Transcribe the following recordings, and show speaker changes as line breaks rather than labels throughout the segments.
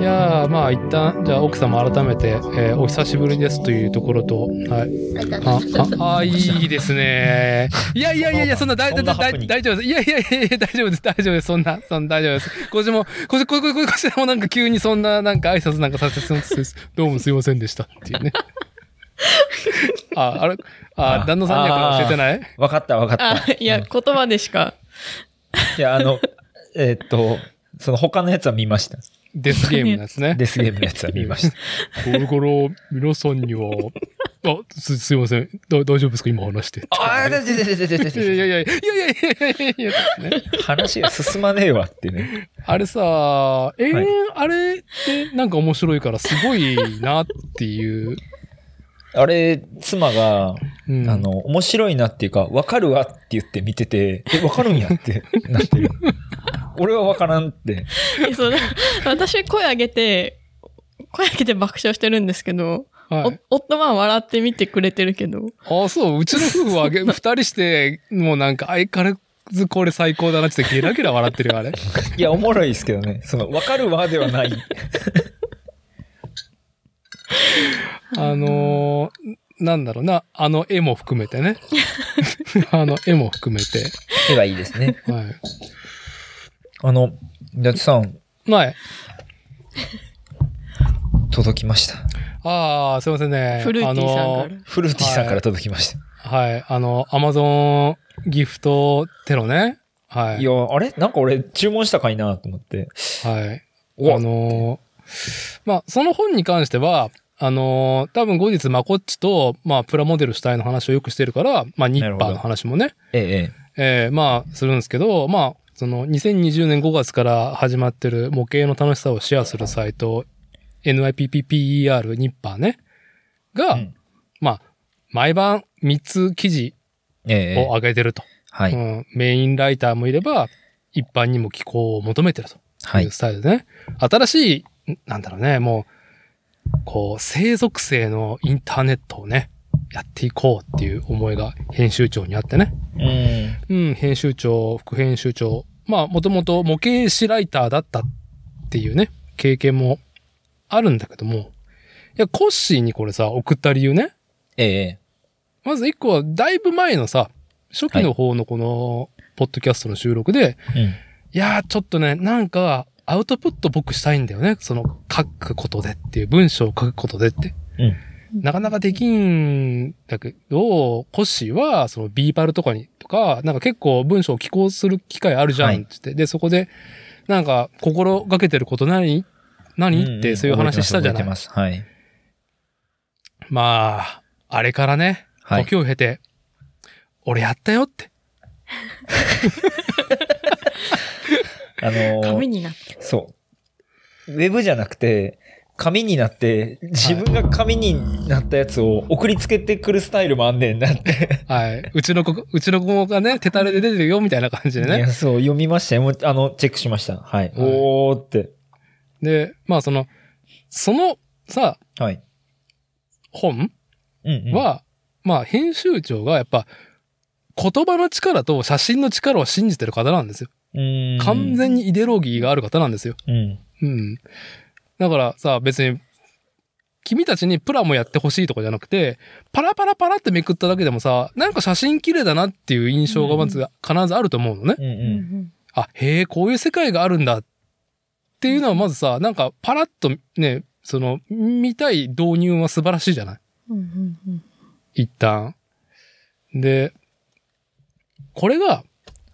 いやー、まあ一旦、じゃあ奥様改めて、えーお久しぶりですというところと、はい。
ありがとう
あ
ございます。、
あ、あいいですね。 いやいやいやいや、そんな大
そんなハ
大
プニング
大丈夫です。いやいやいやいや、大丈夫です。大丈夫です。そんな、そんな大丈夫です。こっちも、こっち、こっち、こっちこちらもなんか急にそんな、なんか挨拶なんかさせてすみません、どうもすいませんでしたって いうね。あ、あれ、あ、旦那さんにはこれ教えてない
わかったわかった。
あ、いや、言葉でしか。
いや、あの、えーっと、その他のやつは見ました。
デスゲームのや つね。
デスゲームのやつは見ました。
これから皆さんには、あ、す、すいません。だ大丈夫ですか今話して。
ああ、でででででで
いやいやいやいやいやいやいやいや、ね、
話が進まねえわってね。
あれさ、永遠あれってなんか面白いからすごいなっていう。
あれ、妻が、
うん、
あの、面白いなっていうか、わかるわって言って見てて、え、わかるんやってなってる。俺はわからんって。
えそうだ私、声上げて、声上げて爆笑してるんですけど、
はい、
お夫は笑って見てくれてるけど、
あそう、うちの夫婦はげ二人して、もうなんか相変わらずこれ最高だなってゲラゲラ笑ってるよ、あれ。
いや、おもろいですけどね。その、わかるわではない。
あのーなんだろうな、あの絵も含めてね。あの絵も含めて。
ではいいですね。
は
あの、だってさん、
い。はい。
届きました。
ああ、すいませんね。
フルーティーさん
あ
か
の
ら。
フルーティーさんから届きました。、
はい。あの、アマゾンギフトテロね。はいい。
や、あれなんか俺、注文したかいなと思って。
はい。
お
あのーまあ、その本に関しては、あのー多分後日、まこっちと、まあ、プラモデル主体の話をよくしてるから、まあ、ニッパーの話もね、
ええ、
えーまあ、するんですけど、まあ、その、2020年5月から始まってる模型の楽しさをシェアするサイト、NIPPPER ニッパーね、が、
うん
まあ、毎晩3つ記事
ええ、え
を
え。
上げてると。
は
う
い。
ん、メインライターもいれば、一般にも寄稿を求めてると。。
はいいう
スタイルでね。新しい、んなんだろうね、もう、こう、生属性のインターネットをね、やっていこうっていう思いが編集長にあってね。
うん。
うん、編集長、副編集長。まあ、もともと模型師ライターだったっていうね、経験もあるんだけども。いや、コッシーにこれさ、送った理由ね。
ええ、
まず一個は、だいぶ前のさ、初期の方のこの、ポッドキャストの収録で、
うん。
いやー、ちょっとね、なんか、アウトプット僕したいんだよね。その、書くことでっていう、文章を書くことでって。
うん
なかなかできんだけど、コッシーは、その、ビーパルとかに、とか、なんか結構文章を寄稿する機会あるじゃん
は
っ
い
て言って、で、そこで、なんか、心がけてること何何、
ん
って、そういう話したじゃない。
覚えてます覚えてます
まあ、あれからね、
はい。はい。
時を経て、俺やったよって。
あの
紙
ー、
になってる。
そう。ウェブじゃなくて、紙になって、自分が紙になったやつを送りつけてくるスタイルもあんねんなって。
はい。うちの子、うちの子がね、手たれで出てるよ、みたいな感じでね。
いや、そう、読みましたよ。もうあの、チェックしました。はい。おーって。
で、まあその、そのさ、
はい。
本
うん、うん。
は、まあ編集長がやっぱ言葉の力と写真の力を信じてる方なんですよ。
うん、
完全にイデロギーがある方なんですよ。
うん。
うん。だからさ、別に、君たちにプラもやってほしいとかじゃなくて、パラパラパラってめくっただけでもさ、なんか写真綺麗だなっていう印象がまず必ずあると思うのね。
うん
うんう
うん
あ、へえ、こういう世界があるんだっていうのはまずさ、なんかパラッとね、その、見たい導入は素晴らしいじゃない
うんうんうん
一旦。で、これが、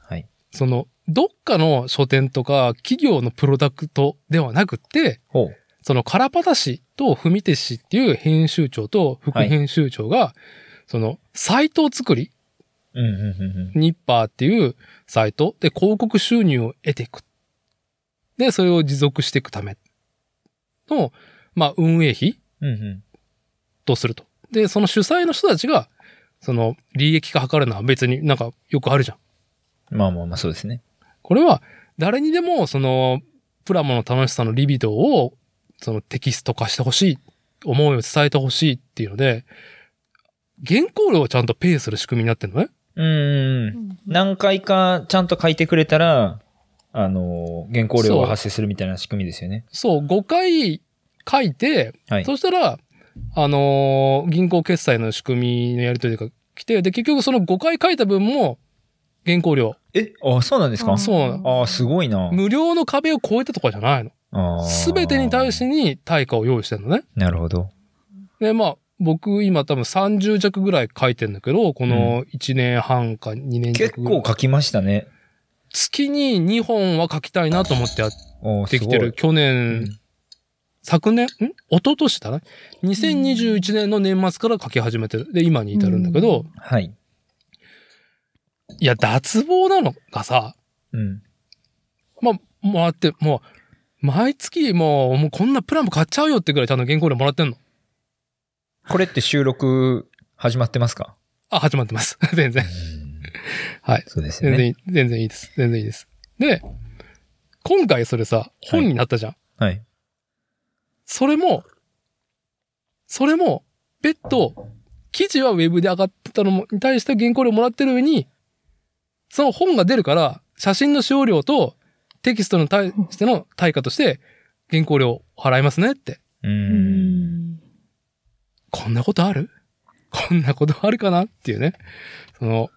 はい。
その、どっかの書店とか企業のプロダクトではなくって、
ほう。
その、カラパタ氏と文手氏っていう編集長と副編集長が、その、サイトを作り、
うんうんうんうん。
ニッパーっていうサイトで広告収入を得ていく。で、それを持続していくための、まあ、運営費
うんうん。
とすると。で、その主催の人たちが、その、利益化図るのは別になんかよくあるじゃん。
まあまあまあ、そうですね。
これは、誰にでも、その、プラモの楽しさのリビドーを、そのテキスト化してほしい、思いを伝えてほしいっていうので、原稿料をちゃんとペイする仕組みになってるのね。
うんうんう。
うんんうん
何回かちゃんと書いてくれたら、あの、原稿料が発生するみたいな仕組みですよね。
そう、5回書いて、
はい
そしたら、あのー銀行決済の仕組みのやり取りが来て、で、結局その5回書いた分も、原稿料、
えあ、そうなんですか
あ
そうな
ああ、すごいな。
無料の壁を超えたとかじゃないの。すべてに対して
て。
に対価を用意してるのね。
なるほど。
で、まあ、僕今多分30弱ぐらい書いてんだけど、この1年半か2年
結
弱ぐらい
構書きましたね。
月に2本は書きたいなと思ってやっ
おー
てきてる。。去
すごい
年、昨年、ん一昨年だな。2021年の年末から書き始めてる。で、今に至るんだけど、
はい。
いや、脱帽なのがさ、
うん。
まあ、もらって、もう、毎月もう、もうこんなプランも買っちゃうよってぐらいちゃんと原稿料もらってんの。
これって収録始まってますか
あ、始まってます。 全然。はい
そうですよ
全然
ね。
いい、全然いいです。全然いいです。で、今回それさ、本になったじゃん。
はい。
それも、それも、別途、記事はウェブで上がってたのもに対して原稿料もらってる上に、その本が出るから、写真の使用料とテキストの対しての対価として、原稿料を払いますねって。
う
う。
んん。
こんなことあるこんなことあるかなっていうね。その、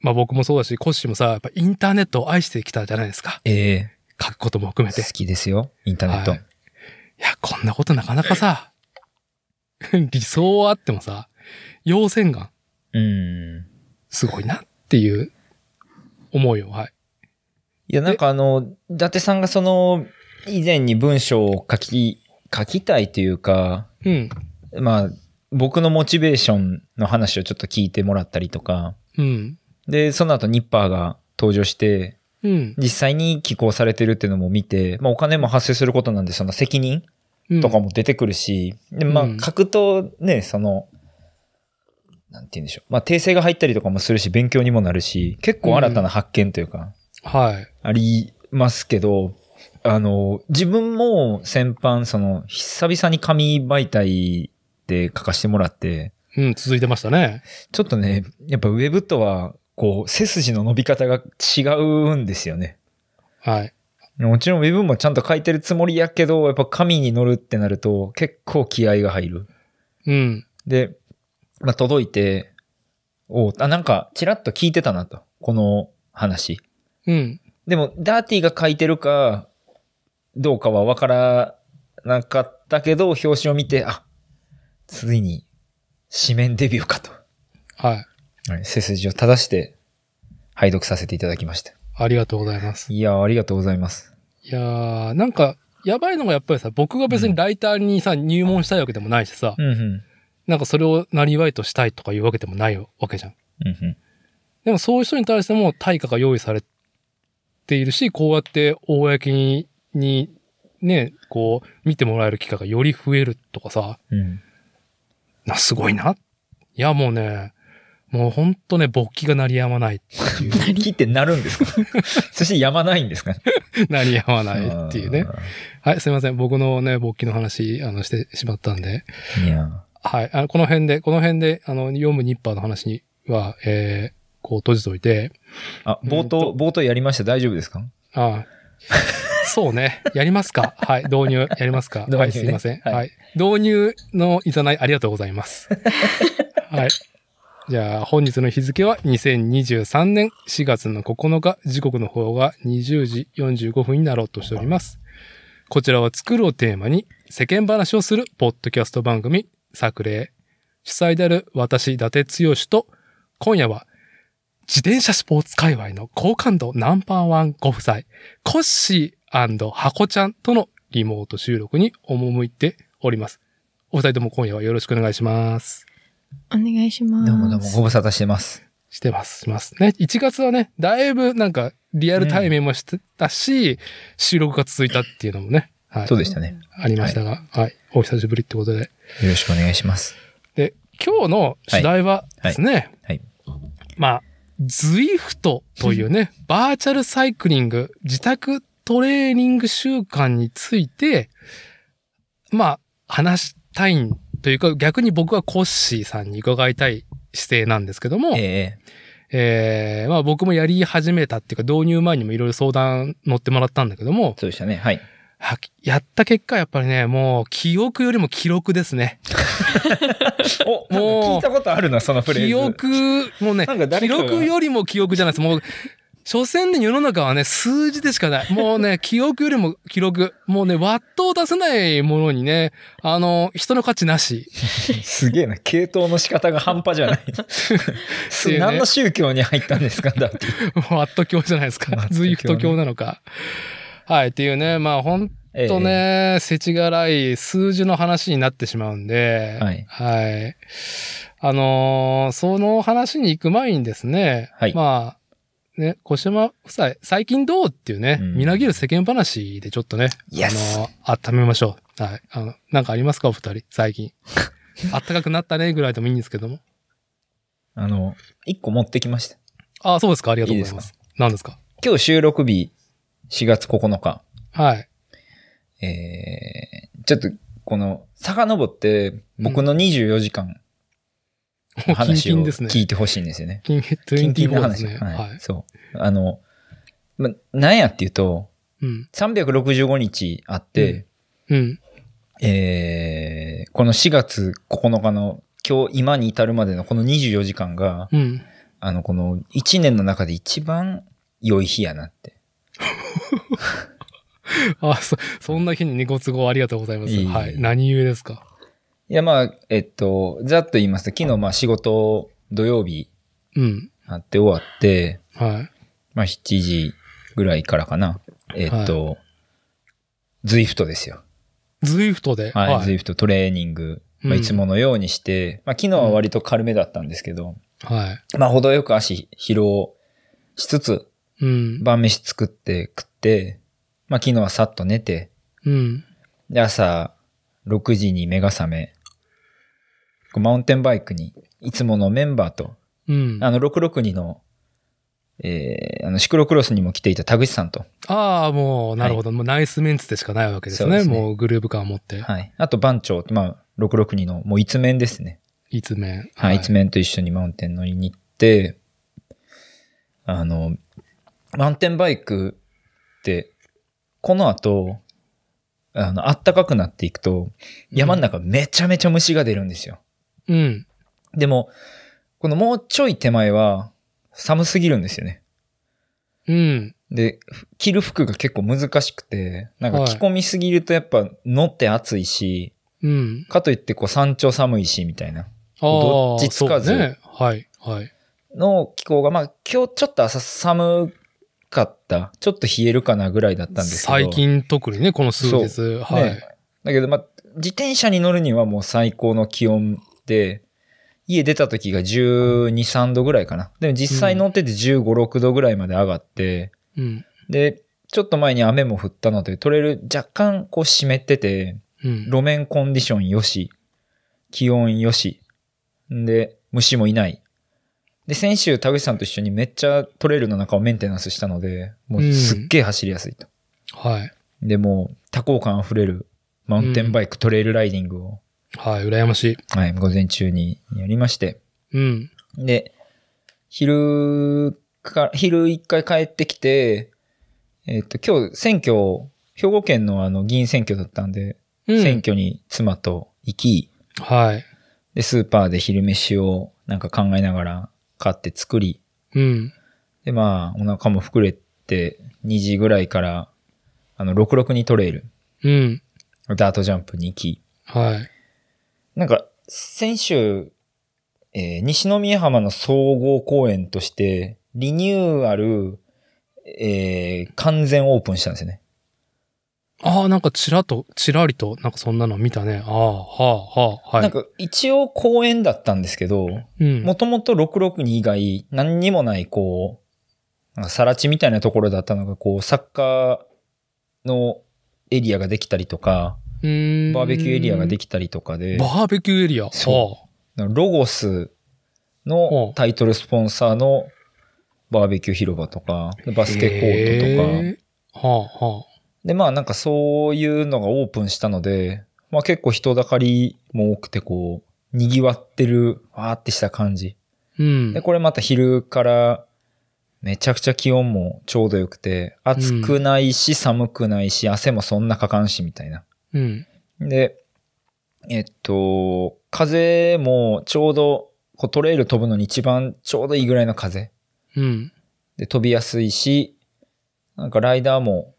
まあ僕もそうだし、コッシーもさ、やっぱインターネットを愛してきたじゃないですか。
ええ
書くことも含めて。い
好きですよ。インターネット。
はいや、こんなことなかなかさ、 理想はあってもさ、要洗顔、
うん。
すごいなっていう思いを、はい。
いや、なんかあの、伊達さんがその、以前に文章を書き、書きたいというか、
うん。
まあ、僕のモチベーションの話をちょっと聞いてもらったりとか、
うん。
で、その後ニッパーが登場して、
うん。
実際に寄稿されてるっていうのも見て、まあお金も発生することなんで、その責任
うん
とかも出てくるし、で、まあ
うん
書くとね、その、なんて言うんでしょう。まあ訂正が入ったりとかもするし、勉強にもなるし、結構新たな発見というか、
はい。
ありますけど、あの、自分も先般、その、久々に紙媒体で書かしてもらって、
うん、続いてましたね。
ちょっとね、やっぱウェブとは、こう、背筋の伸び方が違うんですよね。
はい。
もちろんウェブもちゃんと書いてるつもりやけど、やっぱ紙に乗るってなると、結構気合が入る。
うん。
で、まあ、届いて、おあ、なんか、ちらっと聞いてたなと。この話。
うん。
でも、ダーティが書いてるか、どうかは分からなかったけど、表紙を見て、あ、ついに、紙面デビューかと。
はい。
はい背筋を正して、拝読させていただきました。
ありがとうございます。
いやー、ありがとうございます。
いやー、なんか、やばいのがやっぱりさ、僕が別にライターにさ、入門したいわけでもないしさ、
うんうん。
なんかそれをなりわいとしたいとかいうわけでもないわけじゃん。
うんうん。
でもそういう人に対しても対価が用意されているし、こうやって公に、にね、こう、見てもらえる機会がより増えるとかさ、
うん。
なすごいな。いや、もうね、もうほんとね、勃起が鳴りやまない。
切ってなるんですかそしてやまないんですか
鳴りやまないっていうね。。 はい、すいません。僕のね、勃起の話、あの、してしまったんで。
いや
はい。あこの辺で、この辺で、あの、読むニッパーの話には、えー、こう閉じといて、
ーあ、冒頭、冒頭やりました。大丈夫ですか
ああそうね。やります か。はい。導入、やりますか。
導入ね
はい、すいません。
はい
はい。導入のいざない、ありがとうござい ます。はい。じゃあ、本日の日付は2023年4月の9日、時刻の方が20時45分になろうとしております。こちらは作るをテーマに世間話をするポッドキャスト番組、作例。主催である私、伊達剛と、今夜は自転車スポーツ界隈の好感度ナンバーワンご夫妻、コッシーハコちゃんとのリモート収録に赴いております。お二人とも今夜はよろしくお願いします。
お願いします。
どうもどうも、ご無沙汰してます。
してます、しますね。1月はね、だいぶなんかリアル対面もしてたし、収録が続いたっていうのもね、はい
そうでしたね。
ありましたが、はい。お久しぶりってことで。
よろしくお願いします。
で、今日の主題はですね、
はい。
まあ、ZWIFT というね、バーチャルサイクリング、自宅トレーニング習慣について、まあ、話したいんというか、逆に僕はコッシーさんに伺いたい姿勢なんですけども、
え
え
え
えー、まあ僕もやり始めたっていうか導入前にもいろいろ相談乗ってもらったんだけども、
そうでしたね。はい。
はやった結果やっぱりね、もう記憶よりも記録ですね。
お、
もう
もう聞いたことあるな、そのフレーズ。
記憶、もうね
なんか、
記
誰かが
録よりも記憶じゃないです。もう、所詮ね、世の中はね、数字でしかない。もうね、 記憶よりも記録。もうね、ワットを出せないものにね、あの、人の価値なし。
すげえな。系統の仕方が半端じゃない。
うね
何の宗教に入ったんですかだって。
ワット教じゃないですか
ワッ。ト教
ズ
ね
イフト教なのか。はい、っていうね、まあ、ほん
ええ
とね、世知辛い数字の話になってしまうんで、
はい
はい。あのーその話に行く前にですね、
はい
まあ、ね、小島夫妻、最近どうっていうね、
うん
みなぎる世間話でちょっとね、
Yes
あのー温めましょう。はい。あの、なんかありますかお二人、最 近。あったかくなったね、ぐらいでもいいんですけども。
あの、一個持ってきました。
あ、そうですか。ありがとうございます。何ですか
今日収録日、4月9日。
はい。
えー、ちょっと、この、遡って、僕の24時間の
キン
話
キ
を
ンですね。
聞いてほしいんですよね。
キンキン、
キンキンの
24です
話。
ね。
はい。
はい。
そう。あの、ま、なんやっていうと、
うん。
365日あって、
うん。
えー、この4月9日の今日今に至るまでのこの24時間が、
うん。
あの、この1年の中で一番良い日やなって。
あ、そ、そんな日にねご都合ありがとうございます。
いい
はい。何故ですか
いや、まあ、えっと、ざっと言いますと、昨日まあ仕事土曜日
うん。
あって終わって、
はい。
まあ7時ぐらいからかな。えっと、ズイフトですよ。
ズイフトで。
はい、ズイフトトレーニング、まあ、
うん
いつものようにして、まあ、昨日は割と軽めだったんですけど、
はい。
まあ、程よく足疲労しつつ、
うん。
晩飯作って食って、まあ、昨日はさっと寝て、
うん。
で、朝6時に目が覚め、こうマウンテンバイクに、いつものメンバーと、
うん。
あの、662の、えー、あの、シクロクロスにも来ていた田口さんと、
ああ、もう、なるほど。もうナイスメンツでしかないわけです
そうで
ね。
すね
もうグルーブ感を持って。
はい。あと番長、まあ、662の、もう一面ですね。
いつめ。
はい、一面と一緒にマウンテン乗りに行って、あの、マウンテンバイクって、この後、あの、暖かくなっていくと、山の中めちゃめちゃ虫が出るんですよ。
うん。
でも、このもうちょい手前は、寒すぎるんですよね。
うん。
で、着る服が結構難しくて、なんか
はい
着込みすぎるとやっぱ乗って暑いし、
うん。
かといってこう山頂寒いし、みたいな。
ああ、
どっちつかず
そうね。はい。はい。
の気候が、まあ今日ちょっと朝寒かった。ちょっと冷えるかなぐらいだったんですけど。
最。近特にね、この数
そ
日。は
ね
い。
だけど、まあ自転車に乗るにはもう最高の気温で、家出た時が12、3度ぐらいかな。でも実際乗ってて15、6度ぐらいまで上がって、
うん。
で、ちょっと前に雨も降ったので、取れる若干こう湿ってて、
うん。
路面コンディションよし、気温よし、んで、虫もいない。で、先週、田口さんと一緒にめっちゃトレイルの中をメンテナンスしたので、もうすっげえ走りやすいと。
はい。
で、もう多幸感あふれるマウンテンバイク、トレイルライディングを、
はい。羨ましい。
はい、午前中にやりまして。
うん。
で、昼か、昼一回帰ってきて、えっ、と、今日選挙、兵庫県のあの議員選挙だったんで、
うん
選挙に妻と行き、
はい。
で、スーパーで昼飯をなんか考えながら買って作り、
うん。
で、まあ、お腹も膨れて、2時ぐらいから、あの、66にトレイル、
うん。
ダートジャンプに行き、
はい。
なんか、先週、えー西宮浜の総合公園として、リニューアル、えー完全オープンしたんですよね。
ああ、なんかちらと、ちらりと、なんかそんなの見たね。ああ、はあ、はあ、はい。
なんか、一応公園だったんですけど、
うん、
もともと662以外、何にもない、こう、なんかさら地みたいなところだったのが、こう、サッカーのエリアができたりとか、
うーん
バーベキューエリアができたりとかで
バ、ーベキューエリア。
そロゴス
ほ
の
う
タイトルスポンサーのバーベキュー広場とか、バ
う
スケコー
ト
トとか、
とか。はあ、は
で、まあなんかそういうのがオープンしたので、まあ結構人だかりも多くて、こう、賑わってる、わーってした感じ。
うん
で、。これまた昼から、めちゃくちゃ気温もちょうどよくて、暑くないし、寒くないし、汗もそんなかかんし、みたいな。
うん。
で、えっと、風もちょうど、こうトレイル飛ぶのに一番ちょうどいいぐらいの風。
うん。
で、飛びやすいし、なんかライダーも、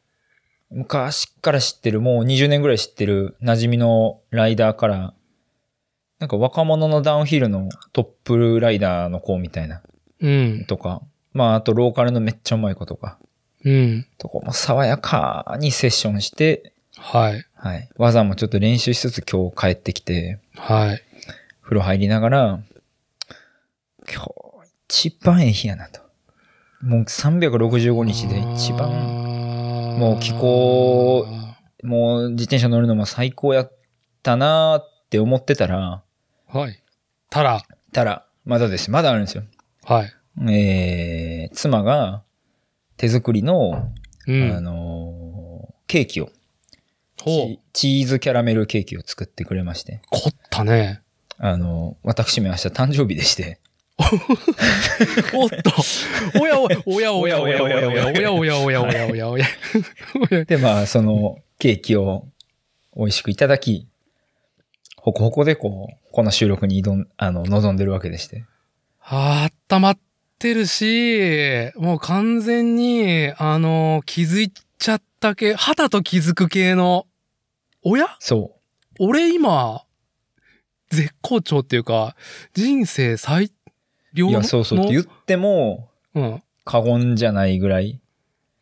昔から知ってる、もう20年ぐらい知ってる馴染みのライダーから、なんか若者のダウンヒルのトップライダーの子みたいな、
うん。
とか、まああとローカルのめっちゃうまい子とか、
うん。
とこも爽やかにセッションして、
はい。
はい。技もちょっと練習しつつ今日帰ってきて、
はい。
風呂入りながら、今日一番ええ日やなと。もう365日で一番、
番
もう気候もう自転車乗るのも最高やったなーって思ってたら、
はい。たら、
たら、まだです。まだあるんですよ。
はい。
えー、妻が手作りの、
う
あ
ん。
のーケーキを、
ほう
チ。チーズキャラメルケーキを作ってくれまして、
凝ったね。
あのー私め明日誕生日でして、
おっと。おやおや、おやおやおやおやおやおやおやおやおやおやおや。
で、まあ、そのケーキを美味しくいただき、ほこほこでこう、この収録に挑ん、あの、望んでるわけでして。
あったまってるし、もう完全に、あの、気づいちゃった系、肌と気づく系の、おや
そ
俺今、絶好調っていうか、人生最良
う。
の。
いや、そうそうって言っても
うん。
過言じゃないぐらい。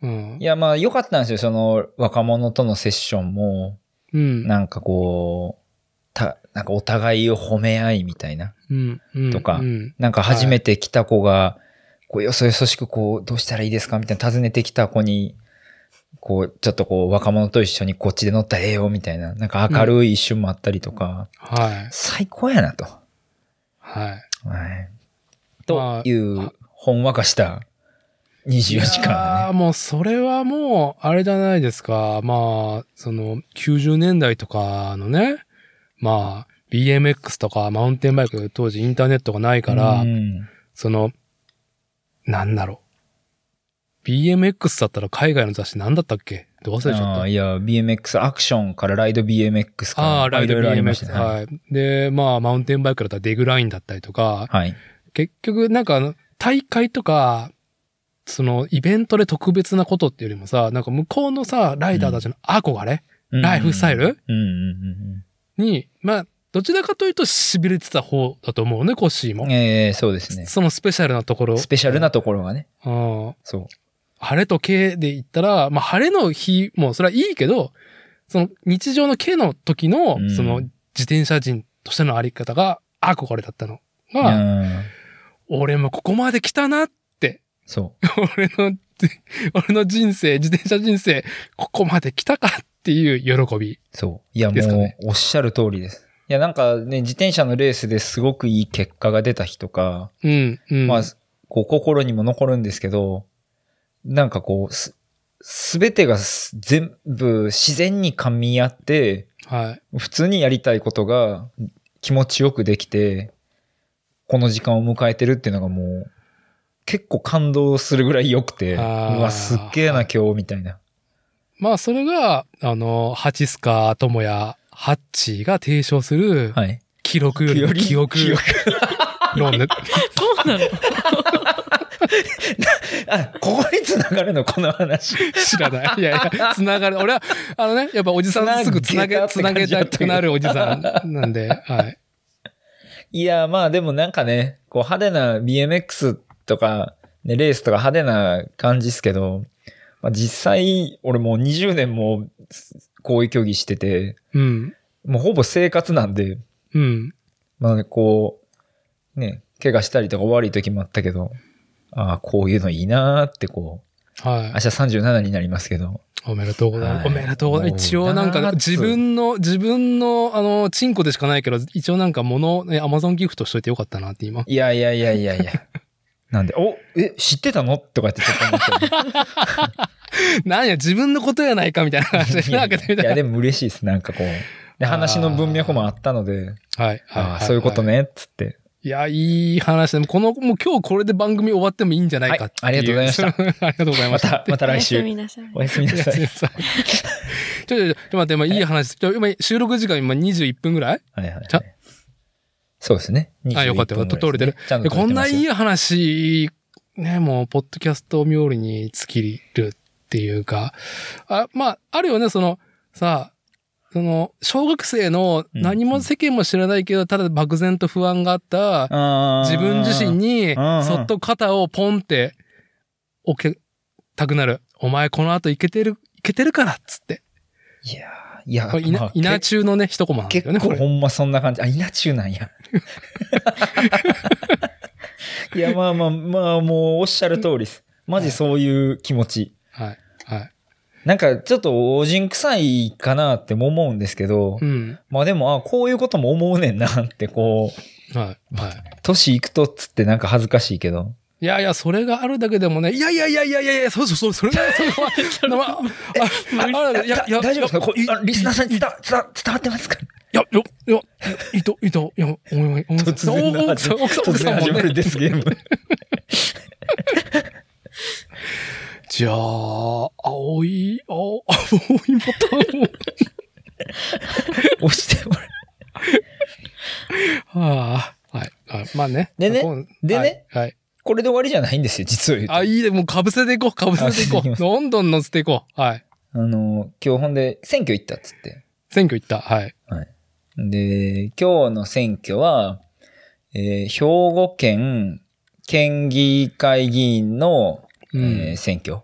うん
い。や、まあ、良かったんですよ。その、若者とのセッションも、
うん。
なんかこう、た、なんかお互いを褒め合いみたいな。
うん。うん。
とか
うん。
なんか初めて来た子が、こう、よそよそしくこう、どうしたらいいですかみたいな、尋ねてきた子に、こう、ちょっとこう、若者と一緒にこっちで乗ったらええよ、みたいな、なんか明るい一瞬もあったりとか、
はい。
最高やなと。は
はい。
い。という、ほんわかした24時
あ
間、
あ、もうそれはもう、あれじゃないですか。まあ、その、90年代とかのね、まあ、BMX とかマウンテンバイク、当時インターネットがない
だね。
から、
うん
その、なんだろう。BMX だったら海外の雑誌なんだったっけどう忘れちゃっ
あ
た
ー。いや、BMX、アクションからライド BMX から。
ああー、ライド
いろいろありまし
BMX。
たね。
はい。で、まあ、マウンテンバイクだったらデグラインだったりとか、
はい。
結局なんかあの大会とかそのイベントで特別なことっていうよりもさなんか向こうのさライダーたちの憧れ
うん
ライフスタイル
うんうん
に、まあどちらかというと痺れてた方だと思うねコッシー
う
も、
ん。ええそうですね。
そのスペシャルなところ
スペシャルなところがね。
うん
そう。
晴れと K で言ったら、まあ、晴れの日もそれはいいけどその日常の K の時の、
うん
その自転車人としてのあり方が憧れだったのが、
うん
俺もここまで来たなって
そ
俺の、俺の人生、自転車人生、ここまで来たかっていう喜び。
う、そう。いや、も
ですかね
う、おっしゃる通りです。いや、なんかね、自転車のレースですごくいい結果が出た日とか、
うん、うん。
まあ、こう、心にも残るんですけど、なんかこう、す、すべてがす全部自然に噛み合って、
はい。
普通にやりたいことが気持ちよくできて、この時間を迎えてるっていうのがもう、結構感動するぐらい良くて、う
あー
わ、すっげえな、今日、みたいな。
まあ、それが、あの、ハチスカ、トモヤ、ハッチーが提唱する、
はい。
記録よりも記憶
記憶
論ね。
そうなの
あ、ここに繋がるの、この話。
知ら ない。いやいや、つながる。俺は、あのね、やっぱおじさんとすぐつなげ、つ
つ
な
な
げ
げた
た
って感じだった
く
けど
なるおじさんなんで、はい。
いや、まあでもなんかね、こう派手な BMX とか、ね、レースとか派手な感じっすけど、まあ、実際、俺もう20年もこういう競技してて、
うん、
もうほぼ生活なんで、
うん。
まあねこう、ね、怪我したりとか悪い時もあったけど、ああ、こういうのいいなーってこう、明
はい。
日37になりますけど、
おめでとうございます。
はい
おめでとうございます。一応なん
もう
か
な
自分の、自分のあの、チンコでしかないけど、一応なんか物、ね、アマゾンギフトしといてよかったなって今。
いやいやいやいやいや。なんで、お、え、知ってたのとかってちょっと思ったり
なんや、自分のことやないかみたいな 話で、なんかみたい
い
な
や、でも嬉しいです。なんかこう。で、話の文脈もあったので、
はい。
ああ
は
ー、そういうこと。ね、っつって。
いや、いい話でも、この、もう今日これで番組終わってもいいんじゃないかっていう、。
はいありがとうございました
ありがとうございま
ま
した。
た、また来
おやす
週。
みなさい。
おやすみ なさ
ちょち
い。
ょちょ、ちょちょ待って、今いい話。ちょ今収録時間今21分ぐらい
はいはいはい
ちゃ。
そうですね。
あよかったよかった
21分ぐらいですねちゃんと
で
撮れ
こん
てま
な
すよ
いい話、ね、もう、ポッドキャスト冥利に尽きるっていうか、あ、まあ、あるよね、その、さその、小学生の
うん
何も世間も知らないけど、ただ漠然と不安があった、
あー
自分自身に
うんうん
そっと肩をポンって置けたくなる。お前この後いけてる、いけてるからっつって。
いやーいや、
これ稲
まあ
稲中のね、一コマなんだ
結
よね、こ
構ほ
れ。
んまそんな感じ。あ、稲中な んや。いや、まあまあ、まあもうおっしゃる通りです。マジそういう気持ち。
はい。はい。
なんかちょっとおじんくさいかなっても思うんですけど、
うん。
まあでも、あこういうことも思うねんなって、こう、
はい。はい。
年いくとっつってなんか恥ずかしいけど。
いやいや、それがあるだけでもね、いやいやいやいやいやいや、そうそう、それ、それが、 それが、それが、あ、あ、いや、いや、
大丈夫ですかこ
いや
うあリスナーさんに伝わ伝わ伝わってますか
いや、よ、よ、いいと、いいと、いや、おいおい、おい、
突然
お
の
奥さん、奥さん、
突
奥さ
然
んも
始ま
ね
る。ですゲーム。
じゃあ、青い、青、青いボタンを。
押してもらう
はあ、はい。あまあね。
でね
こう
でね。
はい。はい
これで終わりじゃないんですよ、実を言うと。
あ、いいで、もうかぶせていこう、かぶせてい
あ
こ
行き
う。
ます
どんどん乗せていこう。はい。
あの、今日ほんで選挙行ったっつって。
選挙行った。はい。
で、今日の選挙は、えー兵庫県県議会議員の、
うん。
えー選挙。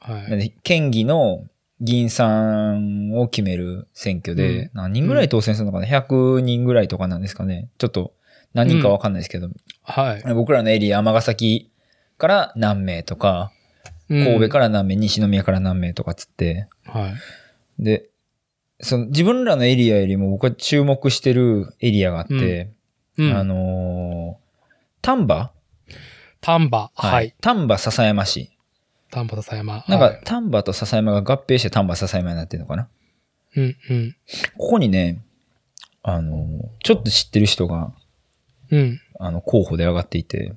は
ないん。で県議の議員さんを決める選挙で、何人ぐらい当選するのかな ?100 人ぐらいとかなんですかね。ちょっと何人かわかんないですけど、
はい。。
僕らのエリア、尼崎から何名とか、神戸からら何名、西宮から何名とかっつって、
はい。
で、その自分らのエリアよりも僕は注目してるエリアがあって、
う
あ
ん。
のー丹波
丹波。はい。。
丹波篠山市。
丹波と狭山。
なん
は
か
い、
丹波と篠山が合併して丹波篠山になってるのかな
うん、うん。
ここにね、あのーちょっと知ってる人が、
うん。
あの、候補で上がっていて、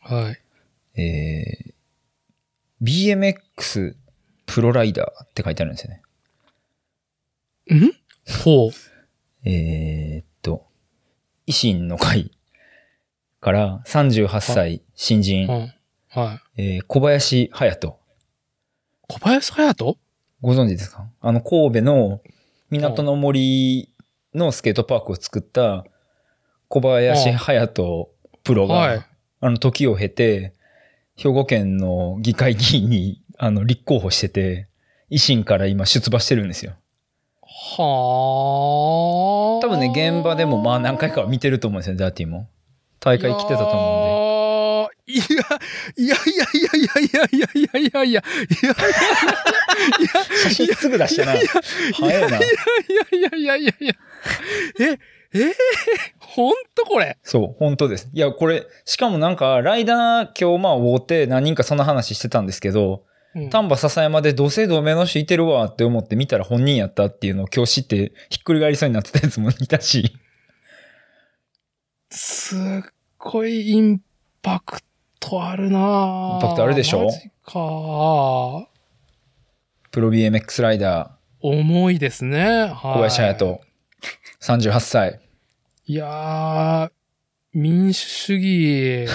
はい。
えー、BMX プロライダーって書いてあるんですよね。
んほう。
えーっと、維新の会から38歳新
う
人、
ん。はい。
えー小林隼人。
小林隼人
ご存知ですかあの、神戸の港の森のスケートパークを作った小林隼人プロ
は
が
い、。
あの、時を経て、兵庫県の議会議員に、あの、立候補してて、維新から今出馬してるんですよ。
はあ。
多分ね、現場でもまあ何回かは見てると思うんですよ、ダーティも。大会来てたと思うんで。
いやーいやいやいやいやいやいやいやいやいやいやいやいやいやいや
写真すぐ出したな。早いな。
いやいやいやええー、ほんとこれ
そう、本当です。いや、これ、しかもなんか、ライダー今日まあ、追って何人かそんな話してたんですけど、
うん
丹波篠山で同姓同名の人いてるわって思って見たら本人やったっていうのを今日知って、ひっくり返りそうになってたやつもいたし。
すっごいインパクトあるなぁ
インパクトあるでしょ
マジか
プロ BMX ライダ
重いですね。はい
ー、小林隼人、38歳。
いやー、民主主義、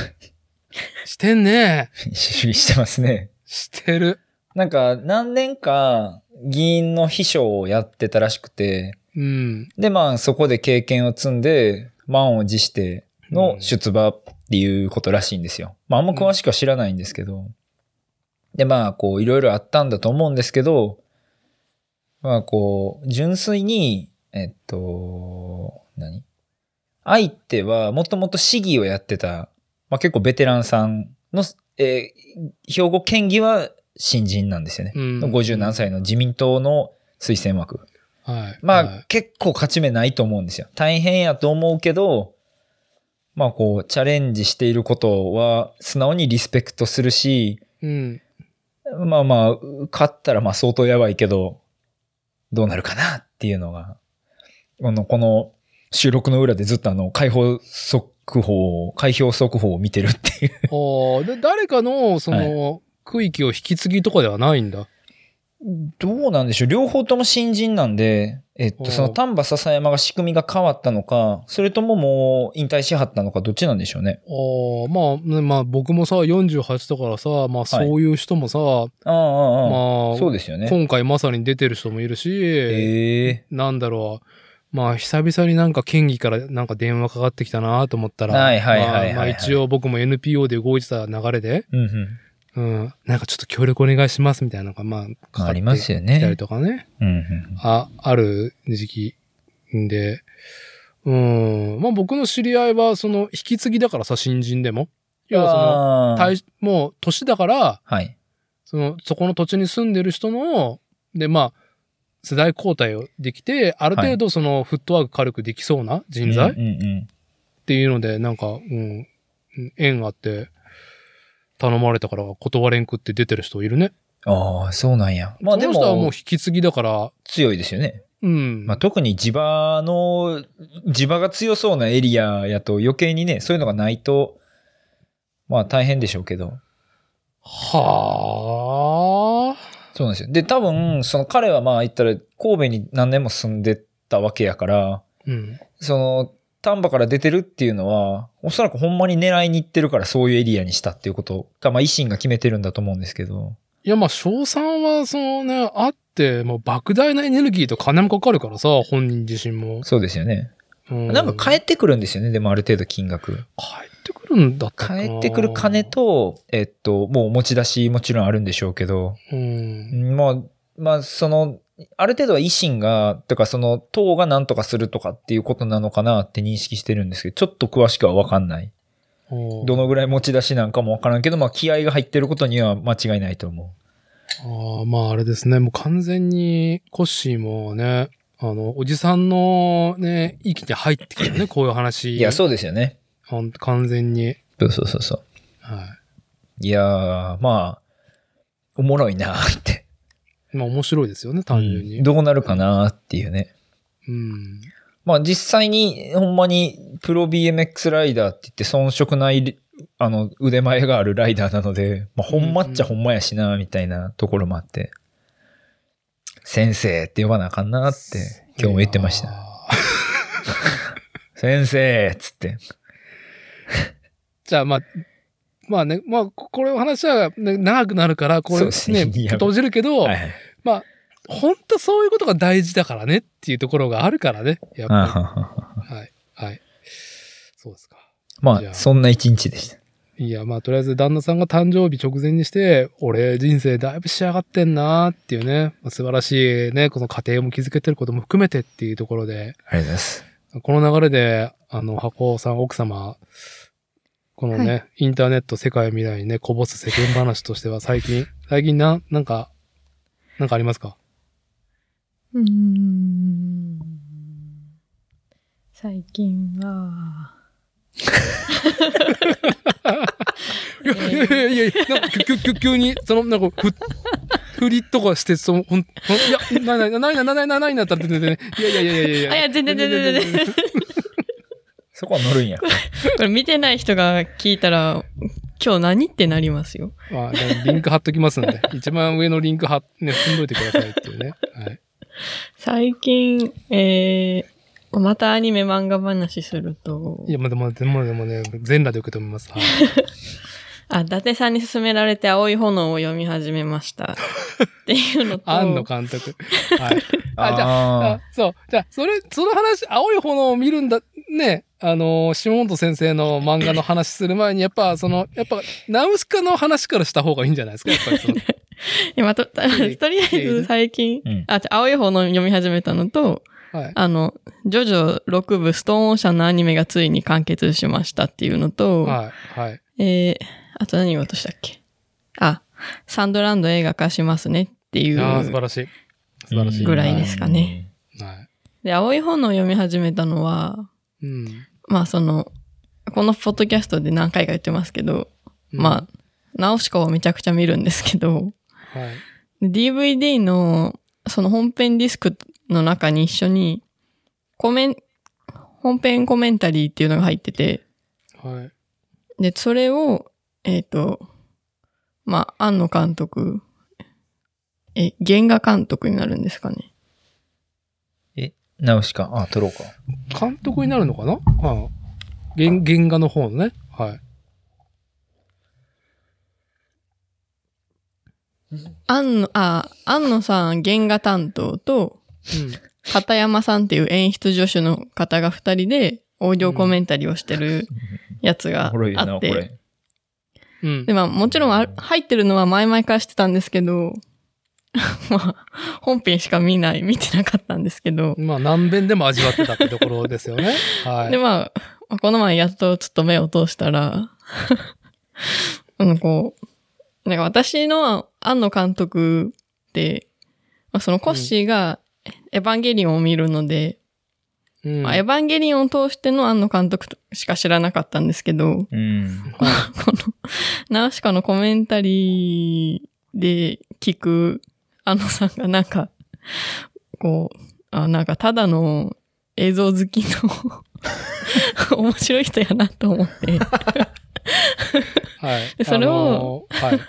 してん ね。
民主主義してますね。
してる。
なんか、何年か、議員の秘書をやってたらしくて、
うん。
で、まあ、そこで経験を積んで、満を持しての出馬っていうことらしいんですよ。まあ、あんま詳しくは知らないんですけど。で、まあ、こう、いろいろあったんだと思うんですけど、まあ、こう、純粋に、えっと、何相手は、もともと市議をやってた、まあ、結構ベテランさんの、えー兵庫県議は新人なんですよね。
うん
50何歳の自民党の推薦枠。
はい。
まあ、
はい
結構勝ち目ないと思うんですよ。大変やと思うけど、まあこう、チャレンジしていることは素直にリスペクトするし、
うん。
まあまあ、勝ったらまあ相当やばいけど、どうなるかなっていうのが、この、この収録の裏でずっとあの、解放速報を、開票速報を見てるっていう。
あ あ、で、誰かの、その、区域を引き継ぎとかではないんだ。
どうなんでしょう両方とも新人なんで、えっ
お
と、
う
その丹波篠山が仕組みが変わったのか、それとももう引退しはったのか、どっちなんでしょうね。
ああ、まあ、ねまあ僕もさ、48だからさ、まあそういう人もさ、
ああ、ああ、ああ
まあ、
そうですよね。
今回まさに出てる人もいるし、
ええ
なんだろう。まあ、久々になんか県議からなんか電話かかってきたなと思ったら、
はいはいはいはいは
ま
い
あまあ一応僕も NPO で動いてた流れで、
うんうん。
うん、なんかちょっと協力お願いしますみたいなのが、まあ、かか
あ
って
りますよ
きたり
ね。
とかね、
うんうん。
あ、ある時期で、うん、まあ僕の知り合いは、その、引き継ぎだからさ、新人でも。要は
あ
その、
ー
退もう年だから、
はい。
その、そこの土地に住んでる人の、で、まあ、世代交代をできて、ある程度そのフットワーク軽くできそうな人材っ
うんうん
ていうので、なんか、うん、うん縁あって、頼まれたから断れんくって出てる人いるね。
うん。ああ、そうなんや。まあで
その人はもう引
も、
き継ぎだから、
強いですよね。
うん。
まあ特に地場の、地場が強そうなエリアやと余計にね、そういうのがないと、まあ大変でしょうけど。
はあ。
そうなんですよ。で、多分、その彼はまあ言ったら神戸に何年も住んでたわけやから、
うん。
その、丹波から出てるっていうのは、おそらくほんまに狙いに行ってるからそういうエリアにしたっていうことが、まあ維新が決めてるんだと思うんですけど。
いや、まあ、賞賛は、そのね、あって、もう莫大なエネルギーと金もかかるからさ、本人自身も。
そうですよね。
うん、
なんか
帰
返ってくるんですよね、でもある程度金額。
ってくるんだったかな
返ってくる金、と、えっと、もう持ち出しもちろんあるんでしょうけど、
うん。
まあ、まあ、その、ある程度は維新が、とかその党が何とかするとかっていうことなのかなって認識してるんですけど、ちょっと詳しくはわかんない。
ど
どのぐらい持ち出しなんかもわからんけど、まあ気合が入ってることには間違いないと思
ああ、まああれですね。もう完全にコッシーもね、あの、おじさんのね、域に入ってき たね、こういう
う。
話。
いや、そうですよね。
ほん完全に。
そうそうそうそう。
はい
やー、まあ、おもろいなーって。
い。まあ面白いですよね、単純に。
どうなるかなーっていうね。
うん。
まあ実際に、ほんまに、プロ BMX ライダーって言って遜色ない、あの、腕前があるライダーなので、まあほんまっちゃほんまやしな、みたいなところもあって、先生って呼ばなあかんなって、今日も言ってまし
いや
た。
ー。
先生っつって。
じゃあまあ、まあね、まあ、ここれお話は、ね、長くなるから、こ
そ
れ
うですね
ね、
いや
閉じるけど、
はいはい。
まあ、本当そういうことが大事だからねっていうところがあるからね、やっ
あは
ぱ
はは
り。はい。はい。そうですか。
ま
じゃ
あ、
あ
そんな一日でした。
いや、まあ、とりあえず旦那さんが誕生日直前にして、俺人生だいぶ仕上がってんなーっていうね、まあ素晴らしいね、この家庭も築けてることも含めてっていうところで、
ありがとうございます。
この流れで、あの、箱さん、奥様、このね、
は
インターネット世界未来にね、こぼす世間話としては最近、最近な、なんか、なんかありますか
うーん最近は、
いや、いやいやいや、なんか、急、急、急に、その、なんか、ふ、振りとかして、その、ほん、ほんいや、ないない、ないない、ないない、ないないなったってね、ねいやいやいやいやいや。
あいや全然全然全然全
そこは乗るんや。
これ見てない人が聞いたら、今日何ってなりますよ。
まあ、でもリンク貼っときますんで、一番上のリンク貼っ、ね、踏んどいてくださいっていうね。はい。
最近、えー、またアニメ漫画話すると
い、や、まあ、でも、でも、でもね、全裸で受け止めます。はい。
あ、伊達さんに勧められて青い炎を読み始めました。っていうのと、
庵野監督。はい。 あ、じゃあ、
あ
あそう。じゃあ、それ、その話、青い炎を見るんだ、ね、あのー、下本先生の漫画の話する前に、やっぱ、その、やっぱ、ナウシカの話からした方がいいんじゃないですか、やっぱりその。
今と、とりあえず最近
うん、
あ、じゃあ青い炎読み始めたのと、
はい。
あの、ジョジョ6部ストーンオーシャンのアニメがついに完結しましたっていうのと、
はい。はい。
えー、あと何言おうとしたっけあ、サンドランド映画化しますねってい
ああ、素晴
う。
らしい。素晴らしい。
ぐらいですかね。
はい。
で、青い本を読み始めたのは、
うん。
まあその、このポッドキャストで何回か言ってますけど、まあ、ナオシカをめちゃくちゃ見るんですけど、
あ、はい。
で DVD のその本編ディスクの中に一緒にコメン、本編コメンタリーっていうのが入ってて、
はい。
で、それを、えっ、と、まあ、庵野監督、え、原画監督になるんですかね。
ナウシカ、あ、撮ろうか。
監督になるのかなはい。原原画の方のね。はい。
庵野、あ、庵野さん原画担当と、片山さんっていう演出助手の方が二人で、オーディオコメンタリーをしてるやつが
おもろいよ
あ
な、
っ
こ
て、
れ。
うん。うん
で、。まあ、もちろんあ入ってるのは前々からしてたんですけど、 まあ、本編しか見ない、見てなかったんですけど、
まあ、何遍でも味わってたってところです よね。は
で、
い。
まあ、この前やっとちょっと目を通したら、 うん、こう、なんか私の庵野監督って、まあ、そのコッシーがエヴァンゲリオンを見るので、
うん
まあエヴァンゲリオンを通しての庵野監督としか知らなかったんですけど、
うん。
この、ナウシカのコメンタリーで聞く、あのさんがなんか、こう、あ、なんかただの映像好きの、面白い人やなと思って。い
はい。
でそれを
あのー、はい。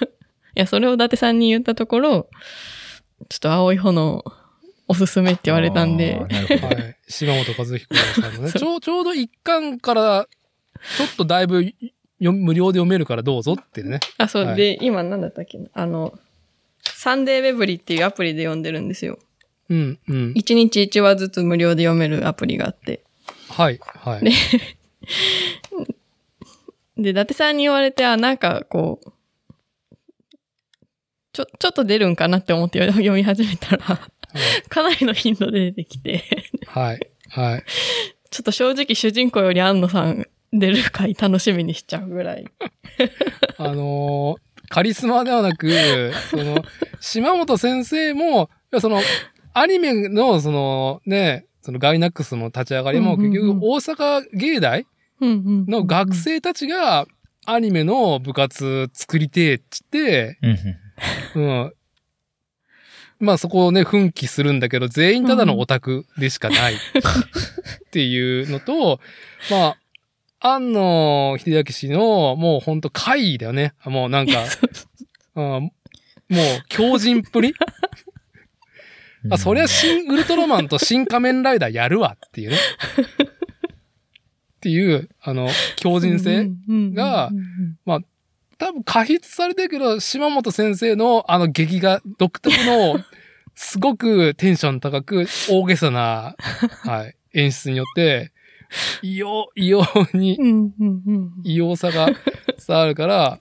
や、それを伊達さんに言ったところ、ちょっと青い炎、おすすめって言われたんで
あー、なるほ
は
ど。
い。島本和彦さんのね。
そう
ちょう、ちょうど一巻から、ちょっとだいぶよ無料で読めるからどうぞってね。
あ、そう、
はい
で、今なんだったっけなあの、サンデーウェブリっていうアプリで読んでるんですよ。
うん、うん。
1日1話ずつ無料で読めるアプリがあって。
はい、はい。
ねで、伊達さんに言われて、あ、なんかこう、ちょ、ちょっと出るんかなって思って読読み始めたら、 かなりの頻度で出てきて、
はい、はい。
ちょっと正直主人公より安野さん出る回楽しみにしちゃうぐらい。
あのーカリスマではなく、その、島本先生も、いやその、アニメの、その、ね、そのガイナックスの立ち上がりも、
うんうんう
結
ん
局、大阪芸大
うんうん。
の学生たちが、アニメの部活作りてえっつって、
うん
うん。まあそこをね、奮起するんだけど、全員ただのオタクでしかないっていうのと、まあ、庵野秀明氏の、もうほんと怪異だよね。もうなんか、うん、もう強人っぷり
うん
あ、そりゃ新ウルトラマンと新仮面ライダーやるわっていうね。っていう、あの、強人性。が
うんうんうん
多分過筆されてるけど、島本先生のあの劇画独特の、すごくテンション高く、大げさな、はい、演出によって、異様、異様に、
うんうんうんうん。
異様さが伝わるから、あ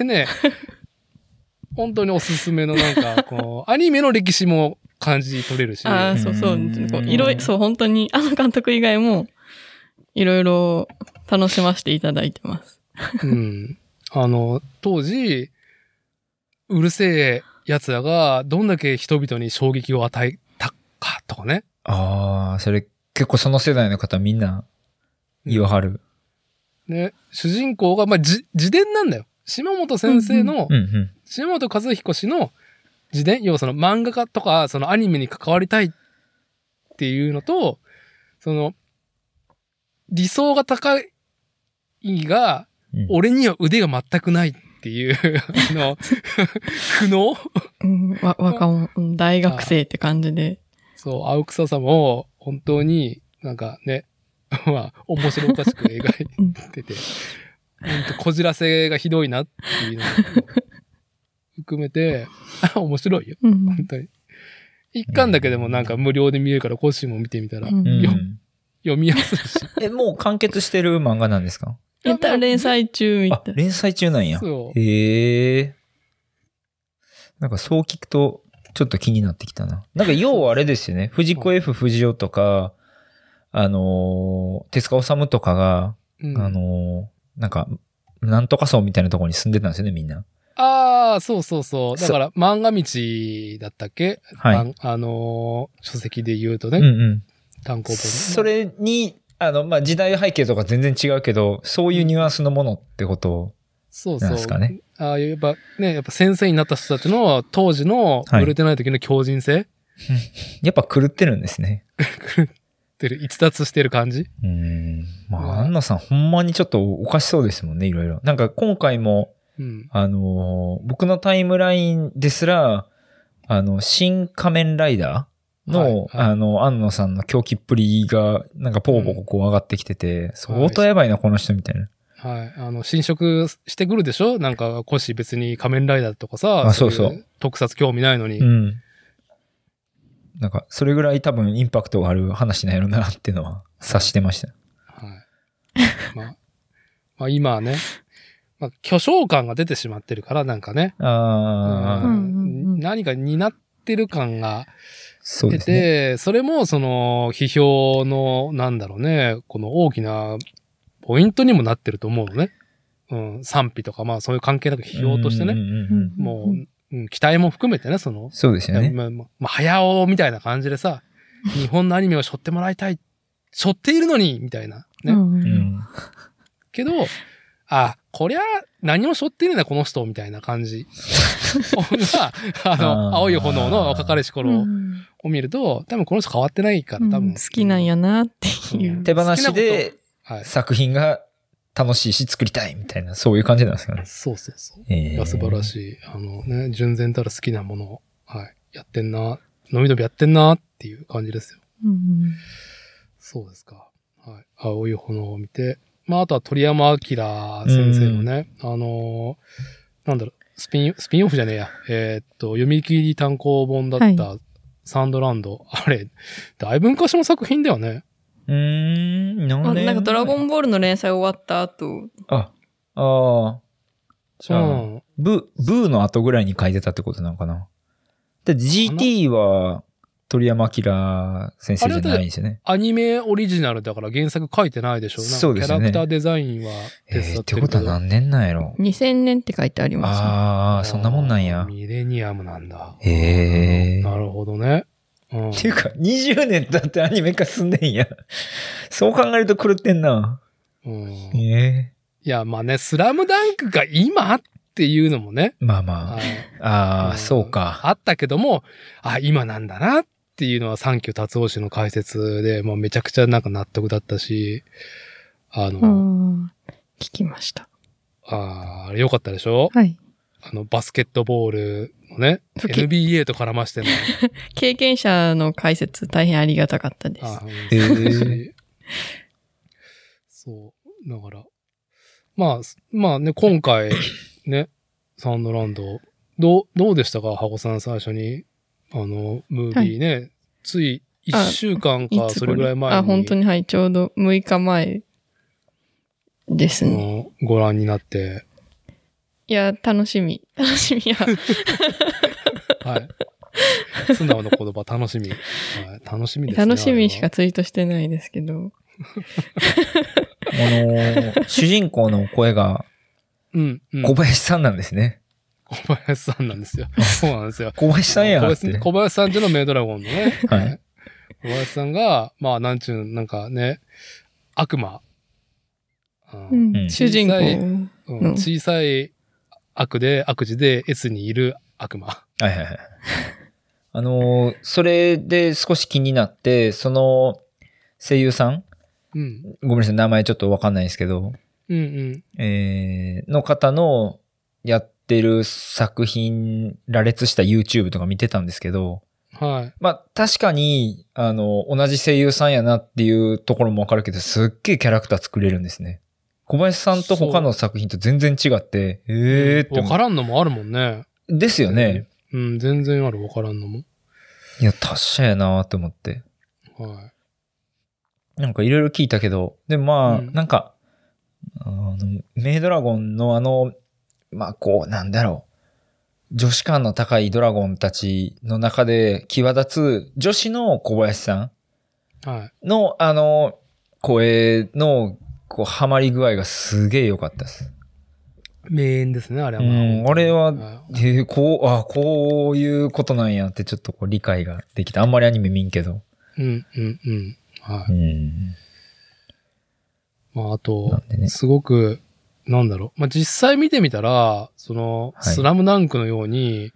れね、本当におすすめのなんか、こう、アニメの歴史も感じ取れるし、
ああ、そうそうう。
ん
こういろいそう、本当に、あの監督以外も、いろいろ楽しませていただいてます。
うん。あの、当時、うるせえ奴らがどんだけ人々に衝撃を与えたかとかね。
ああ、それ結構その世代の方みんな言わはる。
ね、主人公が、まあ、じ自伝なんだよ。島本先生の、
うんうん。
島本和彦氏の自伝、要はその漫画家とか、そのアニメに関わりたいっていうのと、その、理想が高いが、
うん
俺には腕が全くないっていう、あの、苦悩
うん、わ、若者、うん大学生って感じで。
そう、青臭さも本当になんかね、まあ、面白おかしく描いてて、ほんとこじらせがひどいなっていうのも含めて、あ面白いよ、
うん
本当に。一巻だけでもなんか無料で見れるから、コッシーも見てみたら
うん
うん
よ読みやすいし、
え、もう完結してる漫画なんですか
エンタ連載中み
あ
た、い。
連載中なんや。
そう
へえ。なんかそう聞くと、ちょっと気になってきたな。なんか要はあれですよね。藤子 F 不二雄とか、あのー手塚治虫とかが、
うん
あのーなんか、なんとか層みたいなところに住んでたんですよね、みんな。
ああ、そうそうそう。だから、漫画道だったっけ、
はい
あんあのー書籍で言うとね、
うんうん。
単行本の。
それに、あの、まあ、時代背景とか全然違うけど、そういうニュアンスのものってことを。
そうそ
なん
う。
ですかね
ああいう、やっぱね、やっぱ先生になった人たちの当時の
はい
売れてない時の強靭性、
やっぱ狂ってるんですね。
ってる、逸脱してる感じ
うーん。ま
うわ
あ、アンナさん、ほんまにちょっとおかしそうですもんね、いろいろ。なんか、今回も、
うん。
あのー僕のタイムラインですら、あの、新仮面ライダーの、
はいはい
あの、安野さんの狂気っぷりが、なんか、ぽうぽここう上がってきてて、相当やばいな、この人みたいな。
はい。あの、侵食してくるでしょなんか、コシ別に仮面ライダーとかさ、
あそうそう
い特撮興味ないのに。
うん。なんか、それぐらい多分インパクトがある話なんやろな、っていうのは察してました。
はい。まあ、まあ、今はね、まあ、巨匠感が出てしまってるから、なんかね。
あー、
うん
何か担ってる感が
そう
出
です
て、
ね。
それもその批評の、なんだろうね、この大きなポイントにもなってると思うのね。うん、賛否とか、まあそういう関係なく批評として
うん
ね、
うんうんうん
もう、うん期待も含めてね、その、
そうですよね。
まあ、まあ早尾みたいな感じでさ、日本のアニメを背負ってもらいたい、背負っているのに、みたいな。ね。
うん
うん。
けど、あ、こりゃ、何も背負ってねえな、この人、みたいな感 じ。が、あの、
あー
青い炎の若かりし頃
うん
を見ると、多分この人変わってないから、多
う
分。。
ん好きなん。やなっていううん
手放しで
はい。
作品が楽しいし作りたいみたいな、そういう感じなんですかね。
そうそうそう。い
え
や、素晴ら
い。
しい。あのね、純然たる好きなものを、はい。やってんな、のびのびやってんな、っていう感じですよ。
うん
そうですか。はい。青い炎を見て、まあ、あとは鳥山明先生のね、あのーなんだろう、スピン、スピンオフじゃねえや。えーっと、読み切り単行本だった、サンドランド。あれ、だいぶ昔の作品だよね。
うーん、何
あ
年前
なんかドラゴンボールの連載終わった後、
あ、ああ。じ
う
ゃあ、
ん。
ブ、ブーの後ぐらいに書いてたってことなのかな。で、GT は鳥山明先生じゃないんですよね。
アニメオリジナルだから原作書いてないでしょ。なんか
そうですね
キャラクターデザインは
え
手
ー
伝
っ
ってて
こ
るけ
と
ど。
は何年なんやろ。
2000年って書いてありますね。
ああ、そんなもんなんや。
ミレニアムなんだ。
へえ。
な
っ
るほどね。うん。
ていうか、20年経ってアニメ化すんねんや。そう考えると狂ってんな。
うん
え
い
え。
や、まあね、スラムダンクが今っていうのもね、
まあまあ
は。いう
あ
ん
あ、そうか。
あったけども、あ、今なんだなっていうのは、サンキュー達夫氏の解説で、もうめちゃくちゃなんか納得だったし、あの、
うん聞きました。
あーあれ良かったでしょ
はい。
あの、バスケットボールのね、
好き
NBA と絡ましての、
経験者の解説大変ありがたかったです。
あー
へ
うん素
ー
晴らしいそう。だから、まあ、すまあね、今回、ね、サンドランド、どう、どうでしたか、ハコさん最初に、あの、ムービーね、つい一週間
い
か、
つ
そ
頃
れぐらい前に、
あ、本当にはい、ちょうど6日前です
あ
ね。
のご覧になって、
いや、楽しみ。楽しみや。
はい。 素直な言葉、楽しみ。はい、楽しみですね。
楽しみし
あ
かツイートしてないですけど。
あの、主人公の声が
れはうん、うん。
小林さんなんですね。
小林さんなんですよ。そうなんですよ。
小林さんや
小
なっ
林
て。
小林さんっていうのはメイドラゴンのね。
はい
小林さんが、まあ、なんちゅうの、なんかね、悪魔。うん
うん
主人公。
うん
うん
小さい悪で、悪事で S にいる悪魔。
はいはいはい。あの、それで少し気になって、その声優さん、
うん。
ごめんなさい、名前ちょっとわかんないですけど、
うんうん。
えーの方のやってる作品、羅列した YouTube とか見てたんですけど、
はい。
まあ確かに、あの、同じ声優さんやなっていうところもわかるけど、すっげえキャラクター作れるんですね。小林さんと他の作品と全然違って、えーって
わ
思
か
う。
らんのもあるもんね。
ですよね。
うん、全然ある、わからんのも。
いや、達者やなと思って。
は
なんかいろいろ聞いたけど、でもまあ、
うん
なんか、あの、メイドラゴンのあの、まあこう、なんだろう。女子感の高いドラゴンたちの中で際立つ女子の小林さん
い。はい。
のあの声のこうハマり具合がすげえ良かったです。
名演ですね、あれは。
うん俺はいえーこう、あ、こういうことなんやってちょっとこう理解ができた。あんまりアニメ見んけど。
うん、うん、うん。はい。
うん。
まあ、あ
な
と
んで、ね
すごく、なんだろう。まあ、実際見てみたら、その、
はい
スラムダンクのように、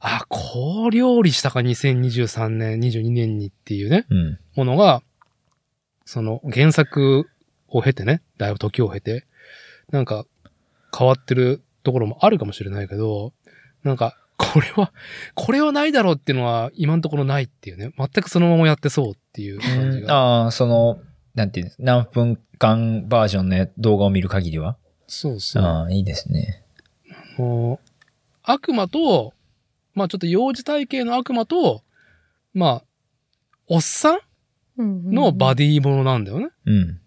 あ、こう料理したか、2023年、22年にっていうね、
うん。
ものが、その原作を経てね、だいぶ時を経て、なんか変わってるところもあるかもしれないけど、なんか、これは、これはないだろうっていうのは今のところないっていうね。全くそのままやってそうっていう感じが。
ああ、その、なんていうんです何分間バージョンの動画を見る限りは。
そうそう。
ああ、いいですね。
もう悪魔と、まあちょっと幼児体系の悪魔と、まあ、おっさんのバ
デ
ディものなんだよね。
うん。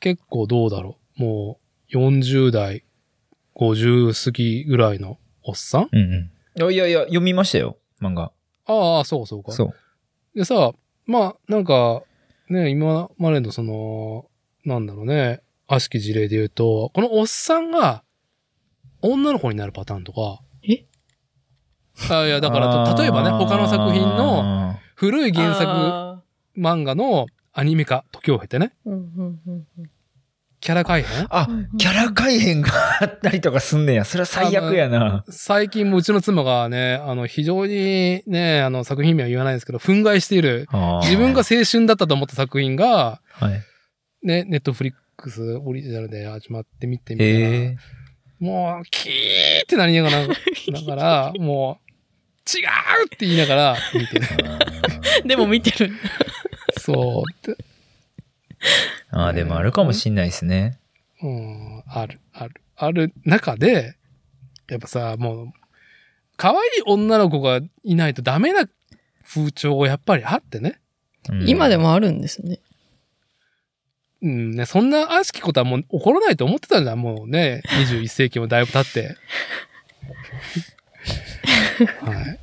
結構どうだろう。もう40代、50過ぎぐらいのおっさん
うんうん。いやいや、読みましたよ、漫画。
ああ、そうそうか。
そう。
でさ、まあなんか、ね、今までのその、なんだろうね、悪しき事例で言うと、このおっさんが女の子になるパターンとか。
え
あいや、だから
あー
と、例えばね、他の作品の、古い原作漫画のアニメ化、時を経てね、キャラ改変
あ
うんうん、
キャラ改変があったりとかすんねや。それは最悪やな。
最近もうちの妻がね、あの、非常にね、あの、作品名は言わないですけど、憤慨している。
あー
自分が、青春だったと思った作品が、
はい、
ね、ネットフリックスオリジナルで始まってみてみたいな、
え
もう、キーってなりながら、だから、もう、違うって言いながら見てる。
ー、
ィ。 でも見てる。
そうって。
あーでもあるかもしんないですね。
うん、ある、ある、ある中で、やっぱさ、もう、可愛い女の子がいないとダメな風潮がやっぱりあってね。
うん
今で。もあるんですね。
うんね、そんな悪しきことはもう起こらないと思ってたんだ、もうね。21世紀もだいぶ経って。はい。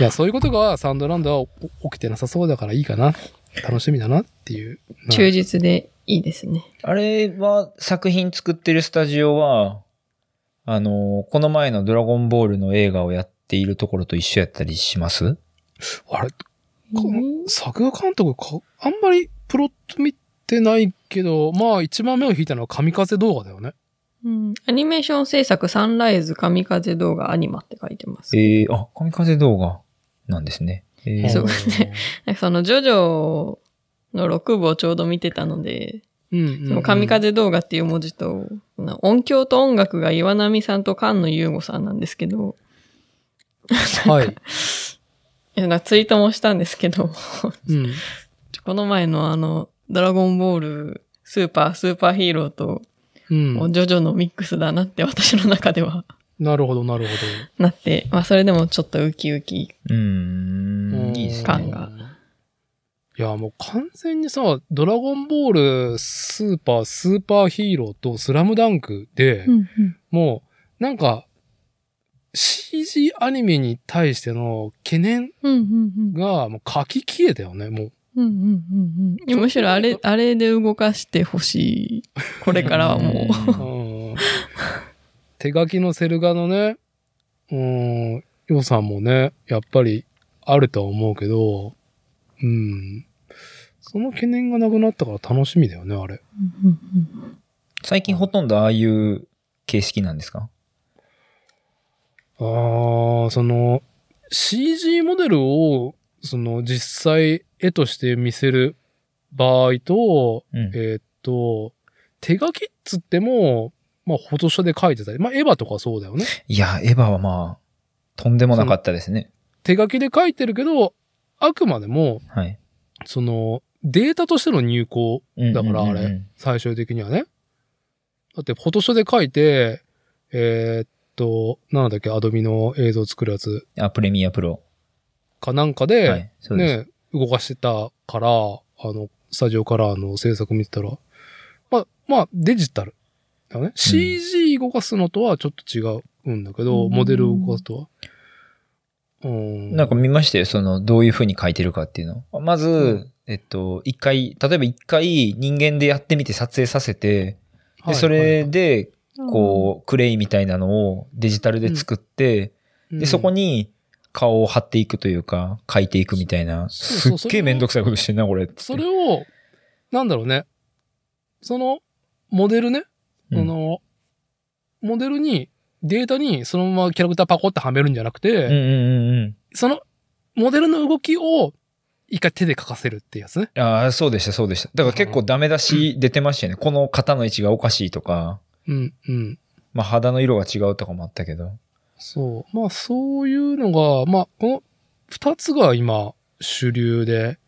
いや、そういうことがサンドランドはお起きてなさそうだからいいかな。楽しみだなっていう。
忠実でいいですね。
あれは、作品作ってるスタジオは、あのーこの前のドラゴンボールの映画をやっているところと一緒やったりします
あれ、こ作画監督か、あんまりプロット見てないけど、まあ一番目を引いたのは神風動画だよね。
うんアニメーション制作サンライズ神風動画アニマって書いてます。
えー、あ、神風動画なんですね。えー
そうなんかそのジョジョの6部をちょうど見てたので、
うん
その神風動画っていう文字と、音響と音楽が岩波さんと菅野優吾さんなんですけど、
はい。
いやなんかツイートもしたんですけど、
うん。
この前のあの、ドラゴンボール、スーパー、スーパーヒーローと、
うん
もうジョジョのミックスだなって私の中では
なるほど、なるほ
なって、まあそれでもちょっとウキウキ。
う
ど。
ーん、いいです
感
ね。
が
いや、もう完全にさ、ドラゴンボール、スーパー、スーパーヒーローとスラムダンクで、もう、なんか、CG アニメに対しての懸念が、もう書き消えたよね、もう。
いやむしろあれ、あれで動かしてほしい。これからはも
うん
うん手書きのセル画のね、うん、予算もね、やっぱりあるとは思うけど、うん。その懸念がなくなったから楽しみだよね、あれ。
う。
最近ほとんどああいう形式なんですか
ああ、その、CG モデルを、その、実際絵として見せる場合と、
うん。
えーっと、手書きっつっても、まあ、フォトショーで描いてたり、まあ、エヴァとかそうだよね。
いや、エヴァはまあ、とんでもなかったですね。
手書きで書いてるけど、あくまでも、
はい。
その、データとしての入稿、だからあれ
うんうんうん
最終的にはね。だって、フォトショーで書いて、えーっと、なんだっけ、アドビの映像作るやつ
あ、プレミアプロ。
かなんか
は
で、
い。そうです。
ね、動かしてたから、あの、スタジオからの制作見てたら、まあ、まあ、デジタル。だよね。CG 動かすのとはちょっと違うんだけど、
うん
モデルを動かすとは。うん。
なんか見ましたよ、その、どういう風に書いてるかっていうの。まず、えっと、一回、例えば一回人間でやってみて撮影させて、
は
で、
い
それ、で、
こ
こう、クレイみたいなのをデジタルで作って、で、そこ
に、
に顔を貼っていくというか、書いていくみたいな。
そう
す
そう
っげえめんどくさいことしてんな、これ。
それを、なんだろうね。その、モデルね。
うん
その、モデルに、データにそのままキャラクターパコってはめるんじゃなくて、
うんうんうんうん。
その、モデルの動きを一回手で書かせるってやつね。
ああ、そうでした、そうでした。だから結構ダメ出し出てましたよね。この肩の位置がおかしいとか、
うん、うん。
まあ肌の色が違うとかもあったけど。
そう。まあそういうのが、まあこの二つが今主流で、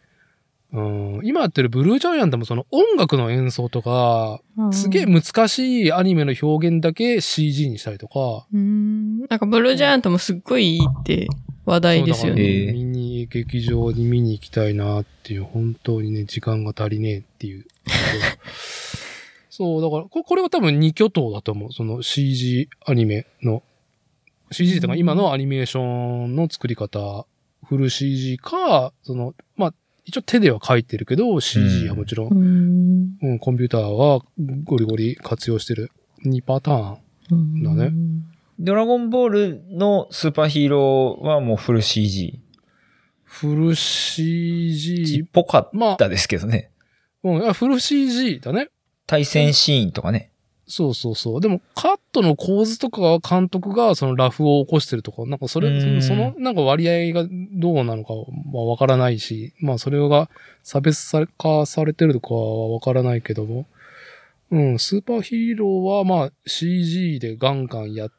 うん、今やってるブルージャイアントもその音楽の演奏とか、すげえ
う
難しいアニメの表現だけ CG にしたりとか、
ーん。なんかブルージャイアントもすっごいいいって話題ですよ
そうだから
ね。
え
見に、劇場に見に行きたいなっていう、本当にね、時間が足りねえっていう。 そう、だからこ、これは多分2巨頭だと思う。その CG アニメの、CG とか
うん
今のアニメーションの作り方、フル CG か、その、まあ、一応手では書いてるけど、CG はもちろん、
うーん。
うん、コンピューターはゴリゴリ活用してる2パターン。だね
ドラゴンボールのスーパーヒーローはもうフル CG
フル CG
っ、ぽかっ
まあ、
たですけどね。
うん、あフル CG だね。
対戦シーンとかね。
そうそうそう。でも、カットの構図とかは監督がそのラフを起こしてるとか、なんかそれ、
うん
その、なんか割合がどうなのかはわからないし、まあそれが差別化されてるとかはわからないけども、うん、スーパーヒーローはまあ CG でガンガンやっ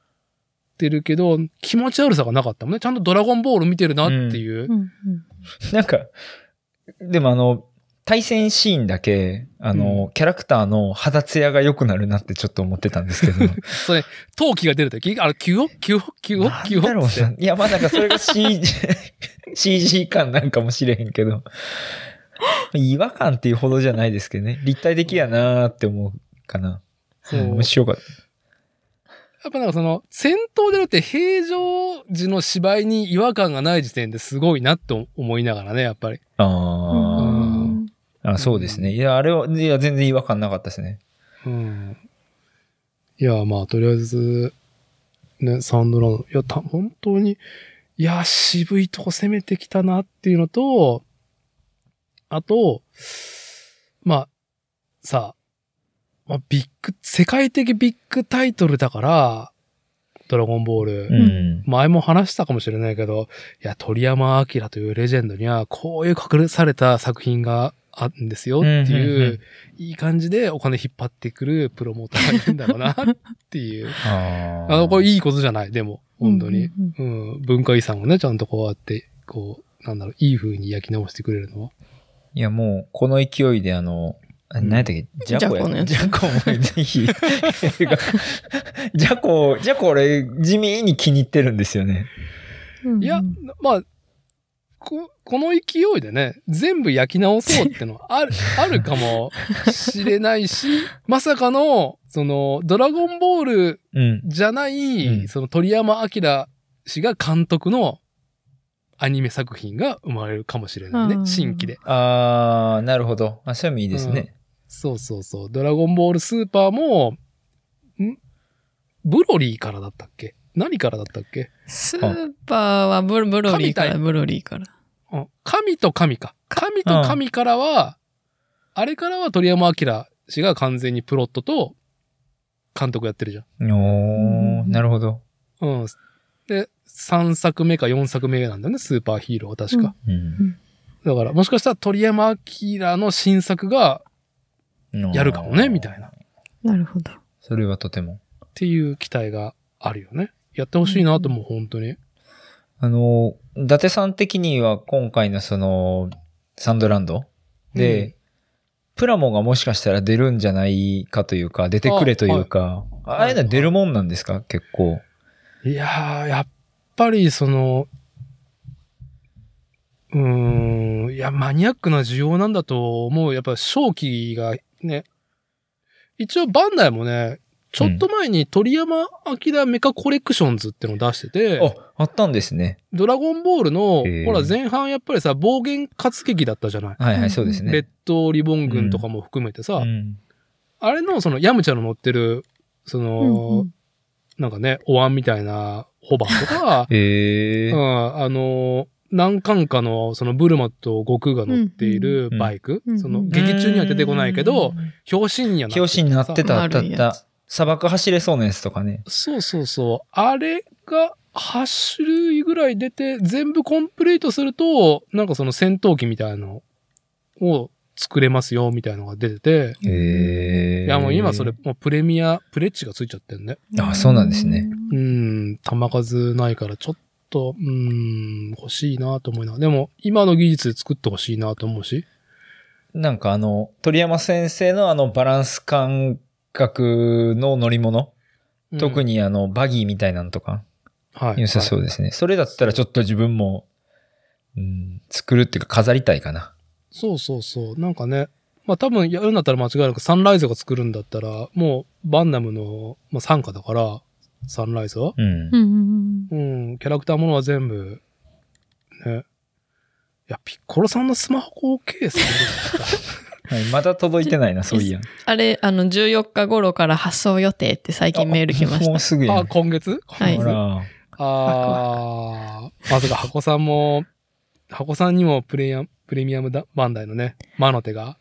てるけど、気持ち悪さがなかったもんね。ちゃんとドラゴンボール見てるなっていう。
うんうん
なんか、でもあの、対戦シーンだけ、あの、キャラクターの肌ツヤが良くなるなってちょっと思ってたんで すけど。
それ、陶器が出るとき、あの、キュオキュオキュオ
なん
キュ
だろ
オ
う
って
な。いや、まあなんかそれが CG、CG 感なんかもしれへんけど。違和感っていうほどじゃないですけどね。立体的やなーって思うかな。
そう
面白かった。
やっぱなんかその、戦闘でなくて平常時の芝居に違和感がない時点ですごいなって思いながらね、やっぱり。
あーあ、そうですね。いや、あれは、いや、全然違和感なかったですね。
うん。いや、まあ、とりあえず、ね、サウンドラウンド。いや、た、本当に、いや、渋いとこ攻めてきたなっていうのと、あと、まあ、さ、まあ、ビッグ、世界的ビッグタイトルだから、ドラゴンボール。
うん。
前も話したかもしれないけど、いや、鳥山明というレジェンドには、こういう隠された作品があるんですよっていう、
うんうんうん
いい感じでお金引っ張ってくるプロモーターがいるんだろうなっていう。
あー
あの、これいいことじゃない、でも、本当に。。
うん
うん、文化遺産をね、ちゃんとこうやって、こう、なんだろう、いい風に焼き直してくれるのは。
いや、もう、この勢いで、あの、あ何やったっけ、ジャコ
ジャコの
や。
やつ
ジャコもぜひ、映画 ジャコ、ジャコ俺、地味に気に入ってるんですよね。
うんうん
いや、まあ、こ、この勢いでね、全部焼き直そうってのはある、あるかもしれないし、 まさかの、その、ドラゴンボール
うん。
じゃない、
うん
その鳥山明氏が監督のアニメ作品が生まれるかもしれないね
う、ん
新規で。
あー、なるほど。あ、そういう意味いいですね。
そうそうそう、ドラゴンボールスーパーも、んブロリーからだったっけ何からだったっけ
スーパーはブロブロリーか
神
ら、
対
ブロリーから。
うん神と神か。神と神からは、あれからは鳥山明氏が完全にプロットと監督やってるじゃん。
おー、なるほど。
うん。で、3作目か4作目なんだよね、スーパーヒーローは確か。
うん。
だから、もしかしたら鳥山明の新作がやるかもね、みた
ない
な。っ
なるほど。
それはとても。
ていう期待があるよね。やってほしいなと思う、本当に。
あの、伊達さん的には今回のその、サンドランドで、
うん
プラモがもしかしたら出るんじゃないかというか、出てくれというか、あ,、
はい
あいうのは出るもんなんですか結構。
いやー、やっぱりその、うーん、いや、マニアックな需要なんだと思う。やっぱ正気がね、一応バンダイもね、ちょっと前に鳥山明メカコレクションズってのを出してて、
あ、あったんですね。
ドラゴンボールの
へー、
ほら前半やっぱりさ、暴言活劇だったじゃない。
はいは
う
い、
ん
そうです
ベ
ね
ッ。ドリボン軍とかも含めてさ、
うん
あれのそのヤムチャの乗ってる、その、
うんうん
なんかね、お椀みたいなホバーと か、
え
う
ー
ん、あのー、何巻かの、そのブルマと悟空が乗っている
うん
バイク、
うん
その劇中には出てこないけど、、表紙にはなってる
表紙になってた、あったあ
丸
っ
いや
た。砂漠走れそうなやつとかね。
そうそうそう。あれが、 8種類ぐらい出て、全部コンプリートすると、なんかその戦闘機みたいなのを作れますよ、みたいなのが出てて、
へえ。
いやもう今それ、。もうプレミア、プレッチがついちゃってんね。
あそうなんですね。
うん、弾数ないからちょっと、うん、欲しいなと思いながら。でも、今の技術で作ってほしいなと思うし。
なんかあの、鳥山先生のあのバランス感覚の乗り物、
うん
特、にあの、バギーみたいなのとか、
はい。
良さ
う。
そうですね、それだったらちょっと自分も、うん、作るっていうか飾りたいかな。
そうそうそう。なんかね、まあ多分やるんだったら間違いなくサンライズが作るんだったら、もうバンダムの、まあ、傘下だから、サンライズは。
うん。
うんうん
うん、キャラクターものは全部、ね。いや、ピッコロさんのスマホケース
はい、まだ届いてないな、そういや。
あれ、あの、14日頃から発送予定って最近メール来まし
も
た
う。すぐや
あ、
ん。
今月今
はい
月
ほら。
あー、まさか箱さんも、箱さんにもプレミアム、プレミアムだバンダイのね、魔の手が。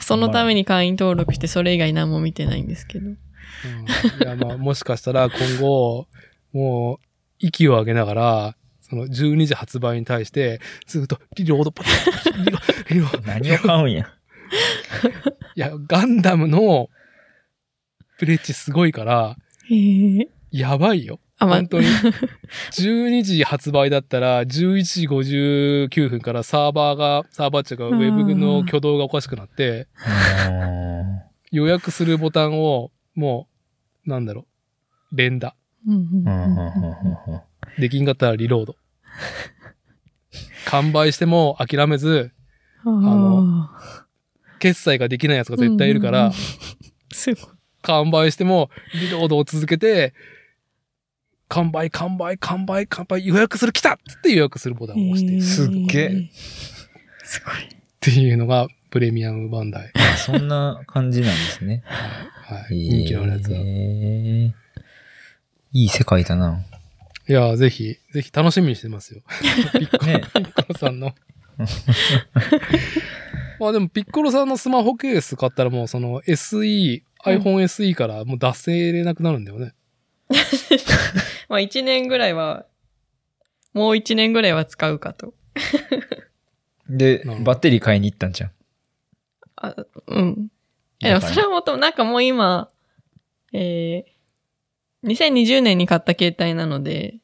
そのために会員登録して、それ以外何も見てないんですけど。
うん、いや、まあ、もしかしたら今後、もう、息を上げながら、その12時発売に対して、ずっと、リロード、パリロリロ
何を買うんや。
いや、ガンダムのプレッチすごいから、
へえ。
やばいよ。
あ、まあ
本、当に。12時発売だったら、11時59分からサーバーが、サーバーっていうか、ウ
ん
ェブの挙動がおかしくなって、
うん
予約するボタンを、もう、なんだろう、連打。
うんうんう
う
ん
うん
んう
うん
ん
うんうん
できんかったらリロード。 完売しても諦めず、の
あ
決済ができないやつが絶対いるか
うん
ら
うん、すごい。
完売してもリロードを続けて、完売、完売、完売、完売、予約する、来たっつって予約するボタンを押して、
へえ
っ
すっげえ。
すごい。
ていうのがプレミアムバンダイ。
あそんな感じなんですね。
はい。人気のあるやつは。
へ
い
ーいい世界だな。
や、ぜひ、ぜひ楽しみにして ますよ。ピッコロ、
ね
ピッコロさんの。 まあでも、ピッコロさんのスマホケース買ったらもうその SE、
うん
iPhone SE からもう脱線れなくなるんだよね。
まあ、一年ぐらいは、もう一年ぐらいは使うかと。
で
なるほど、
バッテリー買いに行ったんじゃん。
あ、うん。えでも
だから
それはもとも、なんかもう今、えー、2020年に買った携帯なので、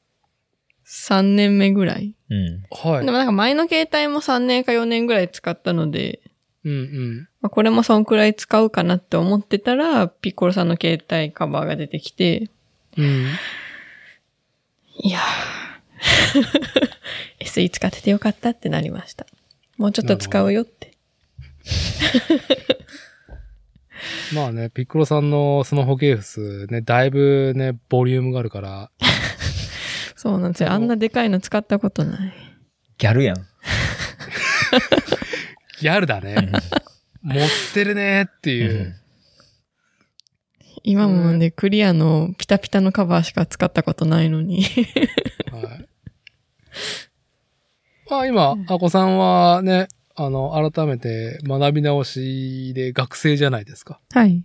3年目ぐらい。
うん。
は
で
い。
もなんか前の携帯も3年か4年ぐらい使ったので、
うんうん。
まあ、これもそんくらい使うかなって思ってたら、ピッコロさんの携帯カバーが出てきて、
うん。
い やー、SE 使っててよかったってなりました。もうちょっと使うよって。
まあね、ピッコロさんのスマホケースね、だいぶね、ボリュームがあるから、
そうなんですよ。あんなでかいの使ったことない。
ギャルやん。
ギャルだね。持ってるねっていう。
今もね、クリアのピタピタのカバーしか使ったことないのに。
はい。まあ今、アコさんはね、あの、改めて学び直しで学生じゃないですか。
はい。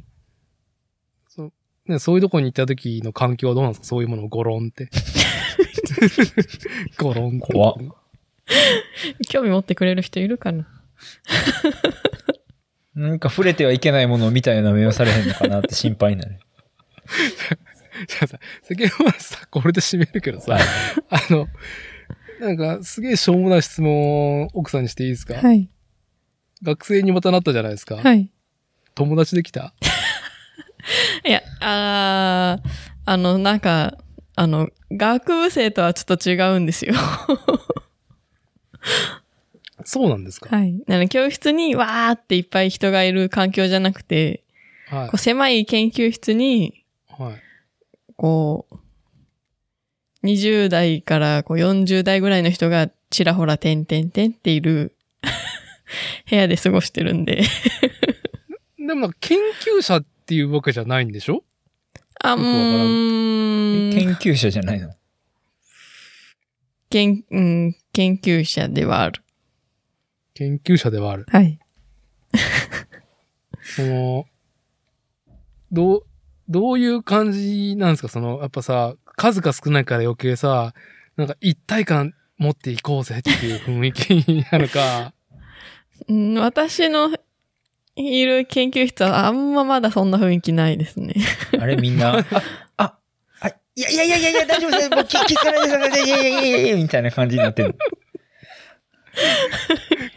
ね、そういうとこに行った時の環境はどうなんですかそういうものをゴロン って。ゴロンって。
怖っ
興味持ってくれる人いるかな
なんか触れてはいけないものみたいな目をされへんのかなって心配になる。
じゃあさ、世間はさ、これで締めるけどさ、あの、なんか、すげえしょうもない質問を奥さんにしていいですか、
い。
学生にまたなったじゃないですか、
い。
友達できた
いや、あーあの、なんか、あの、学部生とはちょっと違うんですよ。
そうなんですか
はい。なので教室にわーっていっぱい人がいる環境じゃなくて、
はい
こう。狭い研究室に、
はい。
こう、20代からこう40代ぐらいの人がちらほら点々点っている 部屋で過ごしてるんで。
でもなんか、研究者っていうわけじゃないんでしょ
あ、う
くわからん
ーん。
研究者じゃないの。
研、うん、研究者ではある。
研究者ではある。
はい。
その、どう、どういう感じなんですかその、やっぱさ、数が少ないから余計さ、なんか一体感持っていこうぜっていう雰囲気なのか。
うん、私のいる研究室はあんままだそんな雰囲気ないですね。
あれみんな、あ、あ、あいやいやいやいやいや、大丈夫 です。もう気気づかないですから。いやいやいやいやいや、みたいな感じになって る。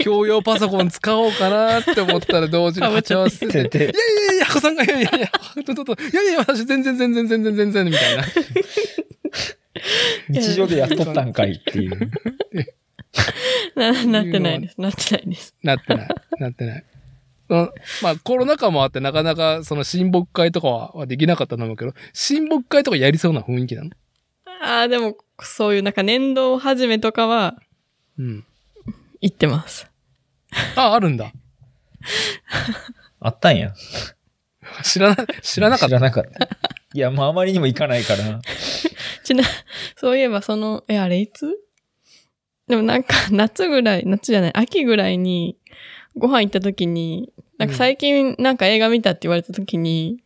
共用パソコン使おうかなって思ったら同時に鉢合わ せて。
てて
いやいやいや、箱さんが、いやいやいや、ちょっと、いやいや、私全然全然全然全然みたいな。
日常でやっとったんかいっていう。
ななってないです。なってないです。
なってない。 なってない。そのまあ、コロナ禍もあって、なかなか、その、親睦会とかははできなかったと思うけど、親睦会とかやりそうな雰囲気なの
ああ、でも、そういうなんか年度始めとかは
うん。
行ってます。
あ、あるんだ。
あったんや。
知らな、知らなかっ
知
た。
らなかった。いや、もうあまりにも行かないから。
ちな、 そういえばその、え、あれいつでもなんか、 夏ぐらい、夏じゃない、秋ぐらいに、ご飯行った時に、なんか最近なんか映画見たって言われた時に、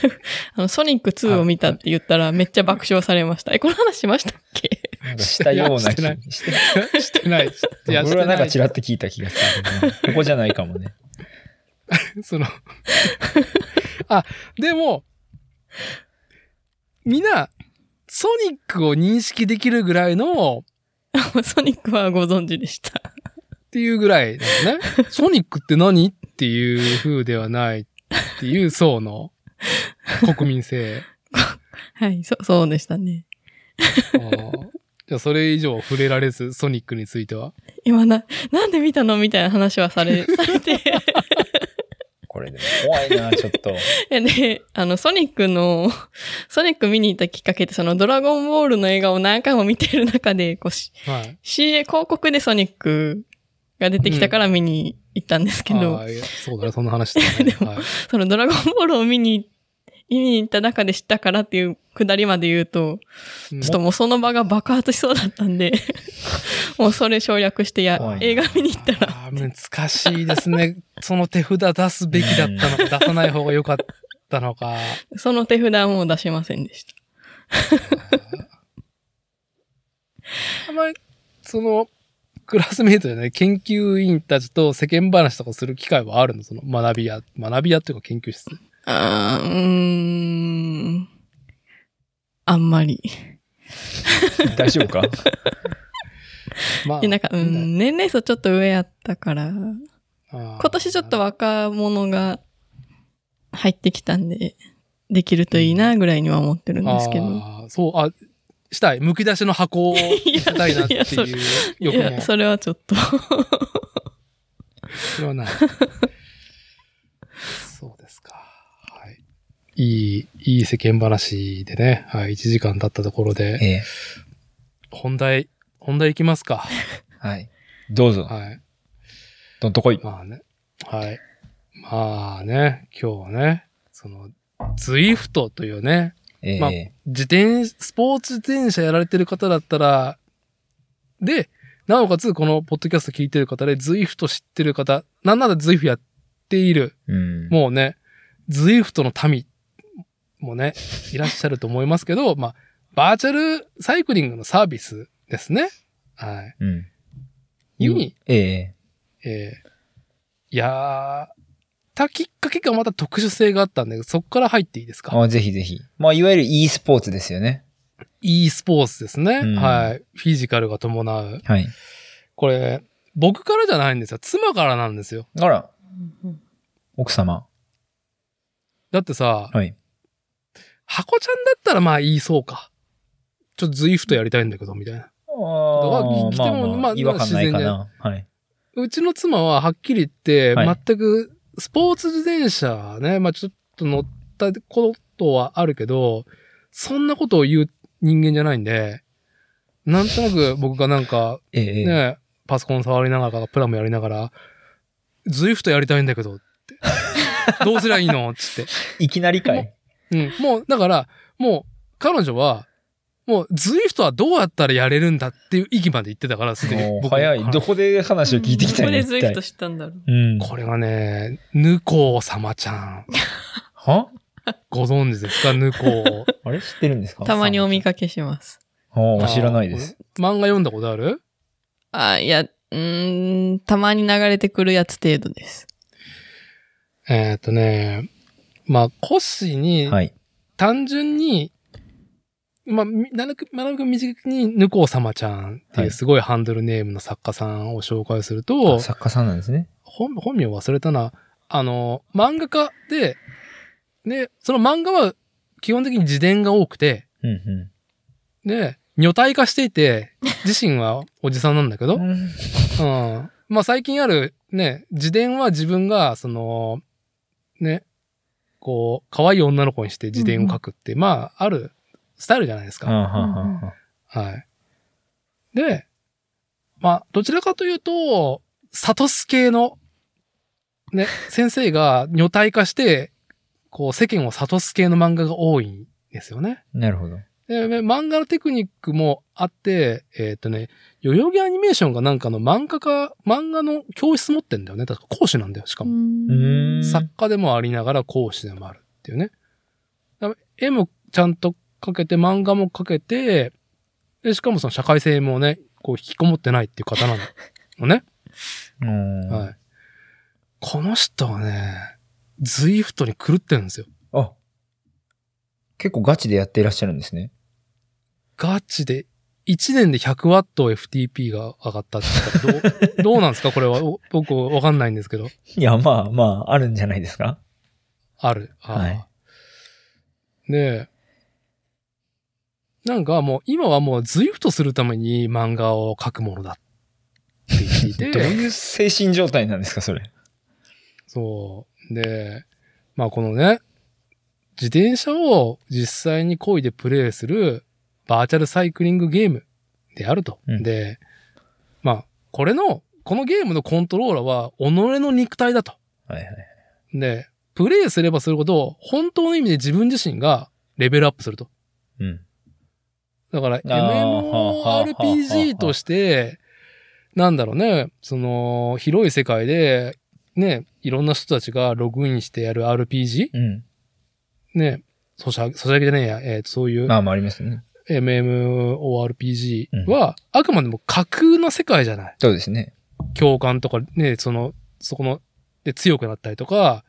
あの、ソニック2を見たって言ったらめっちゃ爆笑されました。え、この話しましたっけ
なんかしたような気
いや
して。
してない。いや、
俺はなんかち
ら
らっと聞いた気がするけどな。ここじゃないかもね。
その。あ、でも、みんな、ソニックを認識できるぐらいの、
ソニックはご存知でした。
っていうぐらいだ よね。ソニックって何っていう風ではないっていう層の国民性。
はい、そ、そうでしたね。
あーじゃあそれ以上触れられず、ソニックについては。
今な、なんで見たのみたいな話はされ、されて。
これでも怖いな、ちょっと。
え で、あの、ソニックの、 ソニック見に行ったきっかけって、そのドラゴンボールの映画を何回も見てる中で、こう、し
はい。
CA 広告でソニックが出てきたから見に行ったんですけど、
あーいやそうだね、そんな話だ ね。はい、
そのドラゴンボールを見に、見に行った中で知ったからっていうくだりまで言うと、
うん
ちょっともうその場が爆発しそうだったんで、もうそれ省略して
怖
や
い、な
映画見に行ったら、
あー難しいですね。その手札出すべきだったのか、出さない方が良かったのか。
その手札はもう出しませんでした。
あんまり、その、クラスメイトじゃない、研究員たちと世間話とかする機会はあるのその学び屋、学び屋っていうか研究室。
あーうーん。あんまり。
大丈 夫か
まあ、
でなんか、うん、年齢層ちょっと上やったから、今
今
年ちょっと若者が入ってきたんで、できるといいなぐらいには思ってるんですけど。
あーそう、あ、したい。剥き出しの箱をしたいなってい
いやそれ
う
い
欲
や、
も。そ
それはちょっと。
れはない。そうですか。はい。いい、いい世間話でね。はい。1時間経ったところで。
ええ。
本題、本題いきますか。
はい。どうぞ。
はい。
どんとこい。
まあね。はい。まあね、今日はね、その、ズイフトというね、
ええ。
まあ自転、スポーツ自転車やられてる方だったら、で、なおかつこのポッドキャスト聞いてる方で、ズイフト知ってる方、なんならズイフやっている、
うん。
もうね、ズイフトの民もね、いらっしゃると思いますけど、 まあ、バーチャルサイクリングのサービスですね。はい。
うん。
に、
ええ。
えー、いやー、たきっかけがまた特殊性があったんで、そこから入っていいですか
あぜひぜひ。まあ、いわゆる e スポーツですよね。
e スポーツですね。
うん
はい。フィジカルが伴う。
はい。
これ、僕からじゃないんですよ。妻からなんですよ。
あら、奥様。
だってさ、
はい。
箱ちゃんだったらまあ言いそうか。ちょっとズイフトやりたいんだけど、みたいな。
あ
来
あ、
て
ま
も
あ
ま
ま
あ
あ、違和感ないかな。はい。
うちの妻ははっきり言って、
はい
全く、スポーツ自転車ね、まあちょっと乗ったことはあるけど、そんなことを言う人間じゃないんで、なんとなく僕がなんか、
ええええ。
ね、パソコン触りながら、プラムやりながら、ズイフトやりたいんだけど、って。どうすりゃいいのつって。
いきなりかい。
うん。もう、だから、もう、彼女は、もう、ズイフトはどうやったらやれるんだっていう域まで言ってたから、すでに
もう
僕。
早い。どこで話を聞いてきた
こ
ん
れ
や
ず
一
い
体
と知ったんだろう。
うん。
これがね、ヌコー様ちゃん。
は
ご存知ですか、ヌ コ。
あれ知ってるんですか
たまにお見
か
かけします。
お知らないです。
あー。漫画読んだことある
あ、いや、うーん、たまに流れてくるやつ程度です。
えーっとね、まあ、コッシーに、
はい。
単純に、まあ、みなるく、なるく短に、ぬこうさまちゃんって
は
いう
い
すごいハンドルネームの作家さんを紹介すると、
あ作家さんなんですね。
本本名忘れたな。あの、漫画家で、で、その漫画は基本的に自伝が多くて、
うんう。
で、女体化していて、自身はおじさんなんだけど、うんん。
うん
まあ最近あるね、自伝は自分が、その、ね、こう、可愛い女の子にして自伝を書くって、まああるスタイルじゃないです
あー
か。
はーはーは
はい。で、まあどちらかというと、サトス系の、ね、先生が女体化して、こう世間をサトス系の漫画が多いんですよね。
ーなるほど。
で、で漫画のテクニックもあって、えーっ、とね、代々木アニメーションがなんかの漫画家、漫画の教室持ってんだよね。確か講師なんだよ、しかも。
ーん
作家でもありながら講師でもあるっていうね。だから絵もちゃんと描けて、漫画も描けて、で、しかもその社会性もね、こう引きこもってないっていう方なのね。
うん
はい。この人はね、ズイフトに狂ってるんですよ。
あ、結構ガチでやっていらっしゃるんですね。
ガチで、1年で 100W FTP が上がったって言ったらどう どうなんですかこれは。お僕わかんないんですけど。
いや、まあまあ、あるんじゃないですか。
ある。あー
はい
で、なんかもう今はもうズイフトするために漫画を描くものだって言ってい
どう
て、
いう精神状態なんですか、それ。
そう。で、まあこのね、自転車を実際に漕いでプレイするバーチャルサイクリングゲームであると。
うん
で、まあ、これの、このゲームのコントローラーは己の肉体だと。
はいはい。
で、プレイすればするほど、本当の意味で自分自身がレベルアップすると。
うん。
だから、
ーはあはあはあ
MMORPG として、なんだろうね、その、広い世界で、ね、いろんな人たちがログインしてやる RPG?
うん。
ね、ソシャゲ、ソシャゲじゃねえや、えーとそういう
まあまあ、ありますね。
MMORPG は、あくまでも架空の世界じゃない。
そうですね。
共感とかね、その、そこの、で強くなったりとか、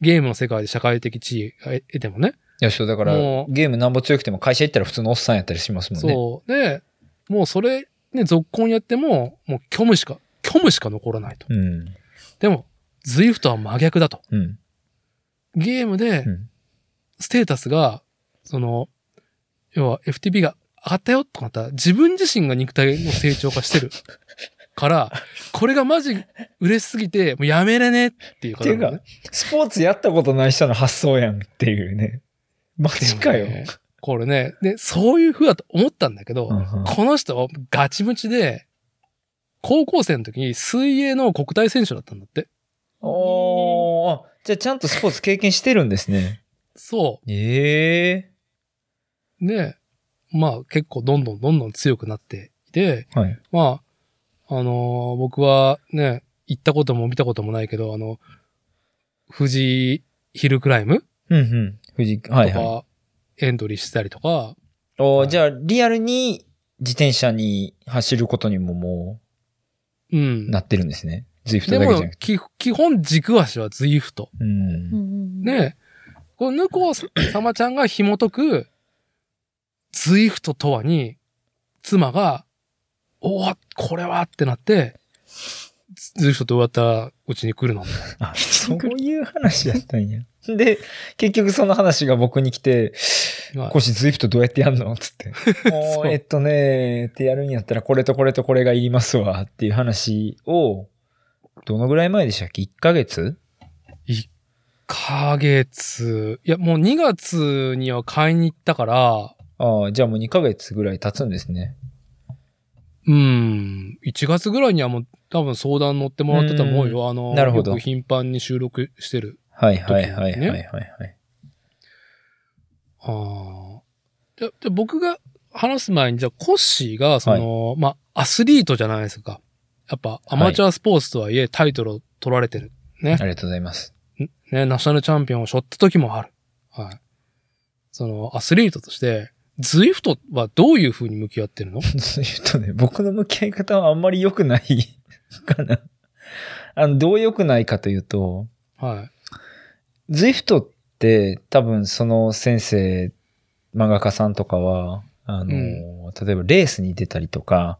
ゲームの世界で社会的地位が得てもね。
いや、そう、だから、
もう
ゲームなんぼ強くても会社行ったら普通のおっさんやったりしますもんね。
そう。で、もうそれ、ね、続婚やっても、もう虚無しか、虚無しか残らないと。
うん。
でも、ズイフトは真逆だと。
うん。
ゲームで
う、ん。
ステータスが、その、要は FTP が上がったよとかなったら、自分自身が肉体の成長化して るから、これがマジ嬉しすぎて、もうやめれねえっていう
っ
方
て
ないん
う
だよね、
か、スポーツやったことない人の発想やんっていうね。 マジかよ。
でもねこれね、で、そういう風だと思ったんだけど、
うんうん
この人はガチムチで、高校生の時に水泳の国体選手だったんだって。
おー、じゃあちゃんとスポーツ経験してるんですね。
そ
ええ
う。で、まあ結構どんどんどんどん強くなっていて、
はい。
まあ、あのー僕はね、行ったことも見たこともないけど、あの、富士ヒルクライム
うんうん。藤井、
と
はいはい。
かエントリーしてたりとか、
おー
はい
じゃあリアルに自転車に走ることにもも
うん
う。なってるんですね。ズイフト
で
だけじゃ
も
なくて。
基、基本軸足はズイフト。
うん。
で、このヌコさまちゃんが紐解く、ズイフトとはに、妻が、おお、これはってなって、ズイフトどうやったらうちに来るの みたいな
あ、そういう話やった んや。で、結局その話が僕に来て、
まあ
コシズイフトどうやってやんのつ って。も
そう
うえっとね、ってやるんやったらこれとこれとこれがいりますわっていう話を、どのぐらい前でしたっけ ?1 ヶ月
ヶ月、いや、もう2月には買いに行ったから、
ああ、じゃあもう2ヶ月ぐらい経つんですね。
うん、1月ぐらいにはもう多分相談乗ってもらってたと思うよ。あの、
なるほど
よく頻繁に収録してる。
はいはいはいはい
ね
はいはい。
ああ。じゃ、じゃあ僕が話す前に、じゃあコッシーが、その、まあ、アスリートじゃないですか。やっぱ、アマチュアスポーツとはいえ、タイトルを取られてる。
ありがとうございます。
ね、ナショナルチャンピオンを背負った時もある。はい。その、アスリートとして、ズイフトはどういう風に向き合ってるの
そういうとね、僕の向き合い方はあんまり良くない かな。あの、どう良くないかというと、
はい。
ズイフトって多分その先生、漫画家さんとかは、あの、例えばレースに出たりとか、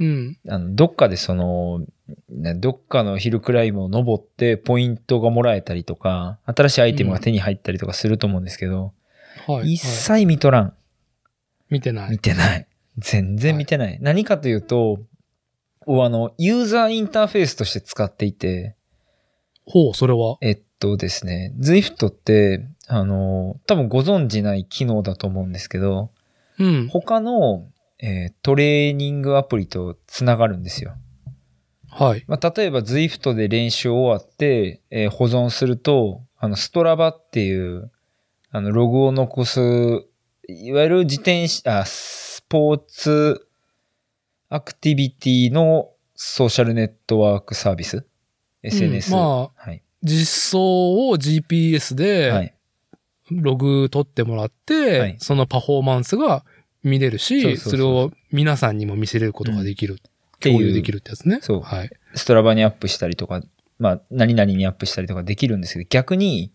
うん。
あの、どっかでその、ねどっかのヒルクライムを登ってポイントがもらえたりとか、新しいアイテムが手に入ったりとかすると思うんですけど、
はい。
一
はい、
切見とらん。
見てない
見。てない。全然見てない。何かというと、おあの、ユーザーインターフェースとして使っていて、
ほう、それは。
えっとですね、Zwift って、あの、多分ご存知ない機能だと思うんですけど、
うん。
他の、えートレーニングアプリとつながるんですよ。
はい。
まあ、例えば Zwift で練習終わって、えー保存すると、あの、ストラバっていう、あの、ログを残す、いわゆる自転車、あ、スポーツアクティビティのソーシャルネットワークサービス ?SNS、
まあ、
はい。
実装を GPS
は
で
い。
ログ取ってもらって、
はい
そのパフォーマンスが見れるし、
そうそうそう
れを皆さんにも見せれることができる。
ていう
共有できるってやつね。
そう
はい。
ストラバにアップしたりとか、まあ、何々にアップしたりとかできるんですけど、逆に、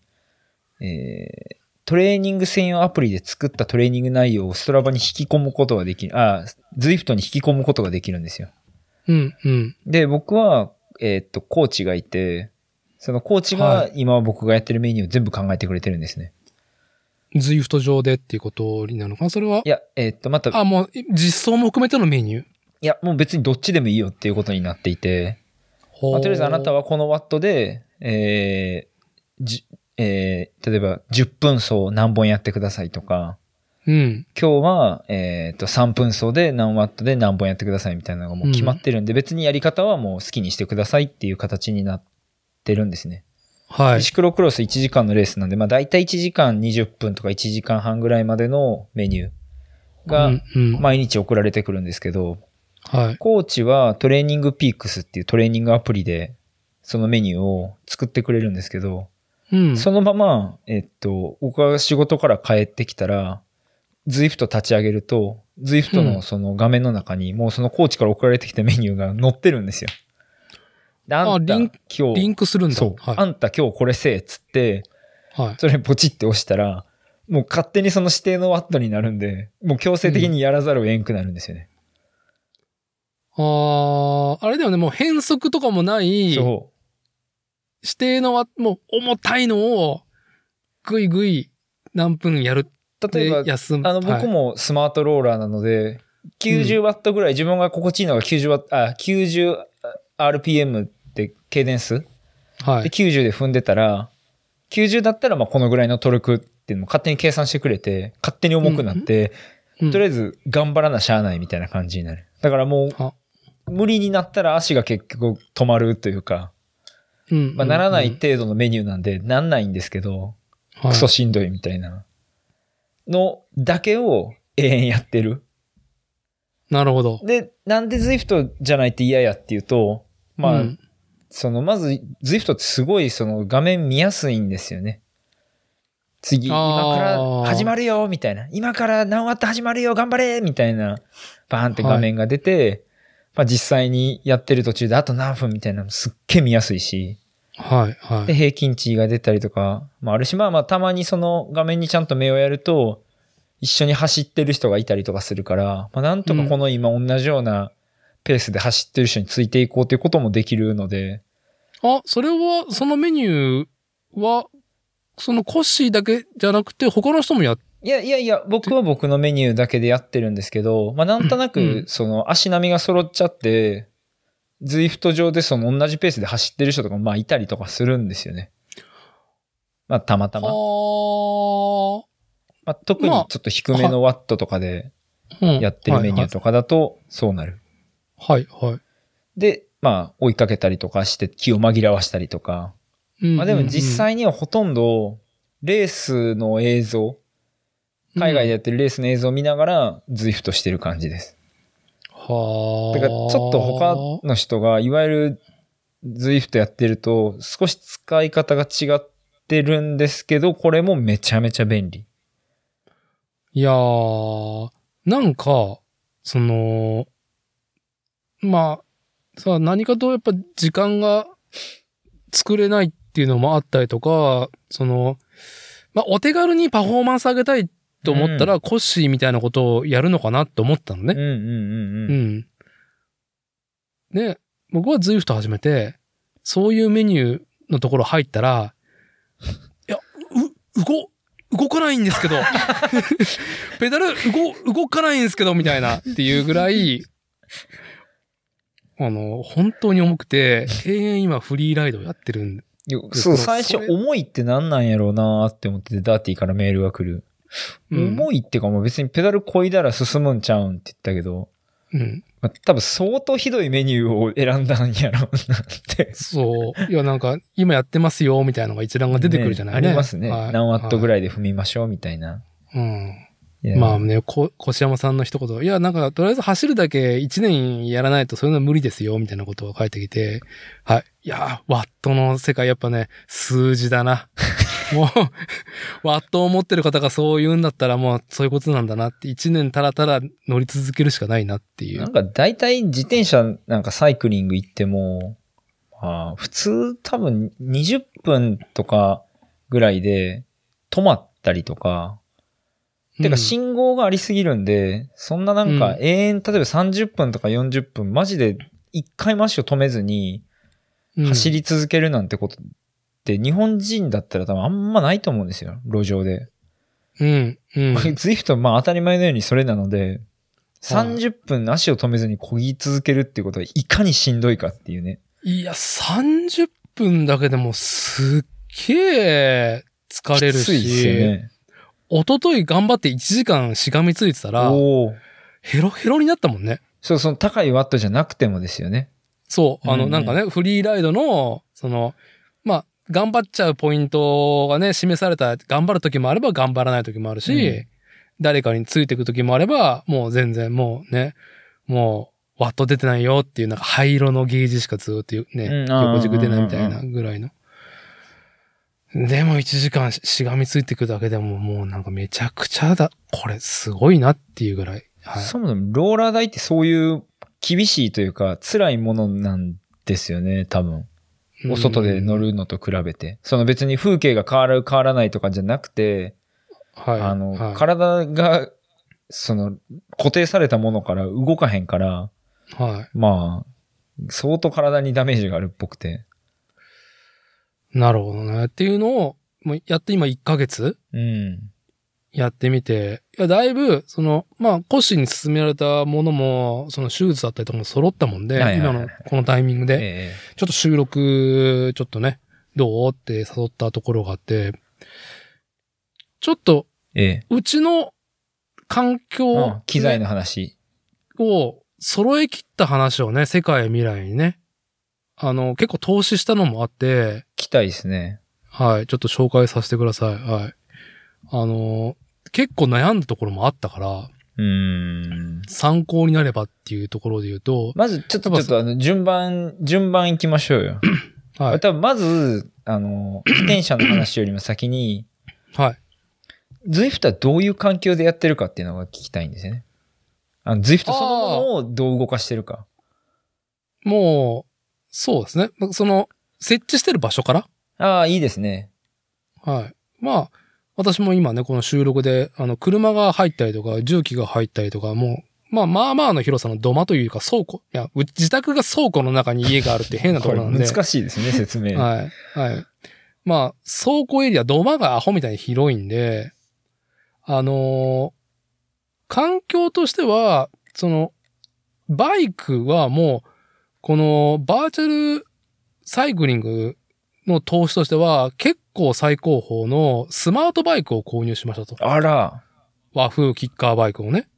えートレーニング専用アプリで作ったトレーニング内容をストラバに引き込むことができる、あ、ズイフトに引き込むことができるんですよ。
うん、うん。
で、僕は、えーっと、コーチがいて、そのコーチ
は
が今僕がやってるメニューを全部考えてくれてるんですね。、
ズイフト上でっていうことになるのかなそれはい
や、えーっと、また、
あ、もう実装も含めてのメニュー。
いや、もう別にどっちでもいいよっていうことになっていて、
ほう
まあとりあえずあなたはこのワットで、えーじえー例えば10分走何本やってくださいとか、
うん。
今日は、えーと3分走で何ワットで何本やってくださいみたいなのがもう決まってるんで、別にやり方はもう好きにしてくださいっていう形になってるんですね。
はい。
シクロクロス1時間のレースなんで、まあ大体1時間20分とか1時間半ぐらいまでのメニュー
う
が
ん、うん
毎日送られてくるんですけど、
はい。
コーチはトレーニングピークスっていうトレーニングアプリで、そのメニューを作ってくれるんですけど、
うん。
そのまま、えっと、僕が仕事から帰ってきたら、Zwift 立ち上げると、Zwift
うん
のその画面の中に、もうそのコーチから送られてきたメニューが載ってるんですよ。であんた
リン
今
リン
日、
クするんだ。
そう、あ
は
んた今日これせえっつって、
い。はい。
それポチって押したら、もう勝手にその指定のワットになるんで、もう強制的にやらざるを得んくなるんですよね。
あーあれだよね、もう変則とかもない、指
そう。
定のわ、もう重たいのを、ぐいぐい何分やる
例
で
えば、
休む。
あの、
はい
僕もスマートローラーなので、90ワットぐらい、自分が心地いいのが90ワット、あ、90 RPM って、ケーデンス
は
で
い。
90で踏んでたら、90だったら、まあ、このぐらいのトルクっていうのも勝手に計算してくれて、勝手に重くなって、
うん
とりあえず頑張らなしゃあないみたいな感じになる。だからも
あ
う、無理になったら足が結局止まるというか、
うん
まあ、ならない
うん
程度のメニューなんで、なんないんですけど、
はい
クソしんどいみたいなのだけを永遠やってる。
なるほど。
で、なんで Zwift じゃないって嫌やっていうと、まあ、
うん
その、まず Zwift ってすごいその画面見やすいんですよね。次、
あー
今から始まるよみたいな。今から何ワット始まるよ頑張れみたいな、バーンって画面が出て、まあ実際にやってる途中であと何分みたいなのすっげえ見やすいし。
はい、は
で、
い。
平均値が出たりとか、まあ、あるし、まあまあ、たまにその画面にちゃんと目をやると、一緒に走ってる人がいたりとかするから、まあ、なんとかこの今同じようなペースで走ってる人についていこうということもできるので、
あ、それは、そのメニューは、そのコッシーだけじゃなくて、他の人もやっ、
いやいやいや、僕は僕のメニューだけでやってるんですけど、まあ、なんとな
う
く
ん、
その足並みが揃っちゃって、ズイフト上でその同じペースで走ってる人とかもまあいたりとかするんですよね。まあ、たまた
あ
ま。
ー
まあ、特にちょっと低めのワットとかで、
うん
やってるメニューとかだと、そうなる。
はい、はい。はい
で、まあ、追いかけたりとかして、気を紛らわしたりとか。
うん
まあ、でも実
うん
際にはほとんど、レースの映像、
うん
海外でやってるレースの映像を見ながら、ズイフトしてる感じです。
はあ。
だから、ちょっと他の人が、いわゆる、ズイフトやってると、少し使い方が違っってるんですけど、これもめちゃめちゃ便利。
いやー、なんか、その、まあ、さあ何かとやっぱ時間が作れないっていうのもあったりとか、その、まあお手軽にパフォーマンス上げたいと思ったら、コッシーみたいなことをやるのかなって思ったのね
うん。うんうん
う
うん。
ん。で、僕は Zwift 始めて、そういうメニューのところ入ったら、いや、う、動、動かないん ですけど、ペダル動、動かないんですけど、みたいなっていうぐらい、あの、本当に重くて、永遠今フリーライドやってるんで。
よ
そ
そう、
う
最初
そ、れ
重いってなんなんやろうなーって思ってて、ダーティーからメールが来る。重いってか、もう別にペダルこいだら進むんちゃうんって言ったけど、
うん。
まあ、多分相当ひどいメニューを選んだんやろうなって。
そう。いや、なんか、今やってますよ、みたいなのが一覧が出てくるじゃない
ねありますね。何ワットぐ
らい。
らいで踏みましょうみたいな。
うん。
いや
まあね、こ、越山さんの一言、いや、なんか、とりあえず走るだけ1年やらないとそういうのは無理ですよ、みたいなことを書いてきて、はい。いやー、ワットの世界やっぱね、数字だ な。もう、ワットを持ってる方がそう言うんだったらもうそういうことなんだなって、1年たらたら乗り続けるしかないなってい
な
う。
んか大体自転車なんかサイクリング行っても、まあ、普通多分20分とかぐらいで止まったりとか、てか
うん
信号がありすぎるんで、そんななん
う
か
ん
永遠、例えば30分とか40分、マジで一回マッシュを止めずに走、り続けるなんてことって日本人だったら多分あんまないと思うんですよ、路上で。
うん、うん、 うん。
ズイフトまあ当たり前のようにそれなので、
はい
30分足を止めずに漕ぎ続けるっていうことはいかにしんどいかっていうね。
いや、30分だけでもすっげー疲れる
きついですよ
し、
ね。
一昨日頑張って1時間しがみついてたら、
おお。
ヘロヘロになったもんね。
そう、その高いワットじゃなくてもですよね。
そう。あの、
うん
なんかね、フリーライドの、その、まあ、頑張っちゃうポイントがね、示された、頑張る時もあれば頑張らない時もあるし、
うん
誰かについていく時もあれば、もう全然もうね、もう、ワット出てないよっていう、なんか灰色のゲージしかずーっとね、
うん
横軸出ないみたいなぐらいの。でも1時間ししがみついていくだけでももうなんかめちゃくちゃだ、これすごいなっていうぐらい。はい。
そもそもローラー台ってそういう厳しいというか辛いものなんですよね、多分。お外で乗
る。
るのと比べて。その別に風景が変わる変わらないとかじゃなくて、
はい。
あの、
はい
体が、その、固定されたものから動かへんから、
はい。
まあ、相当体にダメージがあるっぽくて。
なるほどね。っていうのを、もうやって今1ヶ月
うん。
やってみて、いや、だいぶ、その、まあ、コッシーに勧められたものも、その手術だったりとかも揃ったもんで、
はいはいはい
今のこのタイミングで、
え
ちょっと収録、ちょっとね、どうって誘ったところがあって、ちょっと、
えええ
うちの環境
う
を、
ん機材の話。
を揃え切った話をね、世界未来にね、あの、結構投資したのもあって、
機体ですね。
はい。ちょっと紹介させてください。はい。あのー結構悩んだところもあったから、
うーん。
参考になればっていうところで言うと、
まず、ちょっと、
やっ
ちょ
ぱ
っと、あの、順番、順番行きましょうよ。
は
多分、まず、あの、自転車の話よりも先に、
い。はい。
ズイフトはどういう環境でやってるかっていうのが聞きたいんですよね。あの、ズイフトそのものをどう動かしてるか。
もう、そうですね。その、設置してる場所から
ああ、いいですね。
はい。まあ、私も今ね、この収録で、あの、車が入ったりとか、重機が入ったりとか、もう、まあまあまあの広さの土間というか倉庫。いや、う自宅が倉庫の中に家があるって変なと
こ
こ
れ
ろなんで。
難しいですね、説明。
はい。はい。まあ、倉庫エリア、土間がアホみたいに広いんで、あのー環境としては、その、バイクはもう、このバーチャルサイクリングの投資としては、結構最高峰のスマートバイクを購入しましたと。
あら。
和風キッカーバイクをね。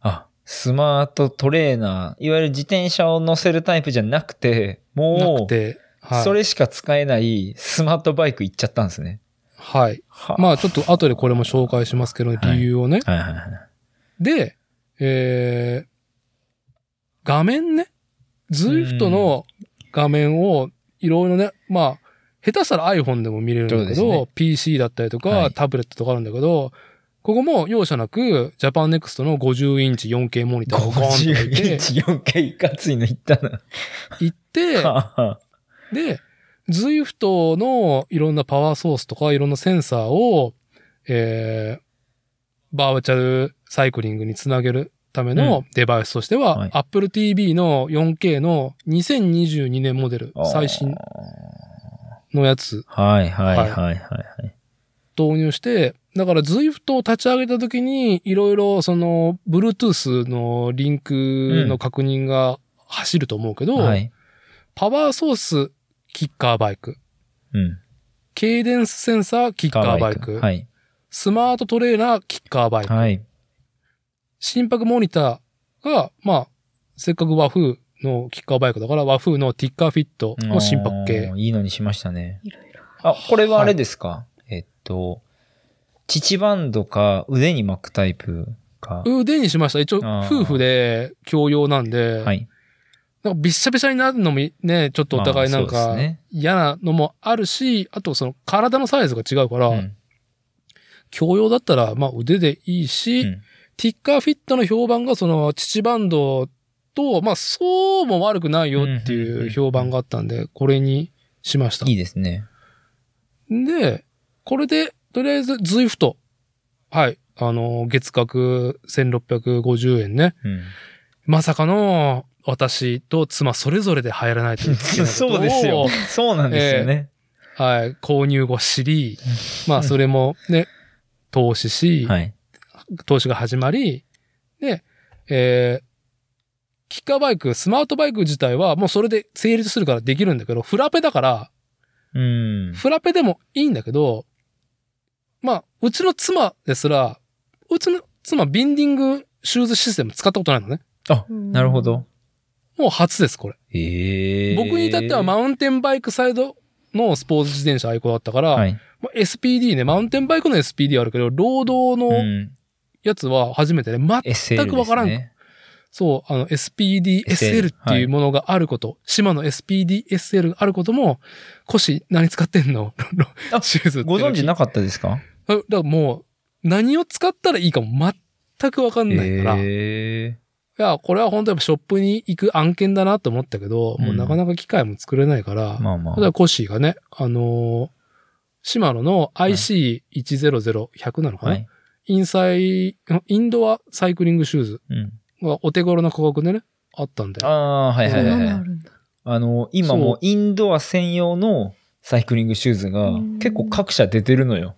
あ、スマートトレーナー、いわゆる自転車を乗せるタイプじゃなくて、も
なく
う、
て。はい。
それしか使えないスマートバイク行っちゃったんですね。
はい。
は
まあちょっと後でこれも紹介しますけど、
い
理由をね。
はいはいはい。
で、えー、画面ね。ズイフトの画面をいろいろね、まあ、下手したら iPhone でも見れるんだけ
そ
ど、
うですね
PC だったりとか、
はい
タブレットとかあるんだけど、ここも容赦なく、ジャパンネクストの50インチ 4K モニターをゴーンと置い
50イン
て、
チ 4K いかついのいったな。
行 って、で、Zwift のいろんなパワーソースとかいろんなセンサーを、えー、バーチャルサイクリングにつなげるためのデバイスとしては、
はい
Apple TV の 4K の2022年モデル、最新
あ
のやつ
ー。はいはい
は
はいいはいはい。
導入して、だから Zwift を立ち上げた時に、いろいろその、Bluetooth のリンクの確認が走ると思うけど、
はい。
パワーソース、キッカーバイク。
うん。
ケイデンスセンサー、キッカーバイク。
はい。
スマートトレーナー、キッカーバイク。
はい。
心拍モニターが、まあ、せっかく和風のキッカーバイクだから、和風のティッカーフィットの心拍計
あー。いいのにしましたね。
いろいろ。
あ、これはあれですか、えっと、乳バンドか腕に巻くタイプか。
腕にしました。一応、
あー
夫婦で共用なんで、
はい。
なんかびっしゃびしゃになるのもね、ちょっとお互いなん
まあそ
か
うですね
嫌なのもあるし、あとその体のサイズが違うから、
うん
共用だったら、まあ腕でいいし、
うん
ティッカーフィットの評判がその、父バンドと、まあそうも悪くないよって
うんうんうん
いううん評判があったんで、これにしました。
いいですね。
で、これで、とりあえず、ズイフト。はい。あの、月額1650円ね。
うん
まさかの、私と妻それぞれで入らないといけないことを。
そうですよ。そうなんですよね。
はい。購入後知り、まあそれもね、投資し、
はい。
投資が始まり、で、えー、キッカーバイク、スマートバイク自体はもうそれで成立するからできるんだけど、フラペだから、
うん。
フラペでもいいんだけど、まあ、うちの妻ですら、うちの妻、ビンディングシューズシステム使ったことないのね。
あ、なるほど。
もう初です、これ。
ええ
僕に至ってはマ
ウ
ウンテンバイクサイドのスポーツ自転車愛好だったから、
はい。
まあ SPD ね、マウンテンバイクの SPD あるけど、労働
う
の
ん。
やつは初めてね、ま、
SL
全くわからん
ですね
そう、あの SPDSL って
はいいう
ものがあること、島の SPDSL があることも、腰何使ってんの
あ
シューズって
ご存知
な
なかったですか
だからもう、何を使ったらいいかも全くわかんないから、い
え
や、これは本当やっぱショップに行く案件だなと思ったけど、もううんなかなか機械も作れないから、
えまあま
ただ
あ。
コッシーがね、あのーシマノの IC100100 なのかな、
はい。
インサイ、インドアサイクリングシューズ
うん。
がお手頃な価格でね、あったんで。
ああ、はいはい
そん
は
ないの
は
あ
い。
るんだ。
あの、今
そう
もうインドア専用のサイクリングシューズが
うん
結構各社出てるのよ。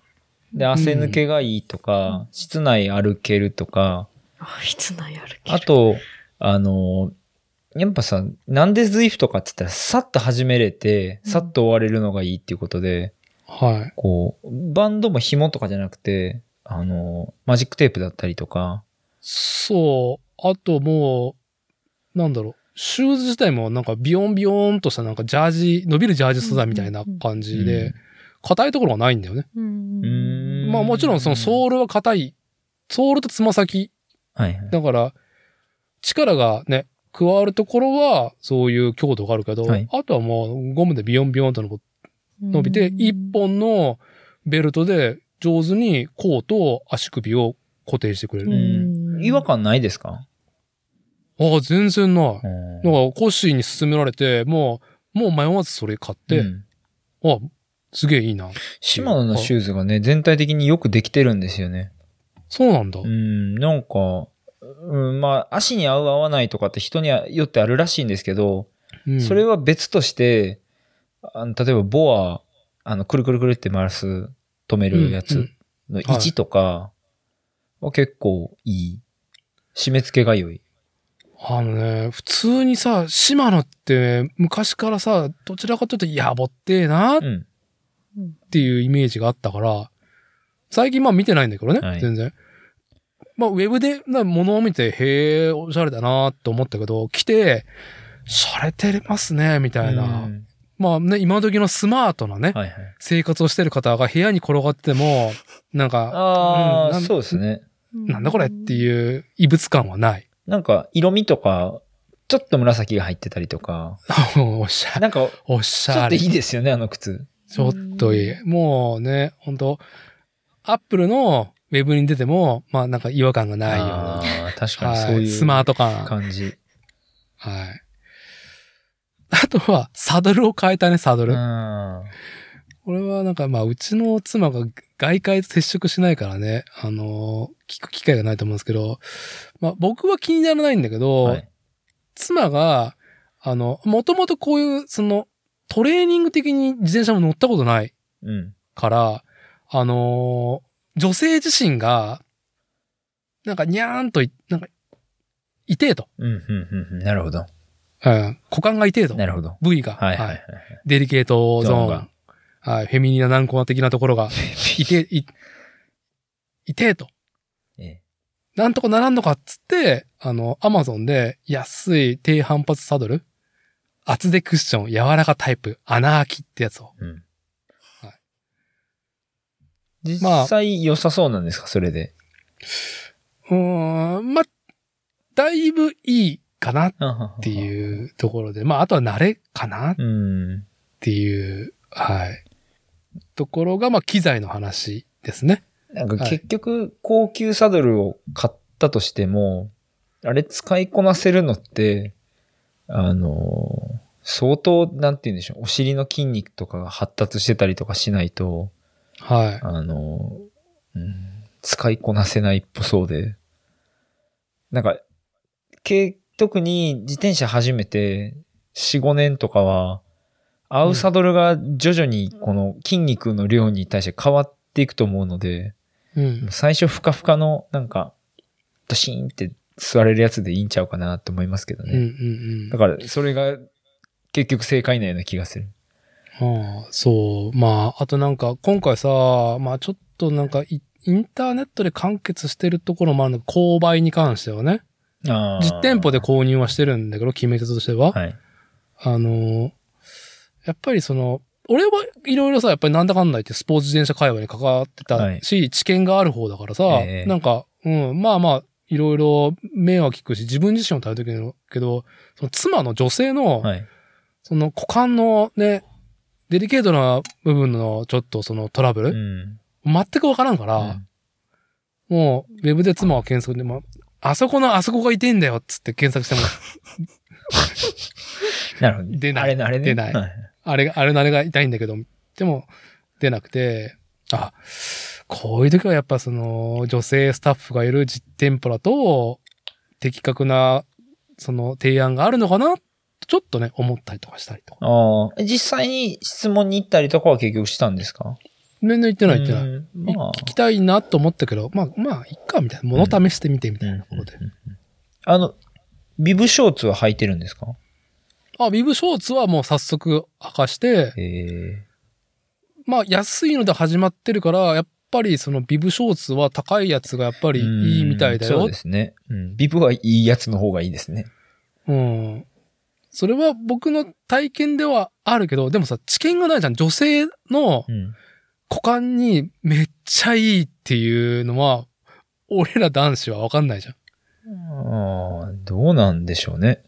で、汗抜けがいいと
う
か、室内歩けるとか、
あ、いつなんやるけど
あ、と、あの、やっぱさ、なんで Zwift かって言ったら、さっと始めれて、
うん
さっと終われるのがいいっていうことで、
はい。
こう、バンドも紐とかじゃなくて、あの、マジックテープだったりとか、
そう。あともう、なんだろう。シューズ自体もなんかビヨンビヨーンとしたなんかジャージ、伸びるジャージ素材みたいな感じで、硬いところがないんだよね。
うん。
う
まあもちろんそのソールは硬い。ソールとつま先。
はいはい。
だから、力がね、加わるところはそういう強度があるけど、
はい
あとはもうゴムでビヨンビヨーンと伸びて、
うん
一。本のベルトで上手に甲と足首を固定してくれ
う
る。
ん
違和感ないですか
ああ、全然ない。
うん
なんかコッシーに勧められて、もう、もう迷わずそれ買って、
うん
あ、すげえいいな。
シマノのシューズがね、全体的によくできてるんですよね。
そうなんだ。
うん、なんか、うん、まあ、足に合う合わないとかって人によってあるらしいんですけど、
うん
それは別として、あの例えばボア、あの、くるくるくるって回す、止めるや
うんう
つ
ん
の位置とかは結構いい。締め付けが良い。
あのね、普通にさ、シマノって昔からさ、どちらかというとやぼってえなっ
うん。
ていうイメージがあったから、最近まあ見てないんだけどね、
はい
全然。まあウェブでな物を見て、へえ、おしゃれだなと思ったけど、来て、洒落てますね、みたいな。
うん
まあね、今時のスマートなね、
はいはい。
生活をしてる方が部屋に転がってても、なんか、
あ
うん
あ、
なん
そうですね。
なんだこれって
う
いう異物感はない。
なんか、色味とか、ちょっと紫が入ってたりとか、
おしゃれ。
なんか、
おし
ちょ
ゃ
っ
れ
とい。いですよね、あの靴。
ちょっといい。もうね、本当アップルのウェブに出ても、まあなんか違和感がないよう
あ
な。
ー確かに
は
そう
い、
いう
スマート感。はい。
感じ。
あとは、サドルを変えたね、サドル。
あ
これはなんか、まあ、うちの妻が外界と接触しないからね、あのー聞く機会がないと思うんですけど、まあ、僕は気にならないんだけど、
はい
妻が、あの、もともとこういう、その、トレーニング的に自転車も乗ったことない
うん。
から、あのー女性自身が、なんか、にゃーんとい、なんか、痛えと。
うん、うん、うんうん。なるほど。
うん。股間が痛えと。
なるほど。
部位が。
はいはいはい。
デリケートゾーン
ゾーン
はい。フェミニナ難コア的なところが、いて、い、いてえと。
ええ
なんとかならんのかっつって、あの、アマゾンで安い低反発サドル、厚手クッション、柔らかタイプ、穴開きってやつを。
うん
はい
実際良さそうなんですか、それで。
うーん、ま、だいぶいいかなっ
ってう。
いうところで、まあ、あとは慣れかなっ
うん。
ていう、はい。ところが、まあ、機材の話ですね。
なんか
はい
結局、高級サドルを買ったとしても、あれ使いこなせるのって、あのー、相当、なんて言うんでしょう、お尻の筋肉とかが発達してたりとかしないと、
はい。
あのー、うん、使いこなせないっぽそうで、なんか、け特に自転車初めて4、5年とかは、合うサドルが徐々にこの筋肉の量に対して変わっていくと思うので、
うん。
最初ふかふかの、なんか、ドシーンって座れるやつでいいんちゃうかなと思いますけど
うんうんう
ね。
ん
だ。から、それが結局正解なような気がする。
ああ、そう。まあ、あとなんか、今回さ、まあちょっとなんかい、インターネットで完結してるところもあるの、購買に関してはね。実店舗で購入はしてるんだけど、決め手としては。
はい。
あの、やっぱりその、俺はいろいろさ、やっぱりなんだかんだ言ってスポーツ自転車界隈に関わってたし、知見がある方だからさ、
ええ
なんか、うん、まあまあ、いろいろ目は聞くし、自分自身を耐えるけどけど、その妻の女性の、
はい。
その股間のね、デリケートな部分のちょっとそのトラブ
う
ル、
ん。
全くわからんから、もうウェブで妻は検索で、まあ、あそこのあそこが痛いんだよっつって検索して も、
なるほど。
出ない
あれね、あれね。
出ない
はい
あれが、あれのあれが痛いんだけど、でも出なくて、あ、こういう時はやっぱその女性スタッフがいる実店舗だと、的確なその提案があるのかなちょっとね、思ったりとかしたりとか。
ああ。実際に質問に行ったりとかは結局したんですか
全然言ってない言ってない。
うんまあ
聞きたいなと思ったけど、まあ、まあ、いっか、みたいな。もの試してみて、みたいなところで。
あの、ビブショーツは履いてるんですか
あ、ビブショーツはもう早速履かして、
ええ。
まあ、安いので始まってるから、やっぱりそのビブショーツは高いやつがやっぱりいいみたいだ
うんそ
よ
うで。すね。うん。ビブはいいやつの方がいいですね。
うん。それは僕の体験ではあるけど、でもさ、知見がないじゃん。女性の
うん。
股間にめっちゃいいっていうのは、俺ら男子はわかんないじゃん。
ああ、どうなんでしょうね。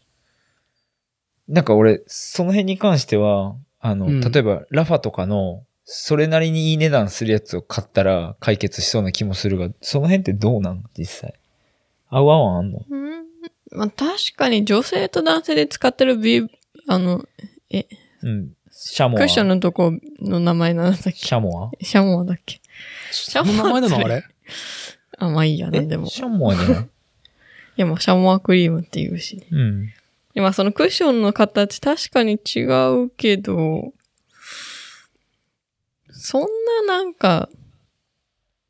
なんか俺、その辺に関しては、あの、
うん
例えば、ラファとかの、それなりにいい値段するやつを買ったら解決しそうな気もするが、その辺ってどうなん実際。合う合わんあんの
うんまあ、確かに女性と男性で使ってるビあの、
うん。シャモ
ク
ア。
ッションのとこの名前なんだっけ
シャモア
シャモアだっけ
そ
ャ
の
モア
名前なのあ
それ
れ。
あ、まあいいや、なんでも。
え
い
シャモアじゃ ない
や、まあシャモアクリームって言うしね。
うん。
でまあそのクッションの形確かに違うけど、そんななんか、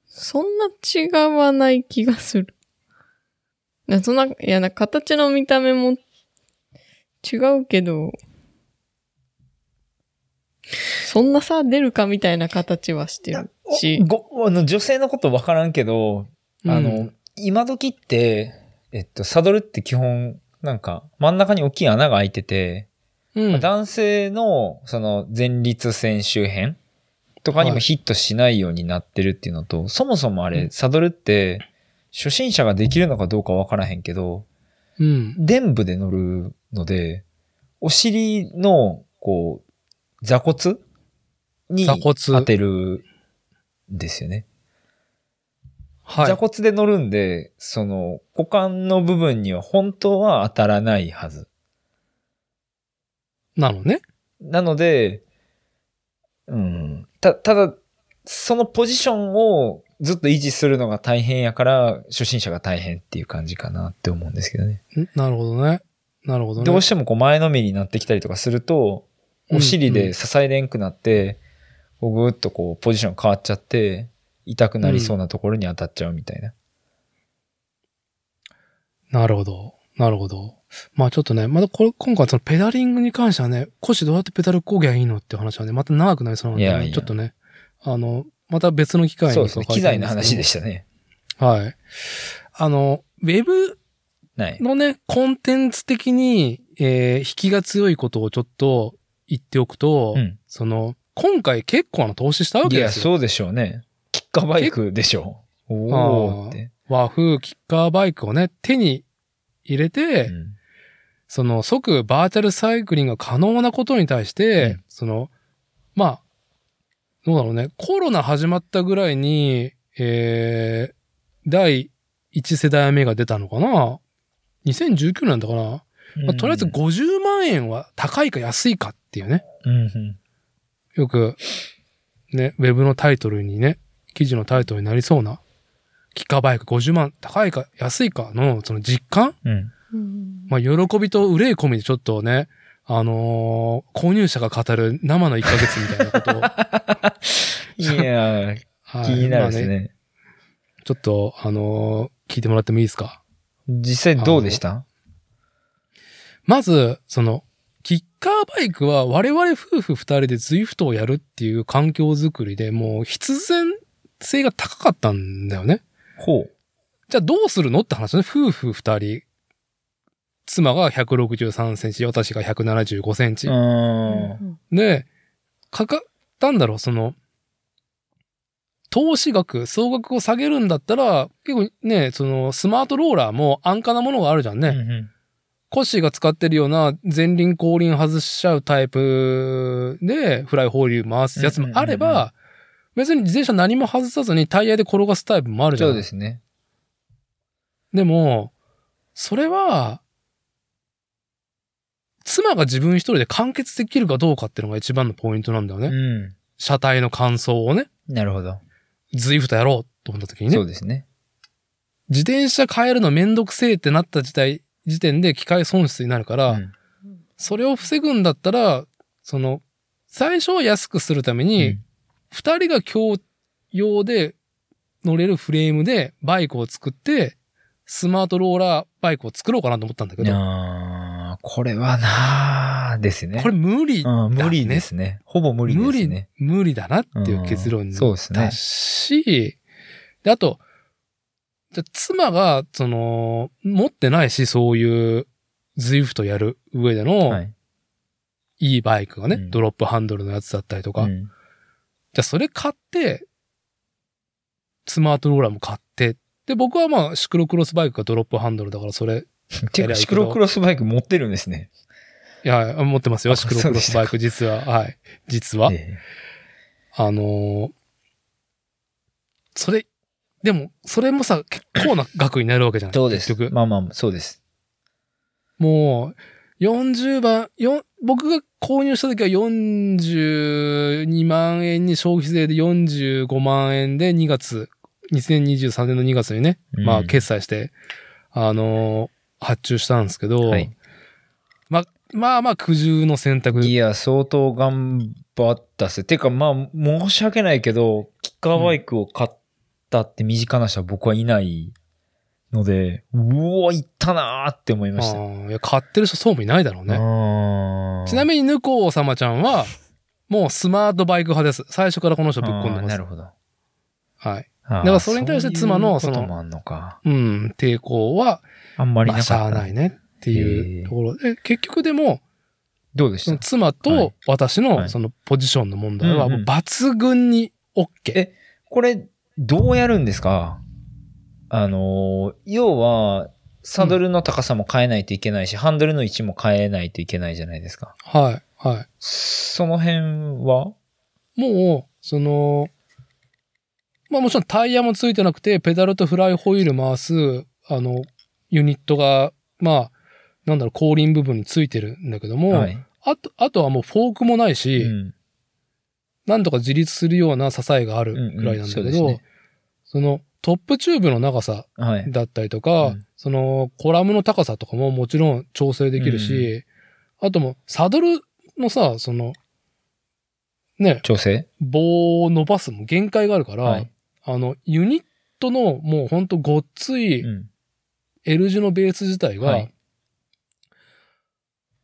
そんな違わない気がする。なそんな、いやな、形の見た目も違うけど、そんなさ、出るかみたいな形はしてるし、
ごあの女性のこと分からんけど、あ
う
の、今時って、えっと、サドルって基本、なんか、真ん中に大きい穴が開いてて、
うん。
男性のその前立腺周辺とかに
は
も
い
ヒットしないようになってるっていうのと、そもそもあ
う
れ
ん
サドルって初心者ができるのかどうかわからへんけど、
うん。
臀部で乗るので、お尻のこう座骨に
座骨
当てるんですよね。
はい。
座骨で乗るんで、その股間の部分には本当は当たらないはず。
なのね。
なので、うん、た、ただ、そのポジションをずっと維持するのが大変やから、初心者が大変っていう感じかなって思うんですけどね。
んなるほどね。なるほどね。
どうしてもこう前のめりになってきたりとかすると、お尻
うんう
で
ん
支えれんくなって、こうぐーっとこうポジション変わっちゃって、痛くなりそうなところに当たっちゃうみたいな。
なるほど。なるほど。まあちょっとね、まだこれ、今回そのペダリングに関してはね、腰どうやってペダルこぎゃいいのっていう話はね、また長くなりそうなので、ね、
いやいや
ちょっとね、あの、また別の機会に
そうですね。機材の話で
し
したね。
た。はい。あの、ウェブ
はい。
のね、コンテンツ的に、えー引きが強いことをちょっと言っておくと、
うん。
その、今回結構な投資したわ
い
け
や、
ですよ。
そうでしょうね。キッカーバイクでしょう。おーって。
和風キッカーバイクをね、手に入れて、
うん
その即バーチャルサイクリングが可能なことに対して、
うん
その、まあ、どうだろうね、コロナ始まったぐらいに、えー、第1世代目が出たのかな ?2019 年だから、まあとりあえず50万円は高いか安いかっていうね、
うんうん
よく、ね、ウェブのタイトルにね、記事のタイトルになりそうな、キッカーバイク50万、高いか安いかの、その実感
うん。
うん
まあ、喜びと憂い込みでちょっとね、あのー購入者が語る生の1ヶ月みたいな ことを。
い やー、
はい
気になるです
まあ
ね。
ちょっと、あのー聞いてもらってもいいですか。
実際どうでした
まず、その、キッカーバイクは我々夫婦2人で ZWIFT をやるっていう環境づくりでもう必然性が高かったんだよね。
ほう。
じゃあどうするのって話だね。夫婦2人。妻が163センチ、私が175センチ
う。ーん。
で、かかったんだろう、その、投資額、総額を下げるんだったら、結構ね、そのスマートローラーも安価なものがあるじゃんね。
うんうん
コッシーが使ってるような前輪後輪外しちゃうタイプでフライ放流回すやつもあれば、
うんうんうんう
別に自転車何も外さずにタイヤで転がすタイプもあるじゃ
そ
ん。
うですね。
でも、それは、妻が自分一人で完結できるかどうかっていうのが一番のポイントなんだよね。
うん。
車体の感想をね、
なるほど。
ズイフトやろうと思った時に
そ
ね
う、ですね。
自転車変えるのめんどくせえってなった時代、時点で機械損失になるから、
うん
それを防ぐんだったら、その、最初は安くするため
う
に
ん、
二人が共用で乗れるフレームでバイクを作って、スマートローラーバイクを作ろうかなと思ったんだけど、
あーこれはなーですね。
これ無理、
うん、無理ですね。ほぼ無理
無
です
理
ね。、
無理だなっていう結論
うん
に
そうですね
だ。し、で、あと、じゃあ妻が、その、持ってないし、そういう、ズイフトやる上で
は
の、
い。
いいバイクがね、
うん
ドロップハンドルのやつだったりとか、
う
じ
ん
ゃあそれ買って、スマートローラーも買って、で、僕はまあ、シクロクロスバイクがドロップハンドルだから、それ、い
てか、シクロクロスバイク持ってるんですね。
や、持ってますよ、
あ
シクロクロスバイク、実は、はい、実は。
え
あのーそれ、でも、それもさ、結構な額になるわけじゃな
え
い
どうです
結局。
まあまあ、そうです。
もう、40番、よ僕が購入した時は42万円に消費税で45万円で2月、2023年の2月にね、
うん
まあ、決済して、あのー発注したんですけど、
はい
まあ、まあまあ苦渋の選択
いや、相当頑張ったっす。てか、まあ、申し訳ないけど、キッカーバイクを買ったって身近な人は僕はいないので、うお、行ったなーって思いま
あ
した。
ーいや買ってる人そうもいないだろうね。ちな
み
みに、ぬこうさまちゃんは、もうスマートバイク派です。最初からこの人ぶっ込んでます
なる。ほど。
はい。
だ
からそれに対して妻の
そ
そう
い
の
うこともあんのか。
うん、抵抗は、
あんまり
ま
な
あ、
かっ
しゃ
た。
あないねっていうところで、結局でも、
どうでし
そ
た
の妻
は
と
い
私
は
の
い
そのポジションの問題は、
うんう
も
ん
う抜群に OK。
えこれ、どうやるんですかあのー、要は、サドルの高さも変えないといけないし、ハンドルの位置も変えないといけないじゃないですか。
はい、はい。
その辺は
もう、その、まあもちろんタイヤもついてなくて、ペダルとフライホイール回す、あの、ユニットが、まあ、なんだろう、後輪部分についてるんだけども、
はい。
あと、あとはもうフォークもないし、
うん。
なんとか自立するような支えがある
うんうん
くらいなんだけ
そう
ど、
です
そ
ね
のトップチューブの長さ
はい。
だったりとか、
うん
そのコラムの高さとかももちろん調整できるし、あともうサドルのさ、その、ね、
調整
棒を伸ばすも限界があるから、
はい。
あの、ユニットのもうほんとごっつい
うん。
L 字のベース自体が、
はい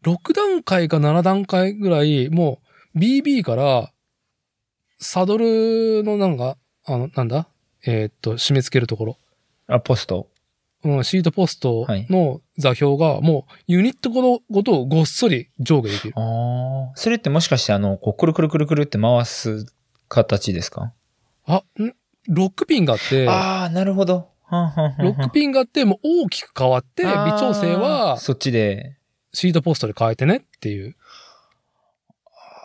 6段階か7段階ぐらい、もう BB から、サドルのなんか、あの、なんだえーっと、締め付けるところ。
あ、ポスト。
うん、シートポストの座標が、もうユニットごとごとごっそり上下できる。
ああ。それってもしかして、あの、こう、くるくるくるくるって回す形ですか
あ、んロックピンがあって、
ああ、なるほど。はんはんはんはん
ロックピンがあって、もう大きく変わって、微
あー
調整は
そっちで。
シートポストで変えてねっていう。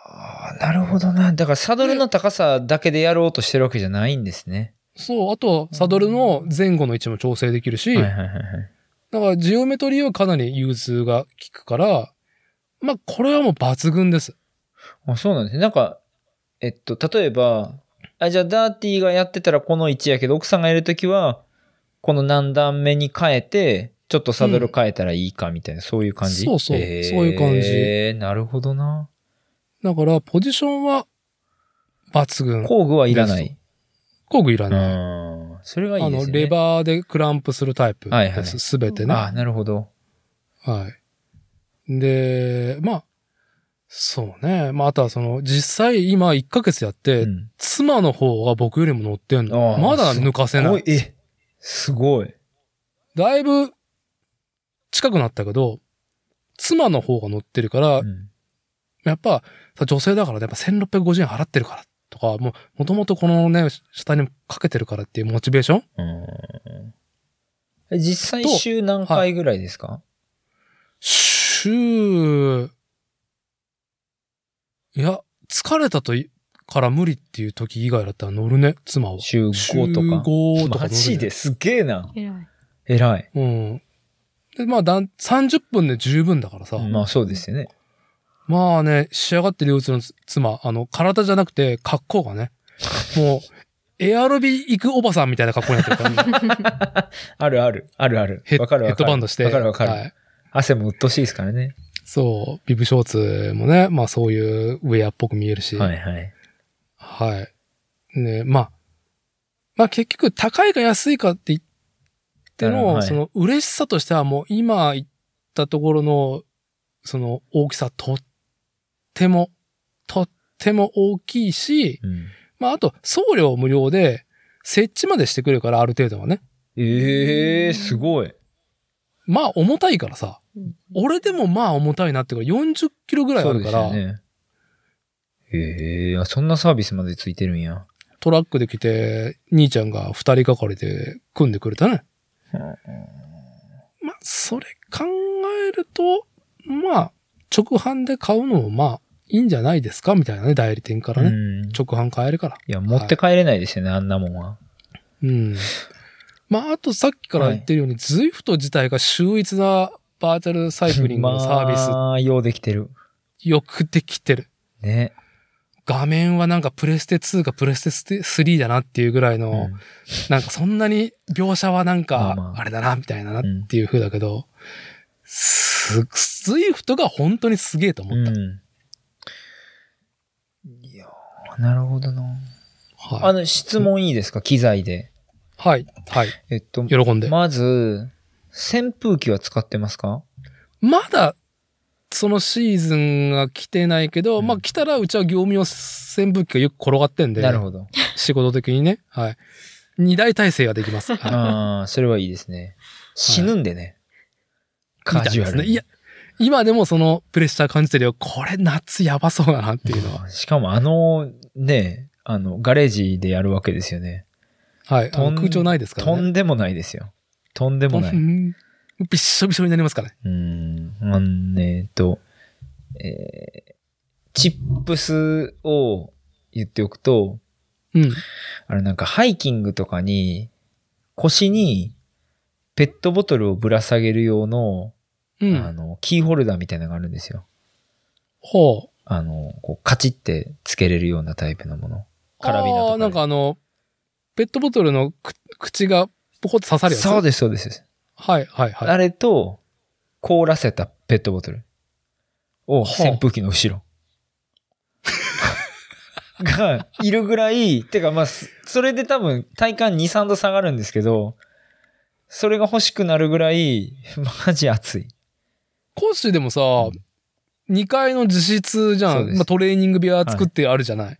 ああ、なるほどな。だからサドルの高さだけでやろうとしてるわけじゃないんですね。
そう、あとはサドルの前後の位置も調整できるし、
はいはい
だ
はいはい。
からジオメトリーはかなり融通が効くから、まあこれはもう抜群です。
あ、そうなんですね。なんか、えっと、例えば、あ、じゃあダーティーがやってたらこの位置やけど、奥さんがいるときは、この何段目に変えて、ちょっとサドル変えたらいいかみたいな、そういう感じ
そうそう
へー
そういう感じ
なるほどな。
だからポジションは抜群。
工具はいらない。
工具いら
う
ない。
ん。それがい
あ
いで
の、
すね。
レバーでクランプするタイプ
はいは
で
い
す。すべてね。
あ、なるほど。
はい。で、まあ、そうね。まあ、あとはその、実際今1ヶ月やって、
うん
妻の方が僕よりも乗ってんの。
あー
まだ抜かせな
お
い
い。え、すごい。
だいぶ近くなったけど、妻の方が乗ってるから、
うん
やっぱさ女性だからねやっぱ1650円払ってるからとか、もう、もともとこのね、下にかけてるからっていうモチベーション
うんえ実際
と
週何回ぐらいですか
週、いや、疲れたといから無理っていう時以外だったら乗るね、妻は。
週5とか。
5とか乗るね
マジですげえな。
偉い。
偉い。
うん。で、まあ、だん30分で十分だからさ。
まあそうですよね。
まあね、仕上がってるうつの妻、あの、体じゃなくて格好がね、もう、エアロビ行くおばさんみたいな格好になってるから、 ね、
あるある。あるある
ヘ。ッ
わかるわ
ヘ
かる。
ッドバンドして。
わかるわか
は
る。
い
汗も鬱陶しいですからね。
そう、ビブショーツもね、まあそういうウェアっぽく見えるし。
はいはい。
はい。ね、まあ、まあ結局高いか安いかって言っての、
なるほどはい
その嬉しさとしてはもう今言ったところの、その大きさとっても、とっても大きいし、
うん
まああと送料無料で設置までしてくれるからある程度はね。
ええ、すごい。
まあ重たいからさ、
うん
俺でもまあ重たいなっていうから40キロぐらいあ
そう
る
で
か
す
ら、
よね。ええ、あそんなサービスまでついてるんや。
トラックで来て兄ちゃんが二人がかりで組んでくれたね。まあ、それ考えると、まあ、直販で買うのもまあ、いいんじゃないですかみたいなね、代理店からね。
うん
直販買えるから。
いや、持って帰れないですよね、あんなもんは。
うん。まあ、あとさっきから言ってるように、ズイフト自体が秀逸なバーチャルサイクリングのサービス、
まあ、ようできてる。
よくできてる。
ね。
画面はなんかプレステ2かプレステ3だなっていうぐらいの、
うん
なんかそんなに描写はなん
まあ
か
ま、あ
あれだな、みたいななっ
うん
ていう風だけど、す、スイフトが本当にすげえと思った。
うん、いやーなるほどな。あ
はい。
の、質問いいですか機材で。
はい。はい。
えっと、
喜んで。ま
まず、扇風機は使ってますか
だ、そのシーズンが来てないけど、
うん
まあ来たらうちは業務用扇風機がよく転がってんで、
なる ほど。
仕事的にね。はい。二大体制ができます。はい
ああ、それはいいですね。死ぬんでね。カジュアル
みたいですね。
に。
いや、今でもそのプレッシャー感じてるよ。これ夏やばそうだなっていうのは。
あーしかもあの、ね、あの、ガレージでやるわけですよね。
はい。あ
と
の
ん
空調ないですからね。
とんでもないですよ。とんでもない。う
うんびっしょびしょになりますからね。
ーん、あのねえっと、えーチップスを言っておくと、
うん。
あれなんかハイキングとかに、腰にペットボトルをぶら下げる用の、
う
あ
ん。
の、キーホルダーみたいなのがあるんですよ。
ほう。
あの、こう、カチってつけれるようなタイプのもの。カラビナと
あ
かで
ーなんかあの、ペットボトルのく口がポコッと刺さるやつ。
そうです、そうです。
はいはいはい。
あれと、凍らせたペットボトルを
ほう
扇風機の後ろ。が、いるぐらい、てかまあ、すそれで多分体感2、3度下がるんですけど、それが欲しくなるぐらい、マジ暑い。
コッシーでもさ、
ん
2階の自室じゃ
そうで
ん。
す
まあ、トレーニング部屋作ってあるじゃない。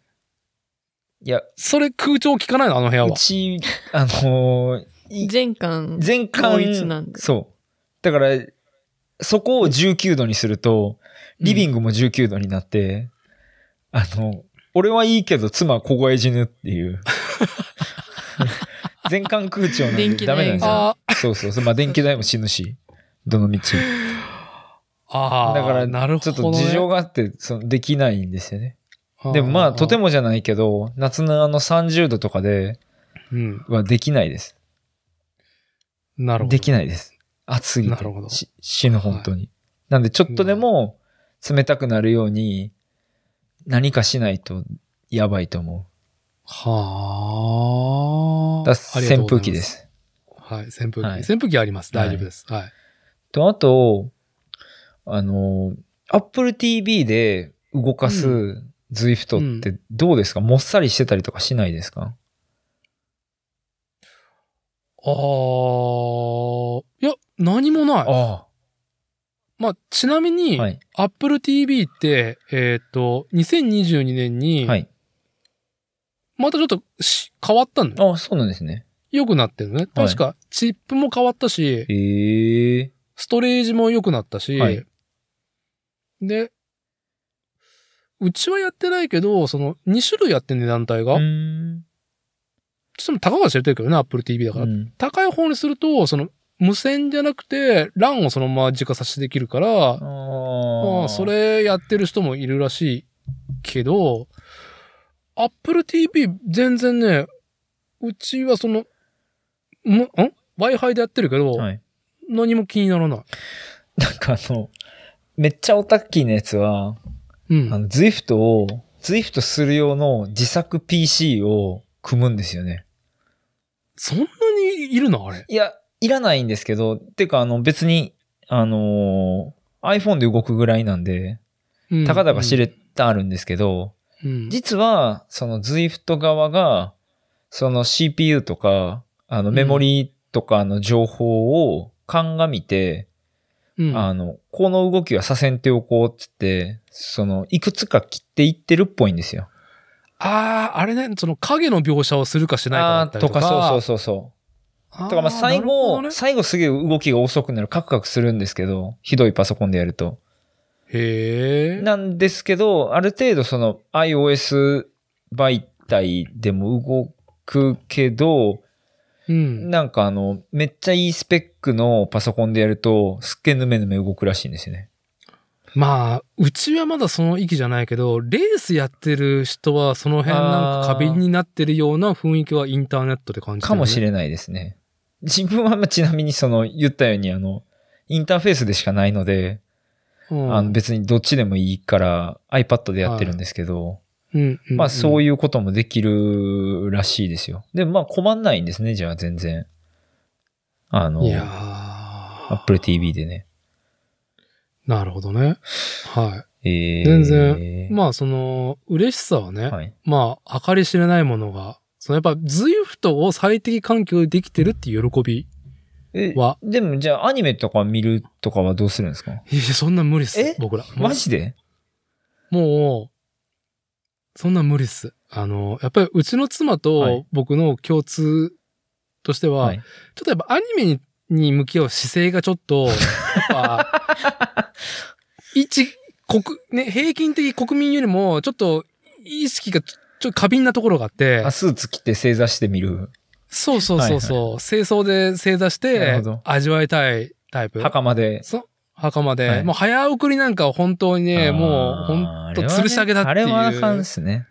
いや、
それ空調効かないのあの部屋
う
は。
ち、あのーい
全巻。
全
統
館
一なんで
そう。だから、そこを19度にすると、リビン
グ。
グも19度になって、あの、俺はいいけど妻は凍え死ぬって いう。全館空調なん
電
で
気
ダメな
代
んです
が
よ。
あ
そうそうそう。まあ電気代も死ぬし、どの道。
あ
だ
ー。
から、
なるほ
ちょっ
ど、
と
ね。
事情があって、そのできないんですよね。
が
でもまあ、とて
も。
もじゃないけど、夏のあの30度とかで
うん。
はできないです。
なるほど。
できないです。暑すぎて
なるほど
し死ぬ、本当に。なんで、ちょっとでも冷たくなるように、何かしないとやばいと思う。
はあ。
だ扇風機で。す。
はい、扇風機。
はい
扇風機あります。大丈夫です。はい。
と、あと、あの、Apple TV で動か
う
す Zwift ってどうですか、もっさりしてたりとかしないですか
あー。いや、何もない。
あ
まあ、ちなみに、
はい。
Apple TV って、えっ、と、2022年に、
はい。
またちょっとし変わったのよ。
あそうなんですね。
良くなってるのね。
はい
確か、チップも変わったし、
ええ
ストレージも良くなったし、
はい
で、うちはやってないけど、その、2種類やってんね、団体が。
う
ちょ
ん。
っとも高橋知れてるけどね、Apple TV だから。
うん
高い方にすると、その、無線じゃなくて、LAN をそのまま直差しできるから、
あ
ま
あ。
あ、そ。れやってる人もいるらしいけど、Apple TV 全然ね、うちはその、もん ?Wi-Fi でやってるけど、
はい。
何も気にならない。
なんかあの、めっちゃオタッキーなやつは、
うん。
あの、Zwift を、Zwift する用の自作 PC を組むんですよね。
そんなにいるのあれ。
いや、いらないんですけど、てか、あの、別に、あのー iPhone で動くぐらいなんで、たかだか知れたあるんですけど、
うん、うん
実は、その Zwift 側が、その CPU とか、あの、メモリとかの情報を鑑みて、
うん
あの、この動きはさせんておこうっつって、その、いくつか切っていってるっぽいんですよ。
あー、あれね、その影の描写をするかしないかだ
あ
っ
あ
た
ー、
りと
と
か。
か、そうそうそうそう。
あー
だからまあ最後、
なるほどね
最後すげえ動きが遅くなる、カクカクするんですけど、ひどいパソコンでやると。
へえ。
なんですけど、ある程度その iOS 媒体でも動くけど、
うん。
なんかあの、めっちゃいいスペックのパソコンでやると、すっげえぬめぬめ動くらしいんですよね。
まあ、うちはまだその域じゃないけど、レースやってる人はその辺なんか過敏になってるような雰囲気はインターネットで感じてる、
かもし
ん。
れないですね。自分はまあちなみにその言ったようにあの、インターフェースでしかないので、
うん、
あの別にどっちでもいいから iPad でやってるんですけど、
うんうん
まあそう
い
いうこともできるらしいですよ。で、まあ困んないんですね、じゃあ全然。あの
い、や
Apple TV でね。
ーなるほどね。は
えー、
全然い。まあその、嬉しさはね、
はい。
まあ、計り知れないものが、そのやっぱ ZWIFT を最適環境でできてるっていう喜び。
え
は
でもじゃあアニメとか見るとかはどうするんですか
いや、そんなん無理っす
え。
僕ら。
マジで
もう、そんなん無理っす。あの、やっぱりうちの妻
は
と
い
僕の共通としては、
はい
ちょっとやっぱアニメにに向き合う姿勢がちょっと、やっぱ、一、国、ね、平均的国民よりも、ちょっと、意識がちょちょっと過敏なところがあって
あ、スーツ着て正座して見る。
そうそうそうそう、清掃で正座し
なる
て
ほど、
味わいたいタイプ。
袴で。
そ袴で、
はい
もう早送りなんかは本当にね、もう、ほんと、吊るし上げだっていう。
あれはあれはあかんですね。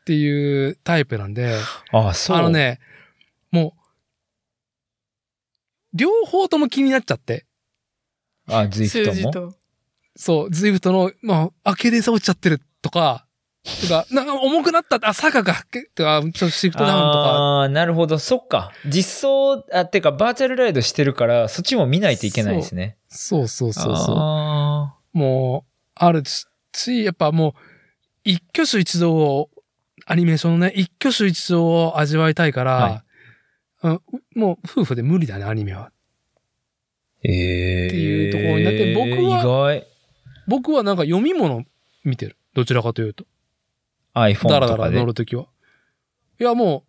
っていうタイプなんで、
ああ、そう。
あのね、もう、両方とも気になっちゃって。
あ、ズイフ
数
ト
字
も。
と。
そう、ズイフトの、まあ、あ、けでさ落ちちゃってるとか、とか、 なんか重くなったって、あ、坂が、けとか、ちょっとシフトダウンとか。
ああー、なるほど。そっか。実装、あ、てか、バーチャルライドしてるから、そっちも見ないといけないですね。
そうそうそうそ
あ
う。もう、あるし、しやっぱもう、一挙手一動を、アニメーションのね、一挙手一動を味わいたいから、うん、もう夫婦で無理だね、アニメは。
ーええ
っていうところになって僕は
意
僕はなんか読み物見てる。どちらかというと。
外 iPhone とか
だ
で。
らだら乗るときは。いや、も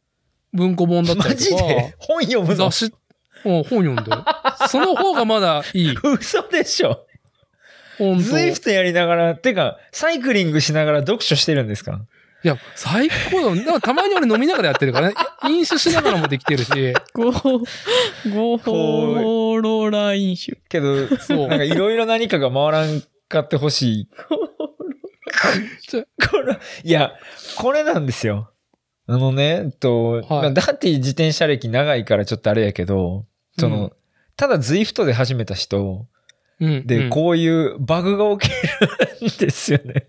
う、文庫本だった
マ
り
ジ
とか。
で本読むの
雑誌、うん、本読んでる。その方がまだいい。
嘘でしょ
本当。
ズイフ
い
トやりながら、てか、サイクリングしながら読書してるんですか
や、最高だもん。でもたまに俺飲みながらやってるからね。飲酒しながらもできてるし。
合法、合法ローラー飲酒。
けど、
そう
なんかいろいろ何かが回らんかってほしい。
ちょ
これ、いや、これなんですよ。あのね、えっと、
い
まあダーティ自転車歴長いからちょっとあれやけど、その、
うん
ただズイフトで始めた人
うん。
で、
うん、
こういうバグが起きるんですよね。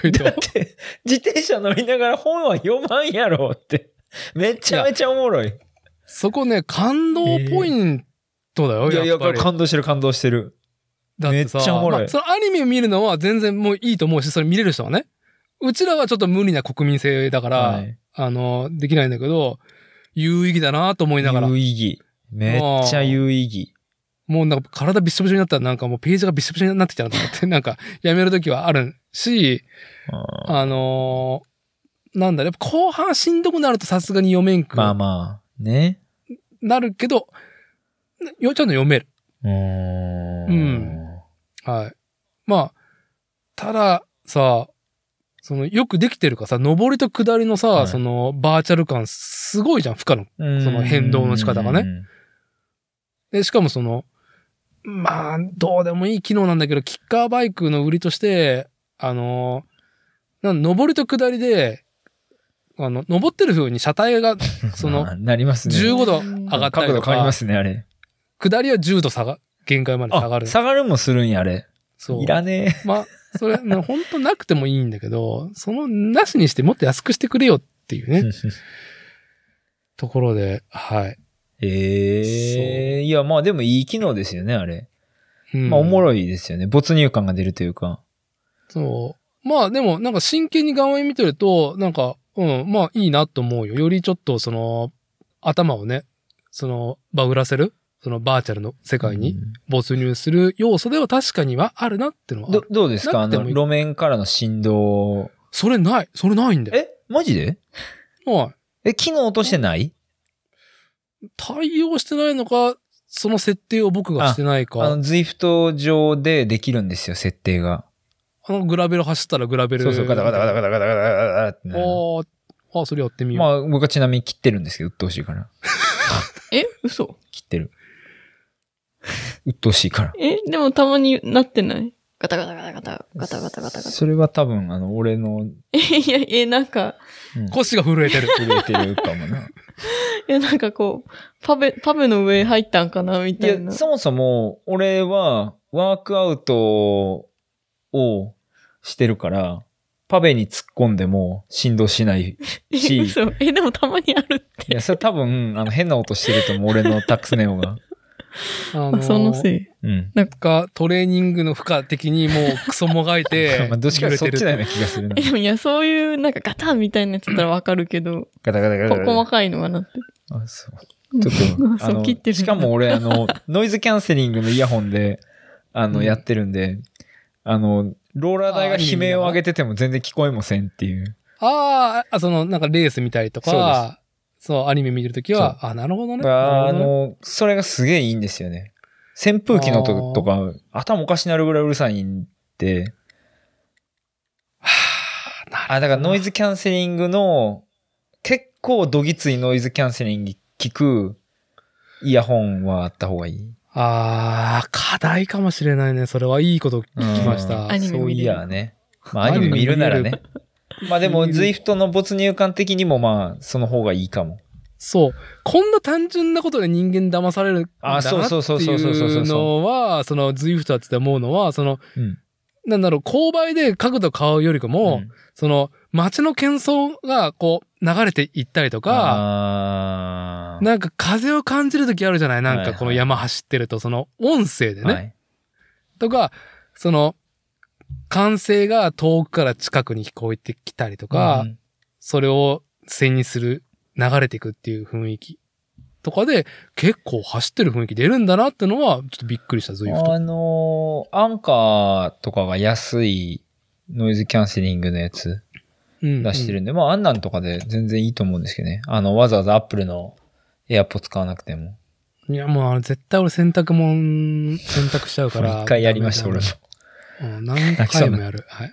というと
だって、自転車乗りながら本は読まんやろって。めちゃめちゃおもろい。
そこね、感動ポイントだよ、
いやい
や
や、
っぱり。
感動してる感動してる。
だってさ
めっちゃおもろい
まあそのアニメ見るのは全然もういいと思うし、それ見れる人はね。うちらはちょっと無理な国民性だから、
はい
あの、できないんだけど、有意義だなと思いながら。
有意義。めっちゃ有意義。
もうなんか体びっしょびしょになったらなんかもうページがびっしょびしょになってきたなと思って、 なんかやめるときはあるし、
あー
あのーなんだろう、やっぱ後半しんどくなるとさすがに読めんく
まあまあ、ね。
なるけど、よちゃんと読める。
うーん
うんはい。まあ、たださ、そのよくできてるかさ、上りと下りのさ、
はい
そのバーチャル感すごいじゃん、負荷の。
うん
その変動の仕方がね。で、しかもその、まあ、どうでもいい機能なんだけど、キッカーバイクの売りとして、あの、なん上りと下りで、あの、上ってる風に車体 が、その
まあ、なりますね。
15度上がったり
角
と
度変わり
か
ま、すね、あれ。
下りは10度下が、限界まで下が
あ、
る。
下がるもするんや、あれ。
そう
い。らね
まあ、それ、な本当なくてもいいんだけど、その、なしにしてもっと安くしてくれよっていう
え
ね、。ところで、はい。
ええ。いや、まあでもいい機能ですよね、あれ。
うん
まあおもろいですよね。没入感が出るというか。
そう。まあでも、なんか真剣に画面見てると、なんか、うん、まあいいなと思うよ。よりちょっとその、頭をね、その、バグらせる、そのバーチャルの世界に
うん
没入する要素では確かにはあるなってのはあ
ど
る。
どうですかあ
なくて
の、
もいい
路面からの振動。
それない。それないんだよ。
えマジで
は
え、機能としてない
い。対応してないのか、その設定を僕がしてないか。
あ
あ
の、
の、
Zwift 上でできるんですよ、設定が。
グラベル走ったらグラベル。
そうそう、ガタガタガタガタガタガタガタガタってなる。
おーあ、それやってみよう。
まあ、僕はちなみに切ってるんですけど、鬱陶しいから。
え嘘
切ってる。 鬱陶しいから。
えでもたまになってないガタガタガタガタ、ガタガタガタガタ。
それは多分、あの、俺の、
え、いや、え、なんか、
腰が震え てる。
入れてるかもな。
いや、なんかこう、パブ、パブの上入ったんかなみ
い
たいな。
や、そもそも、俺は、ワークアウトをしてるから、パベに突っ込んでも振動しない。
え
し
嘘え、でもたまにあるって。
いや、それ多分、あの、変な音してると思う、俺のタックスネオが。
あの
あ、そのせい。
うん。
か、トレーニングの負荷的にもうクソもがいて
まあ、、どっちかというとそっちなよう
ね。
な気がするな
え、。でもいや、そういう、なんかガタンみたいなやつだったらわかるけど、
ガタガタガ
こ
タガタ。
細かいのはなって。
あ、そう。ちょっと、
そ
あ
う
の、
切ってる
しかも俺、あの、ノイズキャンセリングのイヤホンで、あの、
うん
やってるんで、あの、ローラー台が
あーいいね
悲鳴を上げてても全然聞こえませんっていう。
あーあ、その、なんかレース見たりと
そう
か、そう、アニメ見てるときは、あ、なるほどね。
あ
なるほどね
の、それがすげえいいんですよね。扇風機の
あ
音
ー
とか、頭おかしなるぐらいうるさいんで、
はあなる
あ、だからノイズキャンセリングの、結構どぎついノイズキャンセリング聞くイヤホンはあった方がいい。
あー課題かもしれないね。それはいいこと聞きました。
アニメ
そういやね。まあ、ア
ア
ニ
ニ
メ
メ
見るならね。まあでも、ズイフトの没入感的にもまあ、その方がいいかも。
そう。こんな単純なことで人間騙されるんだな
あ
って
そうそうそう
い
そうそうそうそう
うのは、その、ズイフトだって思うのは、その、
うん。
なんだろう、購買で角度買うよりかも、
ん
その、街の喧騒が、こう、流れていったりとか、
あー
なんか風を感じるときあるじゃないなん
はい
か
はい
この山走ってると、その、音声でね。
はい
とか、その、歓声が遠くから近くに聞こえてきたりとか、
うん
それを背にする、流れていくっていう雰囲気とかで、結構走ってる雰囲気出るんだなってのは、ちょっとびっくりした、ズイフト。
あのーアンカーとかが安いノイズキャンセリングのやつ
うん
出してるんで、まああんなんとかで全然いいと思うんですけどね。あの、わざわざアップルの AirPods 使わなくても。
いや、もうあれ絶対俺洗濯物、洗濯しちゃうから。
一回やりました、俺も。
うん何回もやる。はい。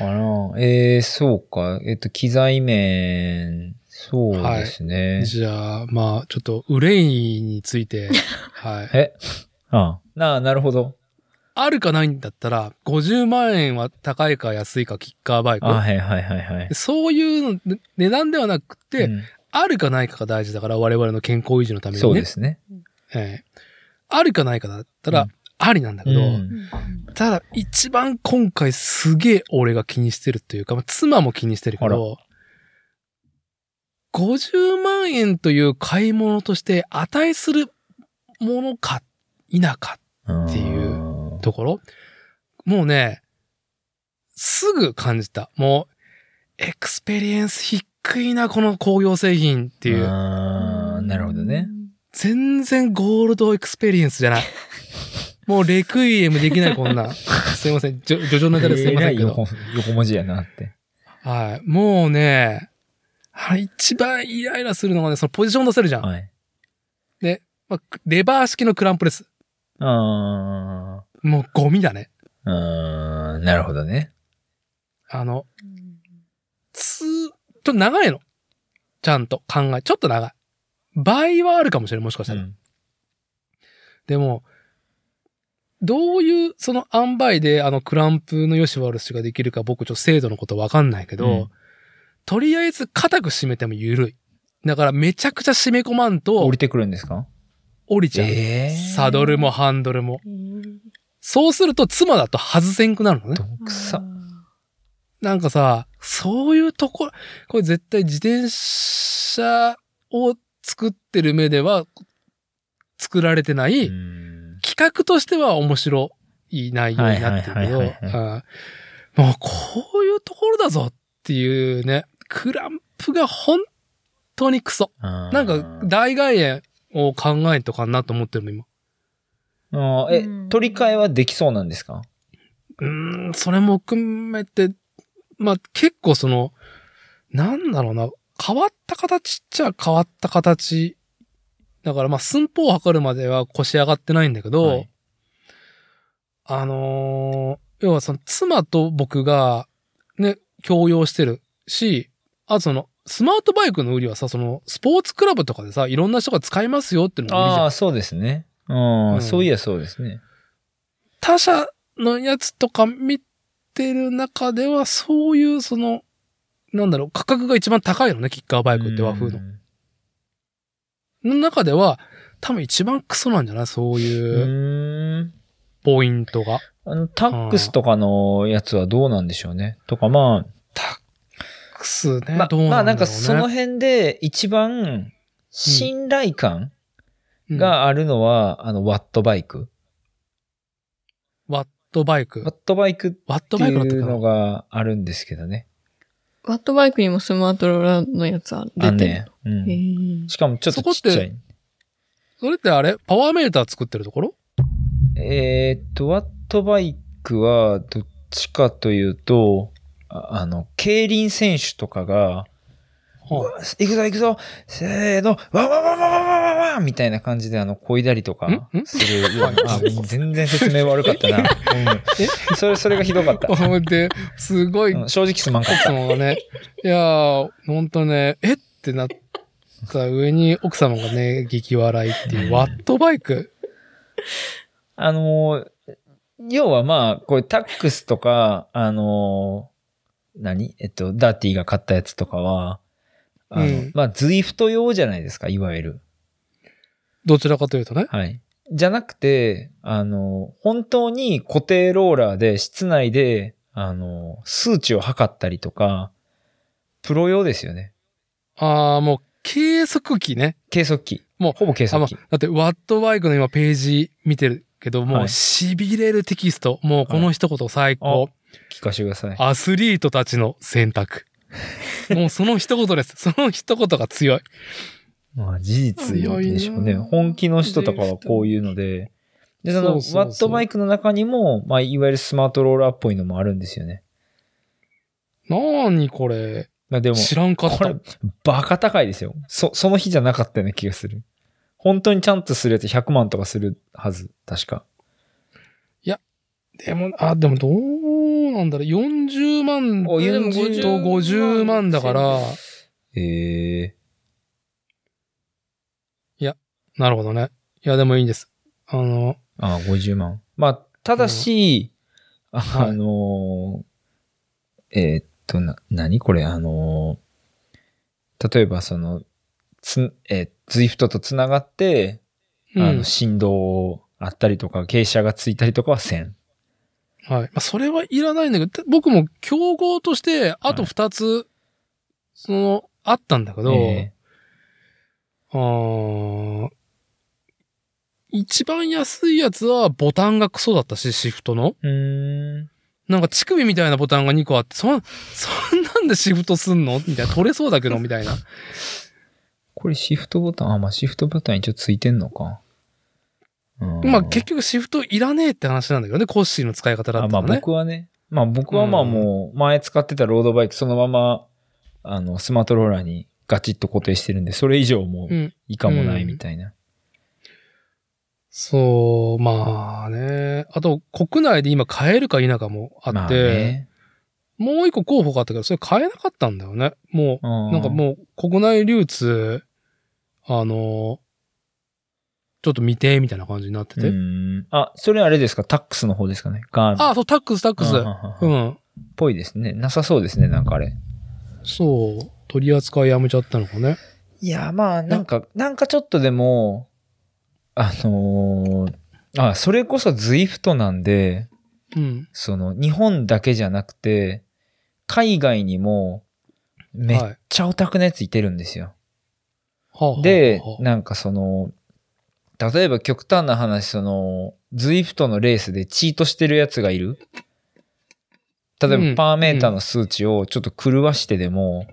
あら、えー、そうか。えっと、機材面、そうです ね。
じゃあ、まあ、ちょっと、憂いについ て、はい。
えああなあ、なるほど。
あるかないんだったら、50万円は高いか安いかキッカーバイク
あ。はいはいはいはい。
そういうの、ね値段ではなくて、
うん
あるかないかが大事だから、我々の健康維持のためにね。
そうですね。
ええあるかないかだった
う
ら
ん、
ありなんだけど、
うん
ただ、一番今回すげえ俺が気にしてるというか、まあ妻も気にしてるけど、50万円という買い物として値するものか否かっていう
うん
ところもうね、すぐ感じた。もう、エクスペリエンス低いな、この工業製品っていう。
ああなるほどね。。
全然ゴールドエクスペリエンスじ ゃない。もうレクイエムできない、こんなん。すいません。ジョジョジョネタですいま
偉
せん
い
けど。
横横文字やなって。
はい。もうね、あれ一番イライラするのがね、そのポジション出せるじゃん。
はい。
まあレバー式のクランプです。
あ
もうゴミだね。
ーあーなるほどね。
あの、つー、ちょっと長いの。ちゃんと考え、ちょっと長い。倍はあるかもしれん、もしかしたら。
うん
でも、どういう、その塩梅で、あの、クランプの良し悪しができるか、僕ちょっと精度のことわかんないけど、
うん
とりあえず硬く締めても緩い。だから、めちゃくちゃ締め込まんと
降り、てくるんですか
降りちゃう。
え
サドルもハンドルも。そうすると、妻だと外せんくなるのね。
どくさ。
なんかさ、そういうところ、これ絶対自転車を作ってる目では作られてない、
うん
企画としては面白い内容になってるけど、
は
う
いはいはいはい
んもうこういうところだぞっていうね、クランプが本当にクソ。
あー
なんか大外縁を考えとかなと思ってるもん今。
あーえ
うん、
取り替えはできそうなんですか
うーん、それも含めて、まあ結構その、なんだろうな、変わった形っちゃ変わった形。だからまあ寸法を測るまでは腰上がってないんだけど、
はい
あのー要はその妻と僕がね、共用してるし、あとその、スマートバイクの売りはさ、その、スポーツクラブとかでさ、いろんな人が使いますよっていうのが売りじゃ
あ
ん
あ、。そうですね。あ
う
あ、
ん
そういやそうですね。
他社のやつとか見てる中では、そういうその、なんだろう、価格が一番高いのね、キッカーバイクって和風の。の中では、多分一番クソなんじゃないそう
う
いう
ーん。
ポイントが。
あの、タックスとかのやつはどうなんでしょうね。とか、ま
タックス
あ、
ね。
まあ、
どう
ま
な
あ
ん
な
だろう、ね、
んかその辺で一番信頼感があるのは、あの、ワットバイク。
うん、ワットバイク
ワ。ットバイクっ
ワッ
て
トバイクだった
い
か
う
な
のがあるんですけどね。
ワットバイクにもスマートローラーのやつは
あ
出
の
てる
ね。。うん
へー
しかもちょっとちっちゃい。
それってあれパワーメーター作ってるとこ ろ
えーっと、ワットバイクはどっちかというと、ああの、競輪選手とかが、
は
行くぞ行くぞせーのわわわわわわわわみたいな感じであの、こいだりとか
んん
するような。あ全然説明悪か ったな。うん、それ、それがひどかった。
いで、すごい
うん正直すまんかっ
奥
た。
様がね、いやー、ほんとね、えってなった上に奥様がね、激笑いっていう、ワットバイク。
あのー要はまあ、これタックスとか、あのー何えっと、ダーティが買ったやつとかは、あの、
うん
まあ、ズイフト用じゃないですか、いわゆる。
どちらかというとね。
はい。じゃなくて、あの、本当に固定ローラーで室内で、あの、数値を測ったりとか、プロ用ですよね。
ああ、もう、計測器ね。
計測器。
もう
ほぼ計
あま
測
あ
器。
だって、ワットバイクの今ページ見てるけど、も
は
う、
い
痺れるテキスト。もう、この一言最高。
聞かせてください。
アスリートたちの選択。もう、その一言です。 その一言が強い。
まあ、事実
強いな
でしょうね。本気の人とかはこういうので、で、その、
そうそうそう
ワットバイクの中にも、まあ、いわゆるスマートローラーっぽいのもあるんですよね。
なーにこれ。
まあ、でも、
知らんかっ
こ
た
れ。、バカ高いですよ。そ、その日じゃなかったような気がする。本当にちゃんとするやつ100万とかするはず、確か。
でも、あ、でもどうなんだろう。40万と
お
でも
40
50万だから、
ええ
なるほどね。いや、でもいいんです。あの、
ああ、50万。まあ、ただし、ああのーえーっと、な、何これ、あのー例えばその、つ、えー、ズイフトとつながって、
うん、
あの、振動あったりとか、傾斜がついたりとかはせん。
はい。まあ、それはいらないんだけど、た僕も競合として、あと2つ、その、あったんだけど、
え
あー一番安いやつはボタンがクソだったし、シフトの。
ーうーん。
なんか乳首みたいなボタンが2個あって、そん、そんなんでシフトすんのみたいな。取れそうだけど、み たいな。
これシフトボタン、あ、まあ、シフトボタン一応ついてんのか。うん
まあ結局シフトいらねえって話なんだけどね、コッシーの使い方だった
あまあ
らね。
僕はね。まあ僕はまあもう前使ってたロードバイクそのまま、あの、スマートローラーにガチッと固定してるんで、それ以上も
う。
うん以下もないみたいな。
そう、まあね。あと、国内で今買えるか否かもあって、
まあね、
もう一個候補があったけど、それ買えなかったんだよね。もう、
な
なんかもう国内流通、あの、ちょっと未定みたいな感じになってて。
ん。あ、それあれですかタックスの方ですかねガーン。
あ、そう、タックス、タックス。
うんうん
う
うん
ん。
ぽいですね。なさそうですね、なんかあれ。
そう。取り扱いやめちゃったのかね。
いや、まあなんか、なんかちょっとでも、あのーあ、それこそ ZWIFT なんで、
うん。
その日本だけじゃなくて、海外にもめっ
はい
ちゃオタクのやついてるんですよ。
はあはあはあ
で、なんかその、例えば極端な話、その、ズイフトのレースでチートしてるやつがいる。例
う
えば
ん
パーメーターの数値をちょっと狂わしてでも、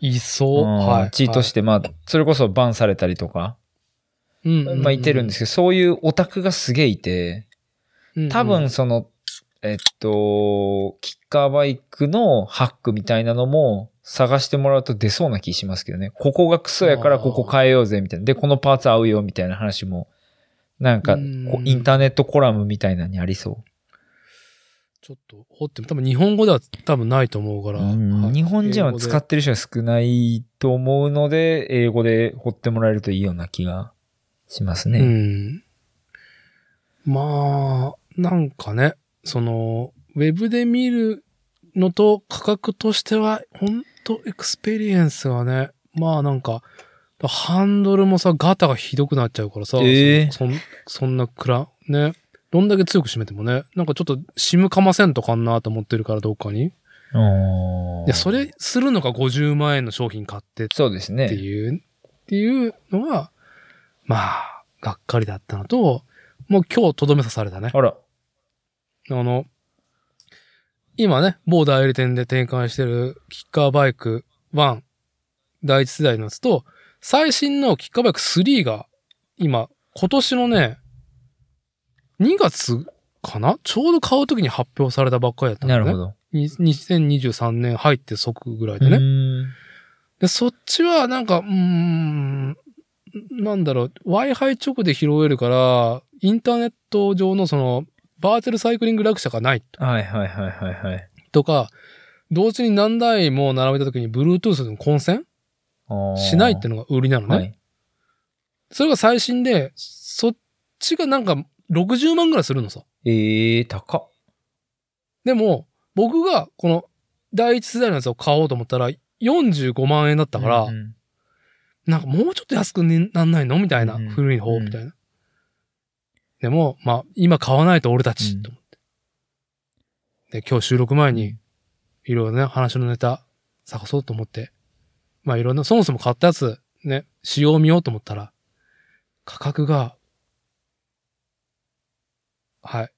いそう。
うん
はい。
チートして、まあ、それこそバンされたりとか、
て、うん
まあいてるんですけど、そういうオタクがすげえいて、
うんうん
多分その、えっと、キッカーバイクのハックみたいなのも探してもらうと出そうな気しますけどね。ここがクソやからここ変えようぜみたいな。で、このパーツ合うよみたいな話も、なんか、
う
こ
ん
うインターネットコラムみたいなのにありそ
ちょっと掘っても多分日本語では多分ないと思うか
う。
ら。
うん
い
日本人は使
英語
っ
で
てる人は少ないと思うので、英語で掘ってもらえるといいような気がします
う
ね。
ん。まあ、なんかね、その、ウェブで見るのと価格としては、ほんとエクスペリエンスがね、まあなんか、ハンドルもさ、ガタがひどくなっちゃうからさ、
ええ
そんそんなくら、ね。どんだけ強く締めてもね、なんかちょっとシムかませんとかんなと思ってるから、どっかに。
うん
いや、それするのが50万円の商品買って
そうですね。
っていう、っていうのが、まあ、がっかりだったのと、もう今日とどめ刺されたね。あ
あら。
の、今ね、某代理店で展開してるキッカーバイク1、第一世代のやつと、最新のキッカーバイク3が、今、今年のね、2月かなちょうど買う時に発表されたばっかりだったんだ
な
よね。
るほど。
に2023年入って即ぐらいでね。
うん
で、そっちはなんか、うーん、なんだろう、Wi-Fi 直で拾えるから、インターネット上のその、バーチャルサイクリング落車がない
はいはいはいはいはい。
とか、同時に何台も並べた時に Bluetooth の混線
あー
しないっていうのが売りなのね。
はい。
それが最新で、そっちがなんか60万ぐらいするのさ。
ええー、高っ。
でも、僕がこの第一世代のやつを買おうと思ったら、45万円だったから、
うんうん
なんかもうちょっと安くねなんないのみたいな。
うん
古い方、みたいな。でも、まあ、今買わないと俺たち、
うん
と思って。で、今日収録前に、いろいろね、話のネタ探そうと思って。まあ、いろんな、そもそも買ったやつ、ね、使用見ようと思ったら、価格が、はい。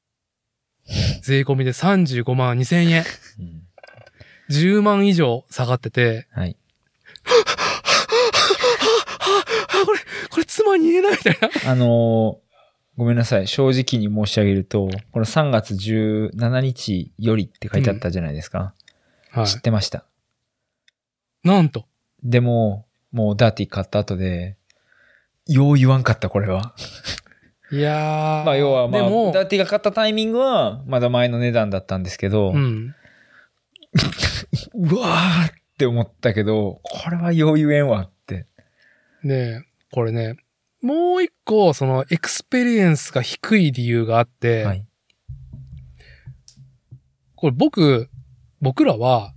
税込みで35万2000円。
うん
10万以上下がってて、
はい。
あ、これ、これ妻に言えないみたいな。
あのーごめんなさい。正直に申し上げると、この3月17日よりって書いてあったじゃないですか。
は
知ってました。
い。なんと。
でも、もうダーティ買った後で、よう言わんかった、これは。
いやー。
まあ、要は、まあ、
でも、
ダーティが買ったタイミングは、まだ前の値段だったんですけど、
う。
うんわーって思ったけど、これはよう言えんわって。
で、これね、もう一個、その、エクスペリエンスが低い理由があって、
はい。
これ僕、僕らは、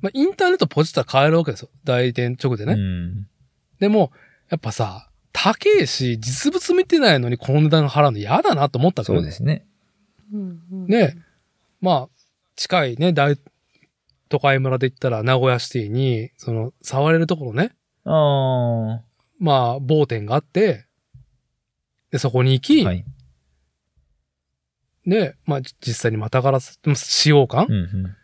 まあ、インターネットポチったら買えるわけですよ。代理店直でね。
うん。
でも、やっぱさ、高えし、実物見てないのにこの値段払うの嫌だなと思ったから
そうですね。
ね、まあ、近いね、大、都会村で言ったら名古屋シティに、その、触れるところね、
あ
まあ、某店があって、で、そこに行
あ。
き、
はい。
で、まあ、じ実際にまたがらせ、でも使用感、
うんうん。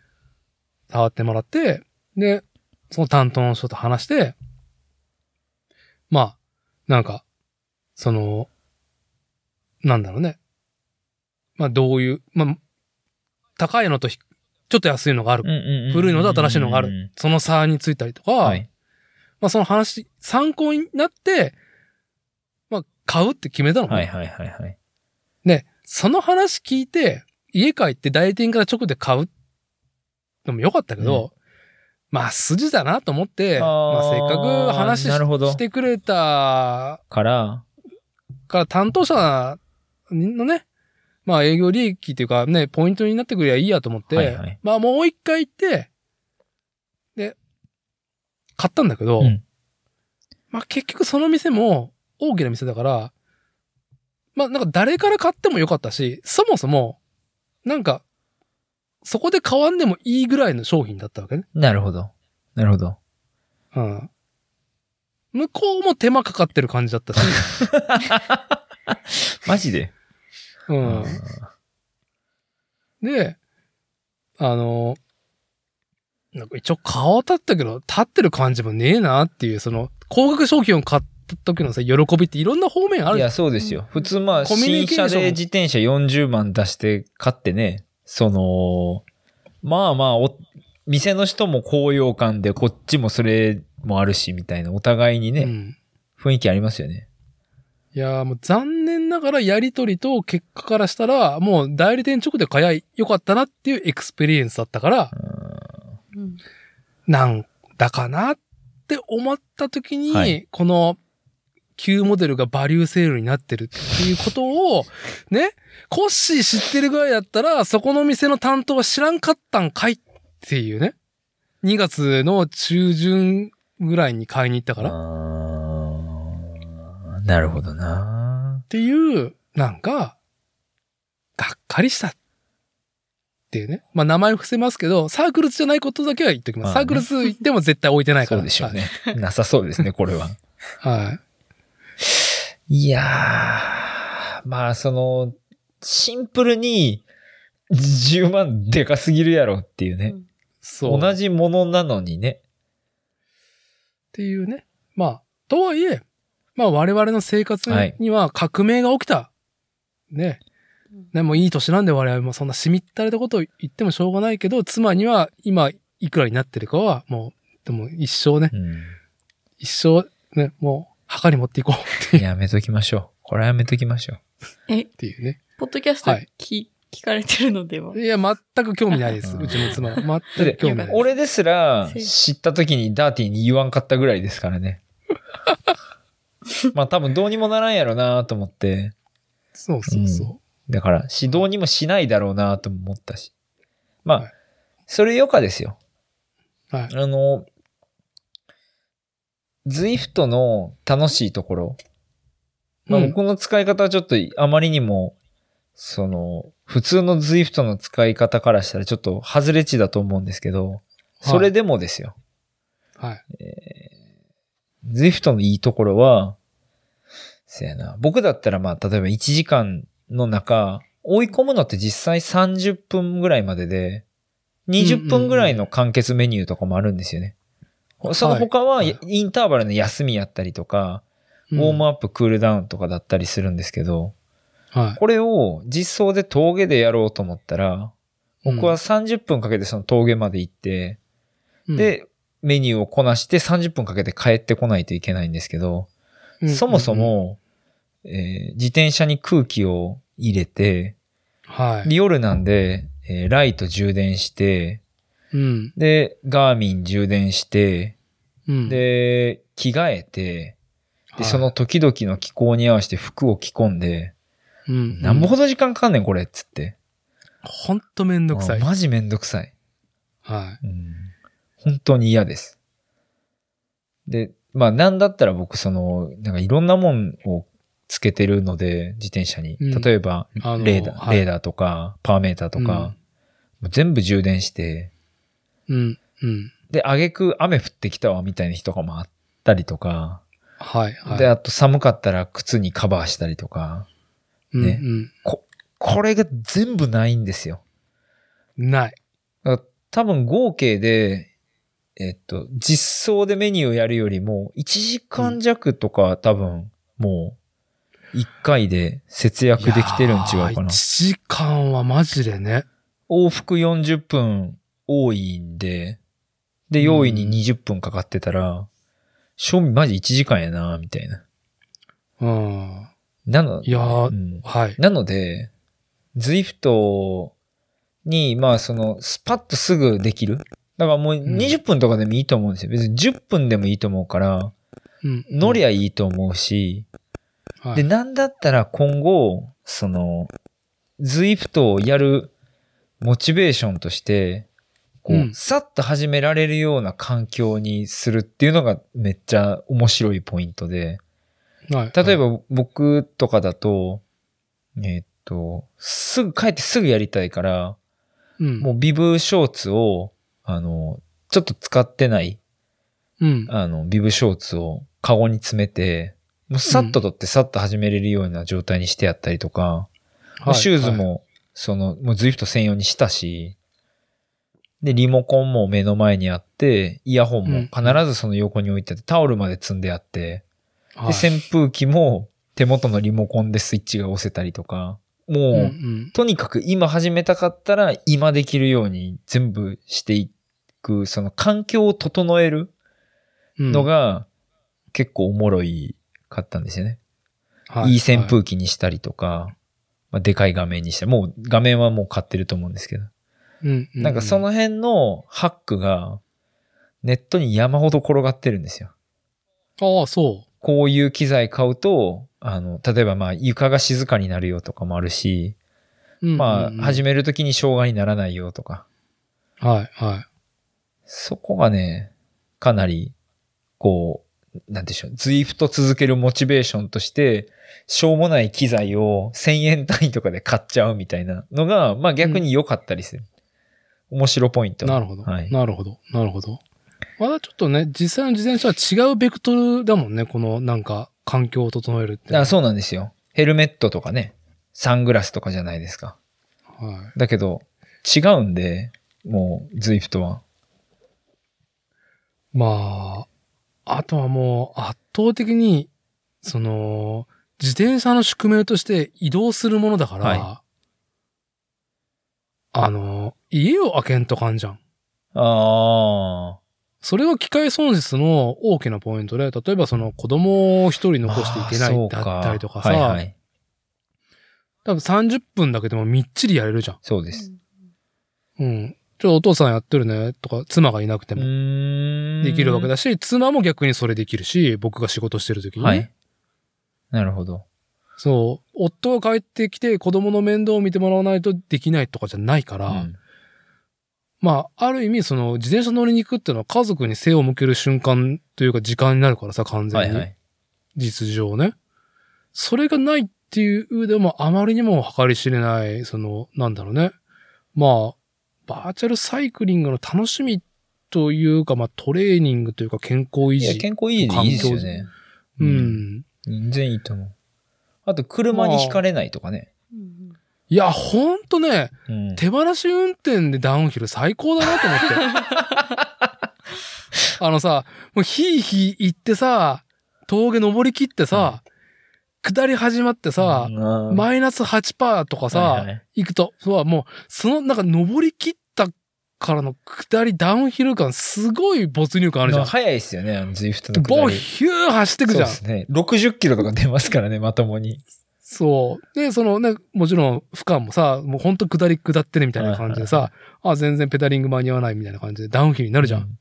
触ってもらって、で、その担当の人と話して、まあ、なんか、その、なんだろうね。まあ、どういう、まあ、高いのとひちょっと安いのがある
うん。うんうん
古いのと新しいのがある
うんうん
その差についたりとか、
はい。
まあ、その話、参考になって、まあ、買うって決めたのね。
はいはいはいはい。
で、その話聞いて、家帰って代理店から直で買うのも良かったけど、まあ筋だなと思って、
あー
まあせっかく話し
なるほど
してくれた
から、
から担当者のね、まあ営業利益っていうかね、ポイントになってくればいいやと思って、
はいはい
まあもう一回行って、で、買ったんだけど、
うん
まあ結局その店も大きな店だから、まあなんか誰から買ってもよかったし、そもそも、なんか、そこで買わんでもいいぐらいの商品だったわけね。
なるほど。なるほど。
うん。向こうも手間かかってる感じだったし、
マジで
う。
うん
で、あの、なんか一応顔立ったけど、立ってる感じもねえなっていう、その、高額商品を買った時のさ、喜びっていろんな方面ある
い
じゃん
や、そうですよ。普通、まあ、
コミュ
新
ニケーショ
車
ン
で自転車40万出して買ってね、その、まあまあお、店の人も高揚感で、こっちもそれもあるし、みたいな、お互いにね、
うん。
雰囲気ありますよね。
いやーもう残念ながらやりとりと結果からしたら、もう代理店直で早い、良かったなっていうエクスペリエンスだったから、なんだかなって思った時に、
はい
この旧モデルがバリューセールになってるっていうことを、ね、 コッシー知ってるぐらいだったら、そこの店の担当は知らんかったんかいっていうね。2月の中旬ぐらいに買いに行ったから。
あーなるほどな
っ。ていう、なんか、がっかりしたっていうね。まあ名前伏せますけど、サークルズじゃないことだけは言っときま。
ますあ
サ
ね
ークルズ行っても絶対置いてないか
そ
ら。
うでしょうね。なさそうですね、これは。
はい。はい。
いやー、まあ、その、シンプルに、10万でかすぎるやろっていうね。
そう。
同
っ
じものなのにね。
ていうね。まあ、とはいえ、まあ我々の生活には革命が起きた。ね。ね、もういい年なんで我々もそんなしみったれたことを言ってもしょうがないけど、妻には今いくらになってるかは、もう、でも一生ね、一生ね、もう墓に持っていこうっていう
やめときま しょう。これはやめときましょ
え、
っていうね。
ポッドキャスト
はい
聞聞かれてるのではい
や、全く興味ないです。
うん
うちの妻は。
う。だっ
全
て
く興味ない。、
俺ですら
せい
知った時にダーティーに言わんかったぐらいですか らね。まあ多分どうにもならんやろなと思って。
そうそうそ
だから、し、どうにもしないだろうなとも思ったし。ま
は
あ
い、
それよかですよ。
はい。
あの、Zwift の楽しいところ。まあ、
うん
僕の使い方はちょっとあまりにも、その、普通の Zwift の使い方からしたらちょっと外れ値だと思うんですけど、それでもですよ。
はい。
Zwift のいいところは、せやな。僕だったらまあ、例えば1時間の中、追い込むのって実際30分ぐらいまでで、20分ぐらいの完結メニューとかもあるんですよね。その他は、
はい
やインターバルの休みやったりとか、ウォームアップ、クールダウンとかだったりするんですけど、
うんはい。
これを実装で峠でやろうと思ったら、僕は30分かけてその峠まで行って、
うん、
で、メニューをこなして30分かけて帰ってこないといけないんですけど、
うん
そもそ、も、えー自転車に空気を入れて、
うんうんはい。
夜なんで、えーライト充電して、
うん。
で、ガーミン充電して、
うん、
で、着替えて、
はい
で、その、時々の気候に合わせて服を着込んで、
うん。
なんぼ
ほ
ほど時間かかんねんこれっつって。
ほんとめんどくさい。
あ
はい。
マジめんどくさい。うん本当に嫌です。で、まあなんだったら僕その、なんかいろんなもんをつけてるので、自転車に。
うん
例えば、
あの
レーダー、
はい
レーダーとか、パーメーターとか、もう全部充電して、
うん。うん。
で、あげく雨降ってきたわ、みたいな日とかもあったりとか、
はい。はい。
で、あと寒かったら靴にカバーしたりとか、
うん、
ね
うん。
これが全部ないんですよ。
ない。
だから多分合計で、えっと、実装でメニューをやるよりも、1時間弱とか多分、もう、1回で節約できてるん違うか
1
な。
時間はマジでね。
往復40分多いんで、で、用意に20分かかってたら、賞味マジ1時間やな、みたいな。
うん。
なの、
いやー
うん
はい。
なので、Zwift に、まあその、スパッとすぐできる。だからもう
うん
20分とかでもいいと思うんですよ。別に10分でもいいと思うから、
うん。
乗りゃいいと思うし、で、なんだったら今後、その、Zwift をやるモチベーションとして、こ
うん
う、さっと始められるような環境にするっていうのがめっちゃ面白いポイントで、
はい、
例え
ば、
ば僕とかだと、えーっと、すぐ帰ってすぐやりたいから、
うん、
もうビブショーツを、あの、ちょっと使ってない、
うん、
あの、ビブショーツをカゴに詰めて、もうさっと取ってさっと始めれるような状態にしてやったりとか、もうシューズ
はい、
も、その、もうズイフト専用にしたし、で、リモコンも目の前にあって、イヤホンも必ずその横に置いてあって、タオルまで積んであって、
はい
で、扇風機も手元のリモコンでスイッチが押せたりとか、もう、
うんうん
とにかく今始めたかったら今できるように全部していく、その環境を整える
うん
のが結構おもろいかったんですよね。
はい
いい扇風機にしたりとか、まあ、でかい画面にしたり、もう画面はもう買ってると思うんですけど。
うんう
なんかその辺のハックがネットに山ほど転がってるんですよ。
ああ、そ
こういう機材買うと、あの、例えばまあ床が静かになるよとかもあるし、
う。うん
まあ始
め、
めるときに障害にならないよとか、
はい、は
そこがね、かなり、こう、なんでしょう、ズイフト続けるモチベーションとして、しょうもない機材を1000円単位とかで買っちゃうみたいなのが、まあ逆に良かったりする。面白ポイン
い。
ト。
なるほど、
はい。
なるほど、なるほど。まだちょっとね、実際の自転車は違うベクトルだもんね、このなんか環境を整えるって。
あそうなんですよ。ヘルメットとかね、サングラスとかじゃないですか。
はい。
だけど、違うんで、もう、ズイフトは。
まあ、あとはもう圧倒的に、その、自転車の宿命として移動するものだから、
は
あの、家を開けんとかんじゃん。
ああ。
それは機械損失の大きなポイントで、例えばその子供を一人残していけないってあったりとかさ、
まあそうはいはい。
多分30分だけでもみっちりやれるじゃん。
そうです。
うん。ちょ、お父さんやってるね、とか、妻がいなくてもで
で
きるわけ
だ
だし、妻も逆にそれできるし、僕が仕事してる時にね、
はい。なるほど。
そう、夫が帰ってきて子供の面倒を見てもらわないとできないとかじゃないから、
うん
まあ、ある意味、その、自転車乗りに行くっていうのは家族に背を向ける瞬間というか時間になるからさ、完全
は
に。
いはい。
実情ね。それがないっていうでもあまりにも計り知れない、その、なんだろうね。まあ、バーチャルサイクリングの楽しみというか、まあトレーニングというか健康維
いや、
持。
健康維持でいいですよね。
う
うん
ん。
全然いいと思う。あと、車に惹かれないとかね。
いや、ほんとね、
うん。
手放し運転でダウンヒル最高だなと思 って。あのさ、もうヒーヒー行ってさ、峠登り切ってさ、下り始まってさ、
うん
マイナス8%とかさ、
はいはい
行くと、そう、もう、その、なんか、登り切ったからの下り、ダウンヒル感、すごい没入感あるじゃん。
早いですよね、あの、ズイフトの下り。
ボン、ヒュー走ってくじゃん。そ
そううですね。60キロとか出ますからね、まともに。
で、そのね、もちろん、負荷もさ、もうほんと下り下ってるみたいな感じでさ、あ、全然ペダリング間に合わないみたいな感じで、ダウンヒルにな
あ
るじゃん。。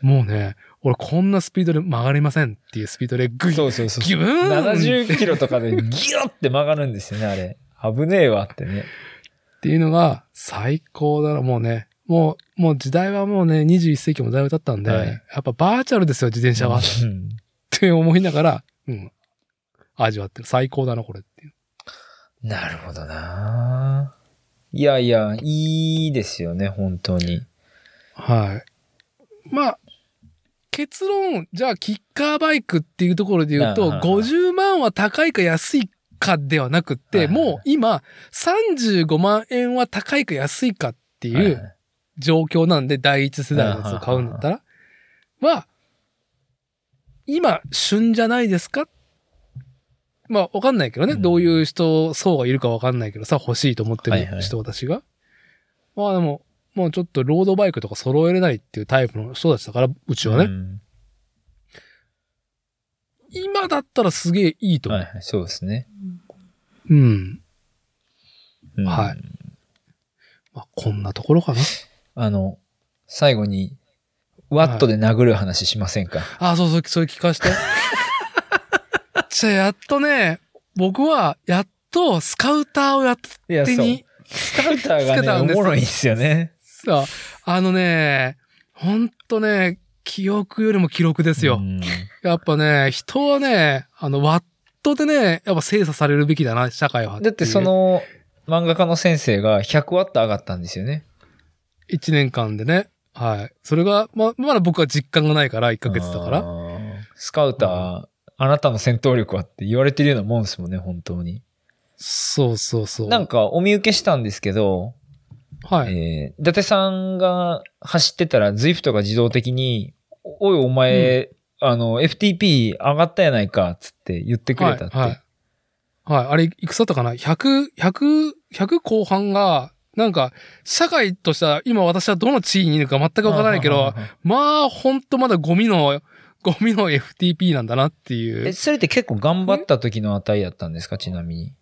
もうね、俺こんなスピードで曲がりませんっていうスピードで、グイ
そうそうそう。
ギューン
70キロとかでギュッて曲がるんですよね、あれ。 危ねえわってね。
っていうのが最高だな、もうね。もう、もう時代はもうね、21世紀もだいぶ経ったんで、
はい
やっぱバーチャルですよ、自転車は。っ
うん
て思いながら、うん。味わってる。最高だな、これっていう。
なるほどないやいや、いいですよね、本当に。
はい。まあ、結論、じゃあ、キッカーバイクっていうところで言う
う
と、
んうんうん
50万は高いか安いかではなくって、
はいはいはい
もう今、35万円は高いか安いかっていう、
はいはい
状況なんで、第一世代のやつを買うんだったら、は、今、旬じゃないですかまあ、わかんないけどね、
うん
どういう人、層がいるかわかんないけどさ、欲しいと思って
はいは
る
い
人、私が。まあでも、もうちょっとロードバイクとか揃えれないっていうタイプの人たちだから、うちはね。
うん
今だったらすげえいいと思
は
う。
いはい、そうですね。
うん。
うん
はいまあ、こんなところかな。
あの、最後に、ワットで殴る話しませんか、
あ、そうそう、それ聞かして。 じゃあ、やっとね、僕は、やっと、スカウターをやって
い、や、
手
そう。
に
ス、カウター
つけた
が
ん
ね、
で
お
す
もろいんですよね。
さ、あのね、ほんとね、記憶よりも記録ですよ。
うん
やっぱね、人はね、あの、ワットでね、やっぱ精査されるべきだな、社会は。
だってそ、の漫画家の先生が100ワット上がったんですよね。
1年間でね。はい。それが、ま、まだ僕は実感がないから、1ヶ月だから。
ら。スカウター、あなたの戦闘力はって言われてるようなもんですもんね、本当に。
そうそうそう。
なんかお見受けしたんですけど、
はい。
えー伊達さんが走ってたら、ズイフトが自動的に、おいお前、あの、FTP 上がったやないか、つって言ってくれたって。
はい。はい、はいあれ、いくつだったかな ?100、100、100後半が、なんか、社会としては、今私はどの地位にいるか全くわからないけ
はは
ど、
は
まあ、ほんとまだゴミの、ゴミの FTP なんだなってい
え、
う。
それって結構頑張った時の値やったんですか、ちなみに。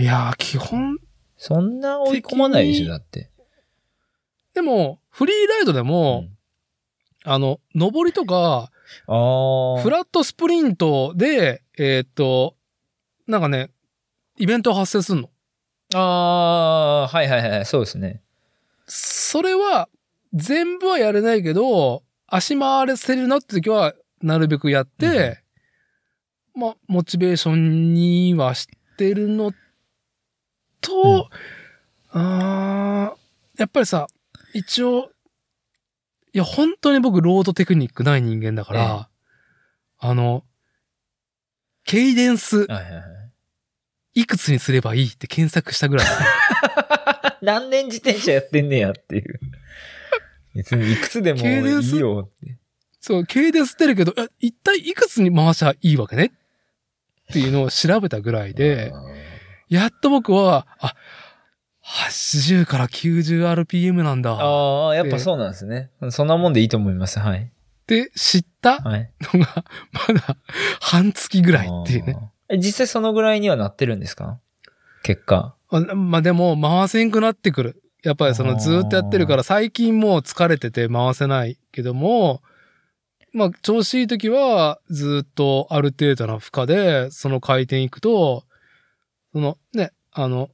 いやー、基本、
そんな追い込まないでしょ、だって。
でも、フリーライドでも、あの、上りとか、
うんああ。
フラットスプリントで、えーっと、なんかね、イベント発生するの。
ああー、はいはいはい、そうですね。
それは、全部はやれないけど、足回れせるなって時は、なるべくやって、まあ、モチベーションにはしてるのと、あーやっぱりさ、一応、いや、本当に僕、ロードテクニックない人間だから、あの、ケイデンス、
はいはいはい。
いくつにすればいいって検索したぐらい。
何年自転車やってんねやっていう。別にいくつでも いいよって。
そう、系で捨てるけど、え一体いくつに回しゃいいわけねっていうのを調べたぐらいで、 やっと僕は、あ、80から 90rpm なんだっ
ああ、やっぱそうなんですね。そんなもんでいいと思います。はい。
て知った
はい。
のが、まだ半月ぐらいっていうね。
あーえ実際そのぐらいにはなってるんですか結果。
あまあでも、回せんくなってくる。やっぱりそ
あ
の
ー
ずーっとやってるから、最近もう疲れてて回せないけども、まあ調子いい時は、ずーっとある程度の負荷で、その回転行くと、そのね、あの、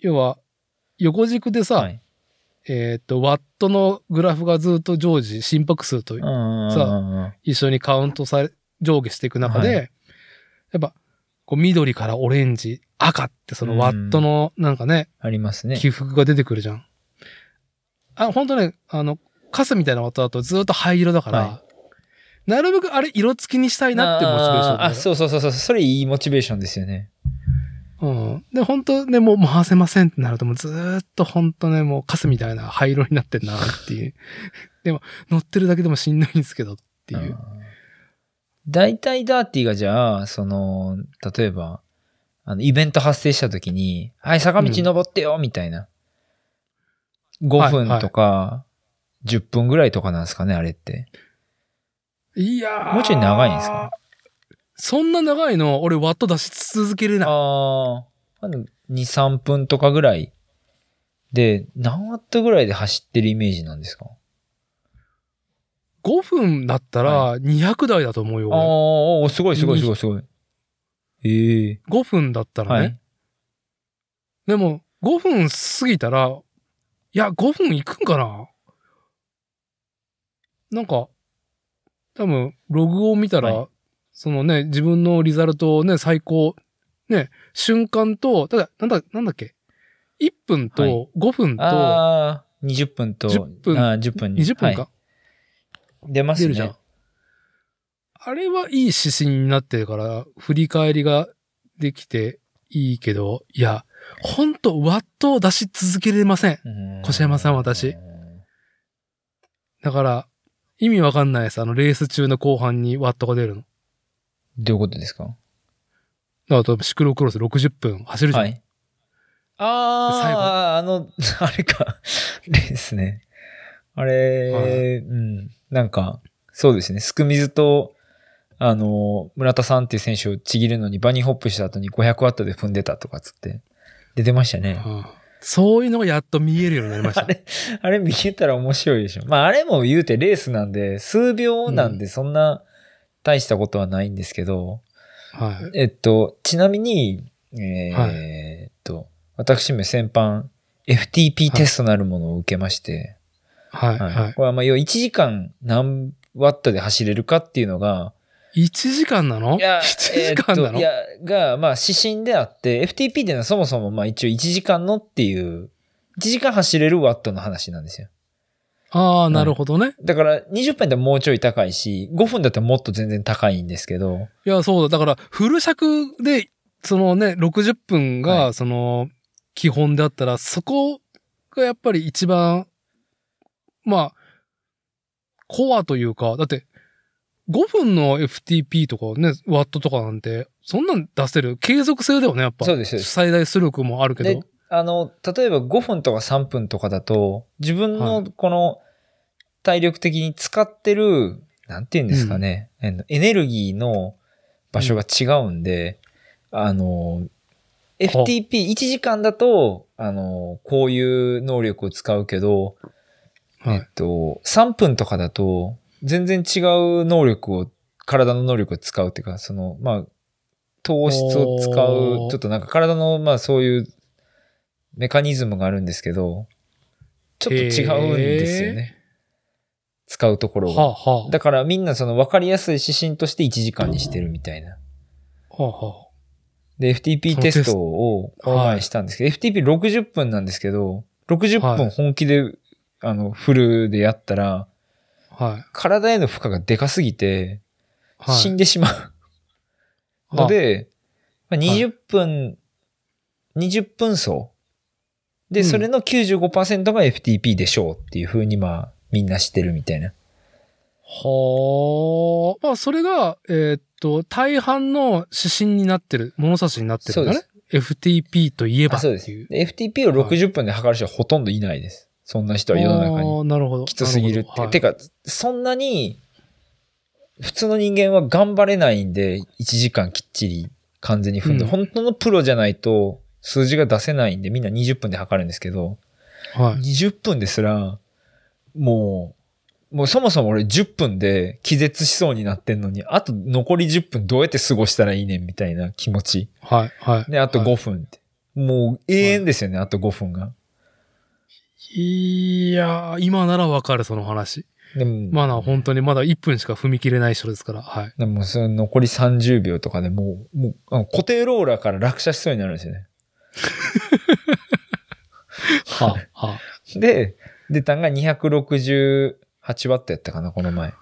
要は、横軸でさ、
はい。
えっ、と、ワットのグラフがずっと常時、心拍数と
あ
一緒にカウントされ、上下していく中で、
はい
やっぱ、こう緑からオレンジ、赤ってそのワットのなんかね、
ありますね。
起伏が出てくるじゃん。あ、ほんとね、あの、カスみたいなワットだとずっと灰色だから、
は
なるべくあれ色付きにしたいなってモチベーション
あーあ、
う。
そうそうそうそう。それいいモチベーションですよね。
うん。で、本当ね、もう回せませんってなると、もうずーっと本当ね、もうカスみたいな灰色になってんなっていう。 でも、乗ってるだけでもしんどいんですけどっていう。
あー。大体ダーティがじゃあ、その、例えば、あの、イベント発生した時に、はい、坂道登ってよ、みたいな。5分とか、10分ぐらいとかなんですかね、あれって。
いやー
もうちょい長いんですか
そんな長いの、俺ワット出し続けれない。
ああ、2、3分とかぐらいで、何ワットぐらいで走ってるイメージなんですか
5分だったら200台だと思うよ、
あー
俺
おーすごいすごいすごいすごい。ええ
5分だったらね。
はい。
でも、5分過ぎたら、いや、5分いくんかななんか、多分、ログを見たら、
は
そのね、自分のリザルトをね、最高、ね、瞬間と、ただ、なんだ、なんだっけ ?1 分
は
と5分と20
ああ、20分と、
10分
あー10分に
分か、
はい出ます
出る
ね。
じゃん。あれはいい指針になってるから、振り返りができていいけど、いや、ほんと、ワットを出し続けれません。
越
越山さん私。だから、意味わかんないです。あの、レース中の後半にワットが出るの。
どういうことですか
だから、シクロクロス60分走るじゃん。
はい。ああ、あの、 あれか、レースね。あれ、
はい
うん。なんか、そうですね。すくみずと、あの、村田さんっていう選手をちぎるのにバニーホップした後に500ワットで踏んでたとかっつって、出てましたね。
うんそういうのがやっと見えるようになりまし
あ
た。
れ、あれ見えたら面白いでしょ。まあ、あれも言うてレースなんで、数秒なんでそんな大したことはないんですけど、
はい。
えっと、ちなみに、えー
はい
えっと、私め先般、FTP テストなるものを受けまして、
はい。
はい
は
これはまあ、要は1時間何ワットで走れるかっていうのが、
い。1時間なの ?1 時間な
え
の、
っといや、が、まあ、指針であって、FTP っていうのはそもそもまあ一応1時間のっていう、1時間走れるワットの話なんですよ。
ああ、なるほどね。
だから20分だったらもうちょい高いし、5分だったらもっと全然高いんですけど、
いや、そうだ。だから、フル尺で、そのね、60分
は
が、その、基本であったら、そこがやっぱり一番、まあ、コアというか、だって、5分の FTP とかね、ワットとかなんて、そんなん出せる継続性だよね、やっぱ。
そうですそうです
最大出力もあるけ
で
ど。、
あの、例えば5分とか3分とかだと、自分のこの体力的に使ってる、なんて言うんですかね、あのエネルギーの場所が違うんで、あの、FTP1 時間だと、あの、こういう能力を使うけど、
はい
えっと、3分とかだと、全然違う能力を、体の能力を使うっていうか、その、まあ、糖質を使う、ちょ
おー
っとなんか体の、まあそういうメカニズムがあるんですけど、ちょっと違うんですよね。使うところ
はあ、
が。
は
だからみんなその分かりやすい指針として1時間にしてるみたいな。
あ、はあ、は
で、FTP
その
テ
テス
ストをこの前したんですけど、FTP60 分なんですけど、60
は
分
い
本気で、あの、フルでやった
あ。
ら、
はい。
体への負荷がでかすぎて、
はい。
死んでしまう。ので、まあ、
い
20分、20分走。で、
うん
それの95%が FTP でしょうっていう風に、まあ、みんなしてるみたいな。
はあ。まあ、それが、えーっと、大半の指針になってる、物差しになってるんだね。FTP といえば
あ
って
そ
いうう。
です。で FTP を60分で測る人はほとんどいないです。そんな人は世の中に
あ。ーなるほど。
きつすぎるって。
なほど
て、か、そんなに、普通の人間は頑張れないんで、1時間きっちり完全に踏んで、
うん
本当のプロじゃないと数字が出せないんで、みんな20分で測るんですけど、
はい。はい
20分ですら、もう、もうそもそも俺10分で気絶しそうになってんのに、あと残り10分どうやって過ごしたらいいねんみたいな気持ち。
はい。はい。
で、あと
はい
5分って。もう永遠ですよね、あと5分が。
いやー、今ならわかる、その話。
でも、
まだ本当にまだ1分しか踏み切れない人ですから、はい。
でもそれ残り30秒とかでもう、もうあの固定ローラーから落車しそうになるんですよね。
はあ、はあ。
で、出たんが268ワットやったかな、この前。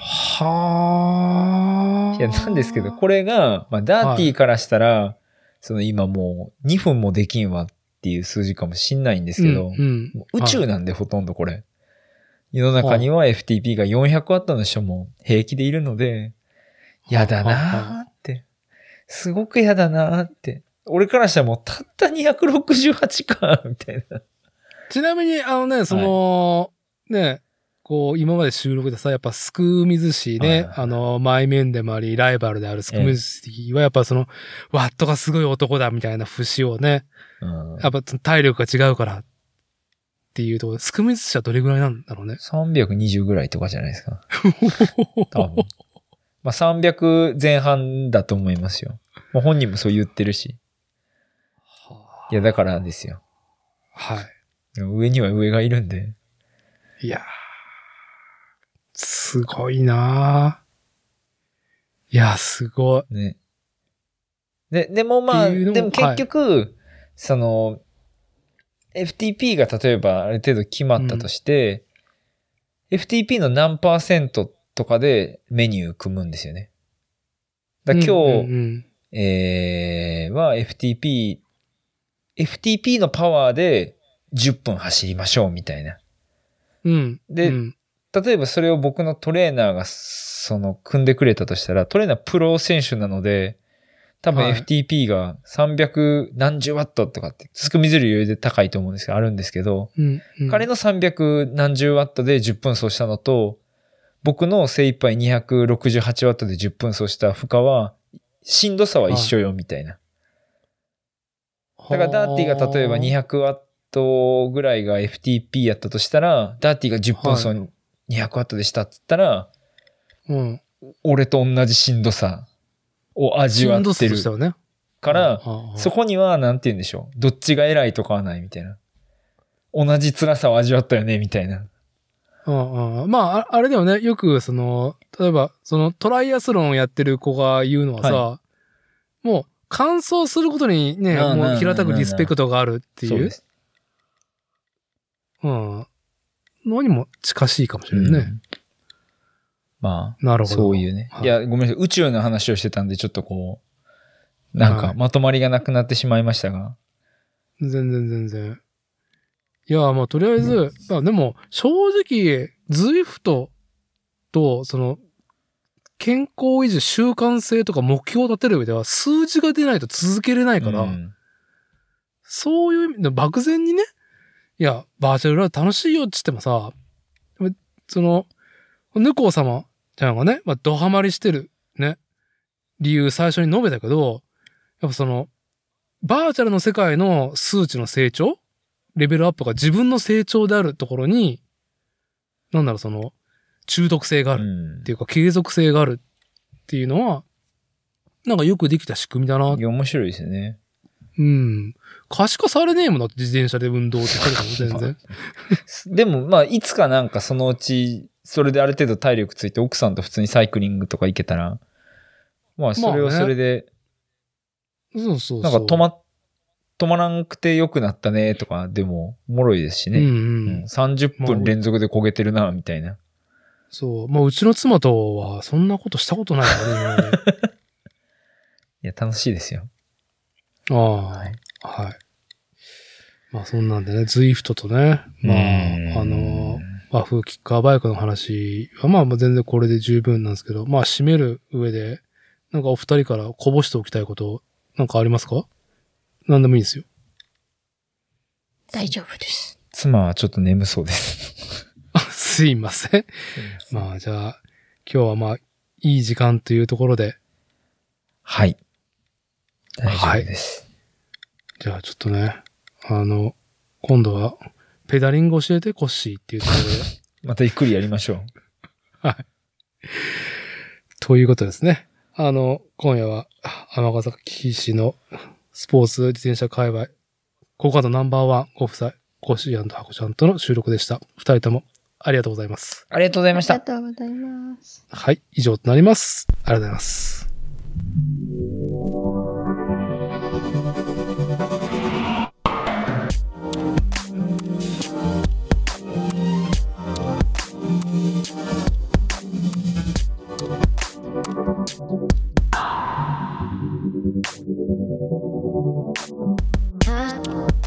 はあ。
いや、なんですけど、これが、まあ、ダーティーからしたら、その今もう2分もできんわっていう数字かもしんないんですけど、
うん
もう宇宙なんでほとんどこれ。世の中には FTP が400ワットの人も平気でいるので、やだなーって。すごくやだなーって。俺からしたらもうたった268か、みたいな。
ちなみに、あのね、その、ね、こう、今まで収録でさ、やっぱスクーミズ市
はい
ね、
はい
あの、マイメンでもあり、ライバルであるスクーミズ市は、やっぱその、ワットがすごい男だみたいな節をね、
うん
やっぱその体力が違うからっていうところで、スクーミズ市はどれぐらいなんだろうね。
320ぐらいとかじゃないです か。多分。まあ300前半だと思いますよ。まあ、本人もそう言ってるし。いや、だからですよ。
は
上には上がいるんで。
い。いやーすごいなーいや、すごい。
ね。で、でもま
っ
あ、
ていうのも
でも結局、その、FTP が例えばある程度決まったとして、FTP の何パーセントとかでメニュー組むんですよね。だから今日、
うんうん
えー、は FTP、FTP のパワーで10分走りましょうみたいな。
うん、うん。
で
うん
例えばそれを僕のトレーナーがその組んでくれたとしたら、トレーナープロ選手なので、多分
はい
FTP が300何十ワットとかって、すくみずる余裕で高いと思うんですけど、あるんですけど、
うんうん、
彼の300何十ワットで10分走したのと、僕の精一杯268ワットで10分走した負荷は、しんどさは一緒よみたいな。だからダーティが例えば200ワットぐらいが FTP やったとしたら、ダーティが10分走200ワットでしたっつったら、
うん、
俺と同じしんどさを味わってる
したよね。
から、
うん
そこにはなんて言うんでしょう。どっちが偉いとかはないみたいな。同じ辛さを味わったよね、みたいな。
うんうんまあ、ああれだよね。よく、その、例えば、そのトライアスロンをやってる子が言うのはさ、もう、完走することにね、
なあなあ
もう平たくリスペクトがあるって
そう
い
で
う、
す。
うん。のにも近しいかもしれないね。
んま
なる
あ、
ほど。
そういうね。
はい
いや、ごめんなさい。宇宙の話をしてたんで、ちょっとこう、なん
は
か
い
まとまりがなくなってしまいましたが。
全然全然。いや、まあ、とりあえず、まあ、でも、正直、ズイフトと、その、健康維持、習慣性とか目標を立てる上では、数字が出ないと続けれないから、
うん
そういう意味で、漠然にね、いや、バーチャルライブ楽しいよって言ってもさ、その、ヌコ様ちゃんがね、まあ、ドハマりしてる、ね、理由最初に述べたけど、やっぱその、バーチャルの世界の数値の成長レベルアップが自分の成長であるところに、なんだろう、その、中毒性がある
うん
っていうか、継続性があるっていうのは、なんかよくできた仕組みだなっ
いや面白いですよね。
うん。可視化されねえもんだって自転車で運動って言ってるから 全然。
でも、まあ、いつかなんかそのうち、それである程度体力ついて、奥さんと普通にサイクリングとか行けたら、まあ、それはそれで、
そうそうそう。
なんか止ま、止まらんくて良くなったね、とか、でも、おもろいですし
うん
ね。
うん。
うん30分連続で焦げてるな、みたいな。
そう。まあ、うちの妻とはそんなことしたことないからね 今まで。
いや、楽しいですよ。
ああ。はい。まあ、そんなんでね、ズイフトとね、まあ、あの、和風キッカーバイクの話は、まあ、まあ全然これで十分なんですけど、まあ、締める上で、なんかお二人からこぼしておきたいこと、なんかありますかなんでもいいですよ。
大丈夫です。
妻はちょっと眠そうです。
あすいません。 まあじゃあ、今日はまあ、いい時間というところで、
はい。大丈夫です。
じゃあちょっとね、あの、今度は、ペダリング教えてコッシーっていうところで、
またゆっくりやりましょう。
ということですね。あの、今夜は、天崎市のスポーツ自転車界隈、高カードナンバーワンご夫妻、コシアンとハコちゃんとの収録でした。二人ともありがとうございます。
ありがとうございました
あり。がとうございます。
はい、以上となります。ありがとうございます。
あ